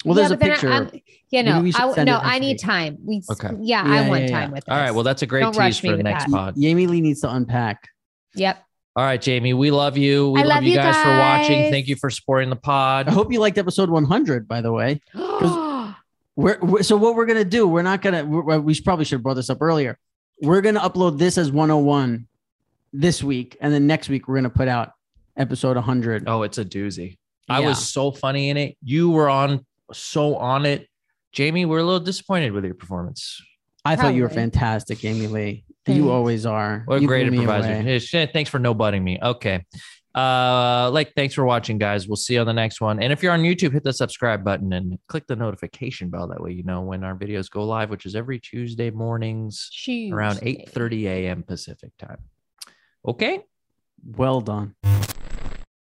[SPEAKER 1] Well,
[SPEAKER 3] Yeah,
[SPEAKER 1] there's a
[SPEAKER 3] but then I-
[SPEAKER 1] picture.
[SPEAKER 3] I'm- yeah, no,
[SPEAKER 1] Maybe we should
[SPEAKER 3] I,
[SPEAKER 1] send it
[SPEAKER 3] no,
[SPEAKER 1] next
[SPEAKER 3] I need
[SPEAKER 1] week.
[SPEAKER 3] time. We, s-
[SPEAKER 2] Okay.
[SPEAKER 3] yeah,
[SPEAKER 1] Yeah,
[SPEAKER 3] I want
[SPEAKER 1] yeah, yeah.
[SPEAKER 3] time with
[SPEAKER 2] all right
[SPEAKER 3] this.
[SPEAKER 2] well that's a great
[SPEAKER 3] Don't rush
[SPEAKER 2] tease
[SPEAKER 3] me
[SPEAKER 2] for the
[SPEAKER 3] with
[SPEAKER 2] next
[SPEAKER 3] that.
[SPEAKER 2] pod
[SPEAKER 1] Jamie Lee needs to unpack.
[SPEAKER 3] yep.
[SPEAKER 2] all right jamie we love you we
[SPEAKER 3] I
[SPEAKER 2] love,
[SPEAKER 3] love
[SPEAKER 2] you
[SPEAKER 3] you
[SPEAKER 2] guys, for watching
[SPEAKER 3] guys.
[SPEAKER 2] thank you for supporting the pod
[SPEAKER 1] I hope you liked episode 100. By the way, we're, we're- so what we're gonna do? We're not gonna. We're, we should- probably should have brought this up earlier. We're gonna upload this as 101 this week, and then next week we're gonna put out episode 100.
[SPEAKER 2] Oh, it's a doozy. I
[SPEAKER 1] Yeah.
[SPEAKER 2] was so funny in it. You were on so on it. Jamie, we're a little disappointed with your performance.
[SPEAKER 1] I thought you were
[SPEAKER 3] Probably.
[SPEAKER 1] fantastic, Jamie Lee.
[SPEAKER 3] Thanks.
[SPEAKER 1] You always are.
[SPEAKER 2] What a
[SPEAKER 1] you
[SPEAKER 2] great
[SPEAKER 1] blew me
[SPEAKER 2] improviser.
[SPEAKER 1] away.
[SPEAKER 2] Yeah, shit, Thanks for no butting me. Okay. Uh, like, thanks for watching, guys. We'll see you on the next one. And if you're on YouTube, hit the subscribe button and click the notification bell. That way you know when our videos go live, which is every Tuesday mornings around 8 30 a.m. Pacific time. Okay.
[SPEAKER 1] Well done.